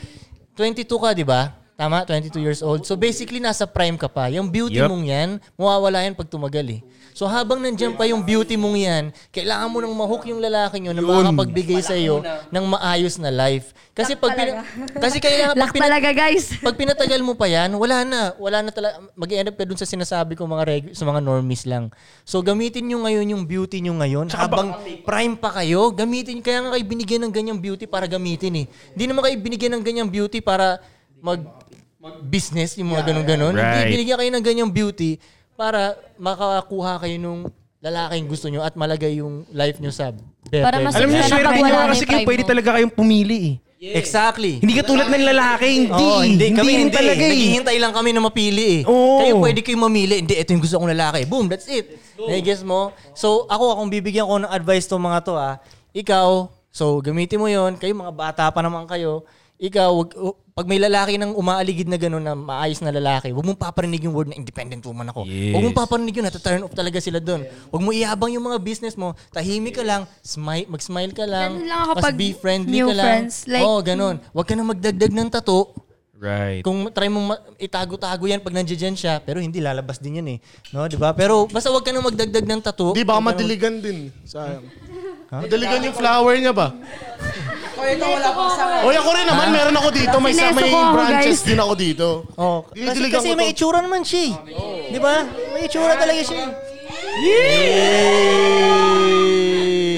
S8: 22 ka, di ba? Tama, 22 years old. So basically, nasa prime ka pa. Yung beauty
S9: Yup.
S8: mong yan, mawawala yan pag tumagal eh. So habang nandyan pa yung beauty mong yan, kailangan mo nang mahook yung lalaki nyo na makapagbigay sa iyo ng maayos na life. Kasi pag pina- kasi kailangan pag, pina-
S2: guys.
S8: pag pinatagal mo pa yan, wala na, wala na talaga mag-end up ka dun sa sinasabi ko mga reg- sa mga normies lang. So gamitin nyo ngayon yung beauty nyo ngayon habang prime pa kayo, gamitin kaya nga kayo binigyan ng ganyang beauty para gamitin eh. Hindi naman kayo binigyan ng ganyang beauty para mag business, yung mga ganun-ganun. Hindi,
S9: Right.
S8: binigyan kayo ng ganyang beauty para makakuha kayo nung lalaking gusto nyo at malagay yung life nyo sa better.
S4: Para mas
S9: Alam niyo,
S4: Sana
S9: sure
S4: pag
S9: na
S4: wala na
S9: kasi
S4: yung
S9: kayo
S4: prime
S9: pwede
S4: mo.
S9: talaga kayong pumili eh.
S8: Exactly.
S9: Hindi ka tulad ng lalaki, hindi.
S8: Oo, hindi, kami
S9: rin
S8: hindi.
S9: talaga eh.
S8: Naghihintay lang kami na mapili eh. Kayo pwede kayong mamili. Hindi, ito yung gusto kong lalaki. Boom, that's it. Nai-guess mo? So, ako, akong bibigyan ko ng advice to mga to ah. Ikaw, so gamitin mo yon Kayo, mga bata pa naman kayo. Ikaw, wag, oh, pag may lalaki nang umaaligid na gano'n na maayos na lalaki, huwag mong paparinig yung word na independent woman ako. Huwag mong paparinig yun, nata-turn off talaga sila doon. Huwag mo iabang yung mga business mo, tahimik ka lang, smile, mag-smile ka lang,
S2: Ganun lang ako
S8: mas
S2: pag
S8: be friendly
S2: new
S8: ka lang.
S2: friends, like-
S8: Oo, ganun. Huwag ka na magdagdag ng tato.
S9: Right.
S8: Kung try mong ma- itago-tago yan pag nandiyan dyan siya, pero hindi lalabas din yan eh. No, di ba? Pero basta huwag ka nang magdagdag ng tattoo.
S11: Di ba,
S8: Huwag ka nang-
S11: madiligan din. Sayang.
S8: Ha?
S11: Madiligan yung flower niya ba?
S21: O, ito wala pang sa
S11: Oy, ako rin naman,
S8: Ha?
S11: meron ako dito. May,
S8: Sineso
S11: may
S8: ko ako,
S11: branches
S8: guys.
S11: din ako dito.
S8: Oh, kasi,
S11: Dinidiligan
S8: kasi
S11: ko
S8: may
S11: to.
S8: itsura naman siya. eh. Di ba? May itsura talaga siya. eh.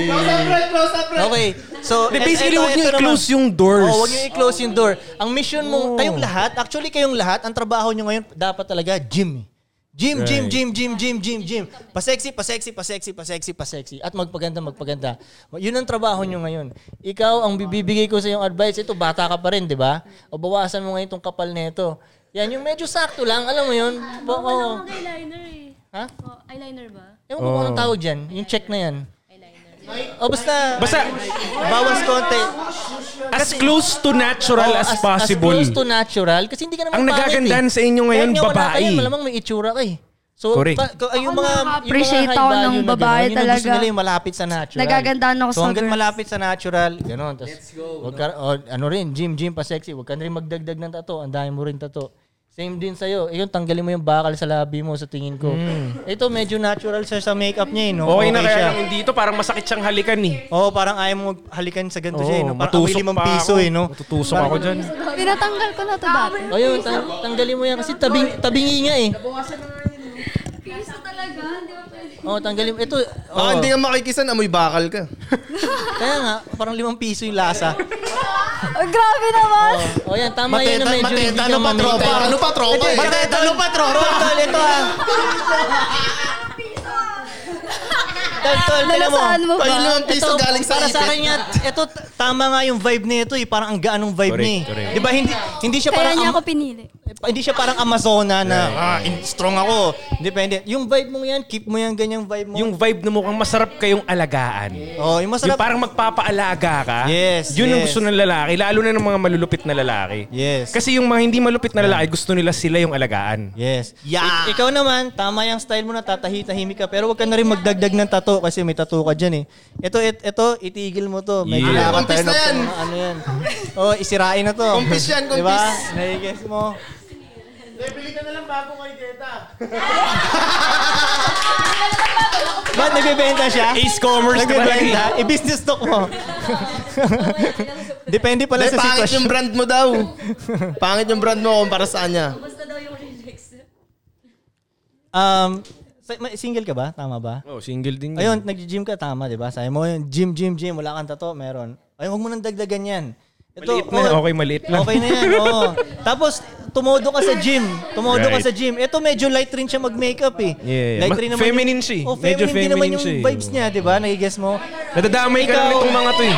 S1: Close up, Brett. Close up, Brett.
S8: Okay. So,
S11: e-
S9: Di,
S8: et-
S9: basically,
S8: eto-
S9: huwag niyo
S8: eto naman.
S9: i-close yung doors. Oh.
S8: Oh, huwag niyo i-close yung door. Ang mission mo, kayong lahat, actually kayong lahat, ang trabaho niyo ngayon dapat talaga gym. eh. Gym, gym,
S9: Right.
S8: gym, gym, gym, gym, gym. Pa-sexy, pa-sexy, pa-sexy, pa-sexy, pa-sexy. At magpaganda, magpaganda. Yun ang trabaho niyo ngayon. Ikaw, ang bibigay ko sa iyong advice, ito, bata ka pa rin, di ba? O bawasan mo ngayon itong kapal nito. Yan, yung medyo sakto lang, alam mo yun? Bo- oo.
S4: eyeliner eh.
S8: Ha?
S4: eyeliner ba?
S8: Ewan ko kung anong
S9: Oo.
S8: tawag dyan. Yung check na yan. O
S11: oh,
S8: basta,
S9: Basta-
S8: bawas konti.
S9: As close to natural
S8: Oo,
S9: as, possible.
S8: As close to natural. Kasi hindi ka naman
S9: Ang
S8: pangit
S9: nagagandaan
S8: eh.
S9: sa inyo ngayon,
S8: Kahit nga wala
S9: babae.
S8: ka yan, malamang may itsura ka eh. So,
S9: Correct.
S8: pa- ka- yung mga,
S2: naka-appreciate
S8: yung mga high
S2: ako
S8: value
S2: ng
S8: na
S2: babae
S8: ganun, yun ang gusto
S2: talaga.
S8: nila yung malapit sa natural.
S2: Nagagandaan ako
S8: so,
S2: sa
S8: hanggat
S2: girls.
S8: malapit sa natural, ganun. Tas, Let's go. Wag ka, o, ano rin, gym, gym pa sexy. Huwag ka na rin magdagdag ng tato. Ang dami mo rin tato. Same din sa'yo. Eh, yun, tanggalin mo yung bakal sa labi mo sa tingin ko. Ito, medyo natural siya sa makeup niya, eh, no?
S9: Hmm. okay na kaya
S8: siya.
S9: yung dito, parang masakit siyang halikan eh.
S8: Oo, parang ayaw mo halikan sa ganito
S9: Oo,
S8: siya, eh, no? Parang
S9: matusok
S8: amoy limang
S9: pa
S8: piso,
S9: ako.
S8: eh, no?
S9: Matutusok
S8: Parang-
S9: ako dyan.
S5: Pinatanggal ko na to dati.
S8: Ayun, Oh, tang- tanggalin mo yan kasi tabing, tabingi nga eh.
S2: Piso talaga, hindi ba pwede?
S8: Oo, Oh, tanggalin mo. Ito, oh.
S1: Baka
S8: oo.
S1: Ah, hindi ka makikisan, amoy bakal ka.
S8: Kaya nga, parang limang piso yung lasa.
S5: Oh, grabe naman!
S8: O Oh, yan, tama yun na
S11: Mateta-
S8: medyo hindi
S11: mateta,
S8: ka
S11: ano pa,
S8: mamili.
S11: tropa? Ano pa, tropa eh?
S8: Mateta, ano pa, tropa? Tol, ito ah. Tol, tol, tignan mo.
S5: Nalasaan mo ba?
S1: Ay, limang piso
S8: Ito,
S1: galing sa
S8: para sa
S1: ipit.
S8: akin nga, ito, t- tama nga yung vibe nito eh. Parang ang gaanong vibe
S9: Correct,
S8: niya eh.
S9: correct.
S8: Di ba, hindi, hindi siya
S5: Kaya
S8: parang
S5: niya
S8: ang-
S5: ako pinili.
S8: Pa- Hindi siya parang Amazona na, ah, in- strong ako. Depende. Yung vibe mo yan, keep mo yan, ganyang vibe mo.
S9: Yung vibe na mukhang masarap kayong alagaan.
S8: Oh, yung masarap-
S9: Yung parang magpapaalaga ka.
S8: Yes,
S9: Yun ang
S8: yes.
S9: gusto ng lalaki, lalo na ng mga malulupit na lalaki.
S8: Yes.
S9: Kasi yung mga hindi malupit na lalaki, gusto nila sila yung alagaan.
S8: Yes. Ik- ikaw naman, tama yung style mo na tatahi-tahimik ka. Pero wag ka na rin magdagdag ng tattoo kasi may tattoo ka dyan eh. Ito, it, ito, itigil mo to. May
S9: Yeah.
S8: yeah.
S9: Ah, kumpis
S8: turn
S9: na
S8: off
S9: yan.
S8: to. Ano yan? Oh, isirain na to.
S11: Kumpis yan, kumpis.
S8: Diba? Nai-guess mo.
S11: Bibili ka na lang bago kay Teta.
S8: Ba't nagbebenta siya?
S9: Is commerce ka eh. ba?
S8: Nagbebenta? I-business talk mo. Depende pala
S17: Hindi,
S8: sa
S17: pangit
S8: sitwasyon.
S17: yung brand mo daw. pangit yung brand mo kumpara sa kanya.
S8: Um, sa- may- single ka ba? Tama ba?
S9: Oh, single din yun.
S8: Ayun, nag-gym ka, tama, di ba? Sabi mo, yun, gym, gym, gym, wala kang tato, meron. Ayun, huwag mo nang dagdagan yan.
S9: Maliit na, okay, maliit lang.
S8: Okay na yan, oo. Tapos, tumodo ka sa gym. Tumodo ka
S9: Right.
S8: sa gym. Ito, medyo light rin siya mag-makeup eh.
S9: Yeah, yeah.
S8: Light
S9: Mas-
S8: rin naman
S9: feminine
S8: yung-
S9: siya eh.
S8: Oh, feminine,
S9: Medyo
S8: din naman
S9: feminine
S8: yung
S9: siya eh.
S8: vibes niya, di ba? Nagigess mo.
S9: Nadadamay ka lang
S8: Ikaw-
S9: nitong mga to eh.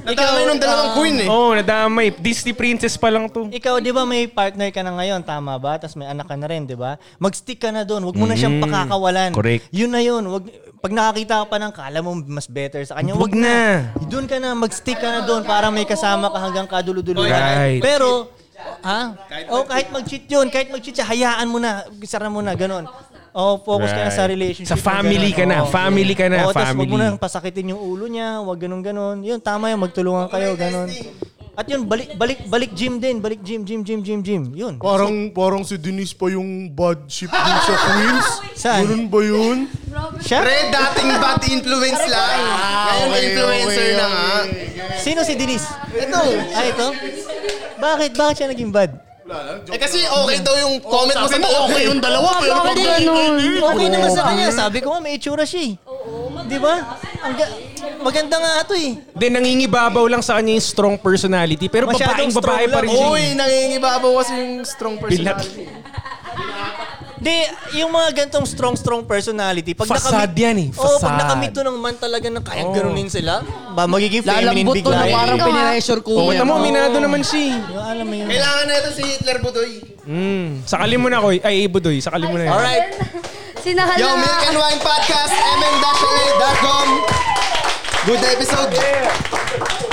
S8: Nadamay nung dalawang queen eh.
S9: Oo, oh, nadamay. Disney princess pa lang to.
S8: Ikaw, di ba may partner ka na ngayon, tama ba? Tapos may anak ka na rin, di ba? Mag-stick ka na doon. Huwag mo na siyang
S9: Mm,
S8: pakakawalan.
S9: correct.
S8: Yun na yun. Wag, pag nakakita ka pa ng kala mo mas better sa kanya,
S9: Huwag
S8: huwag
S9: na.
S8: Doon ka na, mag-stick ka na doon para may kasama ka hanggang kadulo-dulo.
S9: Right.
S8: Pero, ha? O kahit mag-cheat yun, kahit mag-cheat siya, hayaan mo na, sara mo na, ganun. O, focus ka na sa
S9: Right.
S8: relationship.
S9: Sa
S8: mo,
S9: family
S8: ganun.
S9: ka na,
S8: Oo.
S9: family ka
S8: Oo,
S9: na,
S8: tapos huwag mo
S9: family.
S8: nang pasakitin yung ulo niya, huwag ganun-ganun. Yun, tama yun, magtulungan kayo, ganun. At yun, balik, balik, balik gym din. Balik gym, gym, gym, gym, gym. Yun.
S10: Parang, parang si Denise pa yung bad ship dun sa Queens.
S8: Saan?
S10: Ganun ba yun?
S8: Siya?
S17: Pre, dating bad influence lang.
S8: Ah,
S17: Ngayon
S10: Ah, okay,
S17: influencer
S10: okay,
S17: na nga.
S8: Sino si Denise?
S17: Ito.
S8: Ay, ito? Bakit? Bakit siya naging bad?
S17: Eh kasi okay daw yung comment mo sa eh.
S8: sabi mo,
S17: tao.
S8: okay yung dalawa,
S17: Bakit
S8: pero pag- eh,
S17: ganun?
S8: Okay naman sa kanya. Sabi ko nga, may itsura siya eh. Di ba? Ang ga- maganda nga ito eh.
S9: Hindi, nangingibabaw lang sa kanya yung strong personality. Pero babaeng babae pa rin siya.
S17: Uy,
S9: eh.
S17: nangingibabaw kasi yung strong
S9: Bilat.
S17: personality.
S8: Di, yung mga gantong strong-strong personality, pag
S9: Facade
S8: nakamit-
S9: yan eh,
S8: Oo, pag
S9: facade.
S8: nakamit to ng man talaga na kaya
S9: Oo.
S8: ganunin sila, ba magiging feminine
S3: Lalambot to
S8: bigla
S3: na
S8: eh.
S3: parang pinressure ko.
S9: Oo, tama, minado naman siya. eh.
S8: Yung alam mo yun.
S17: Kailangan na ito si Hitler Budoy.
S9: Mm. Sakali mo na, Koy. Ay, Budoy, sakali mo na yan.
S8: Alright.
S2: Sinahal
S17: Yo,
S2: na.
S17: Milk and Wine Podcast, mm-la.com. Good episode.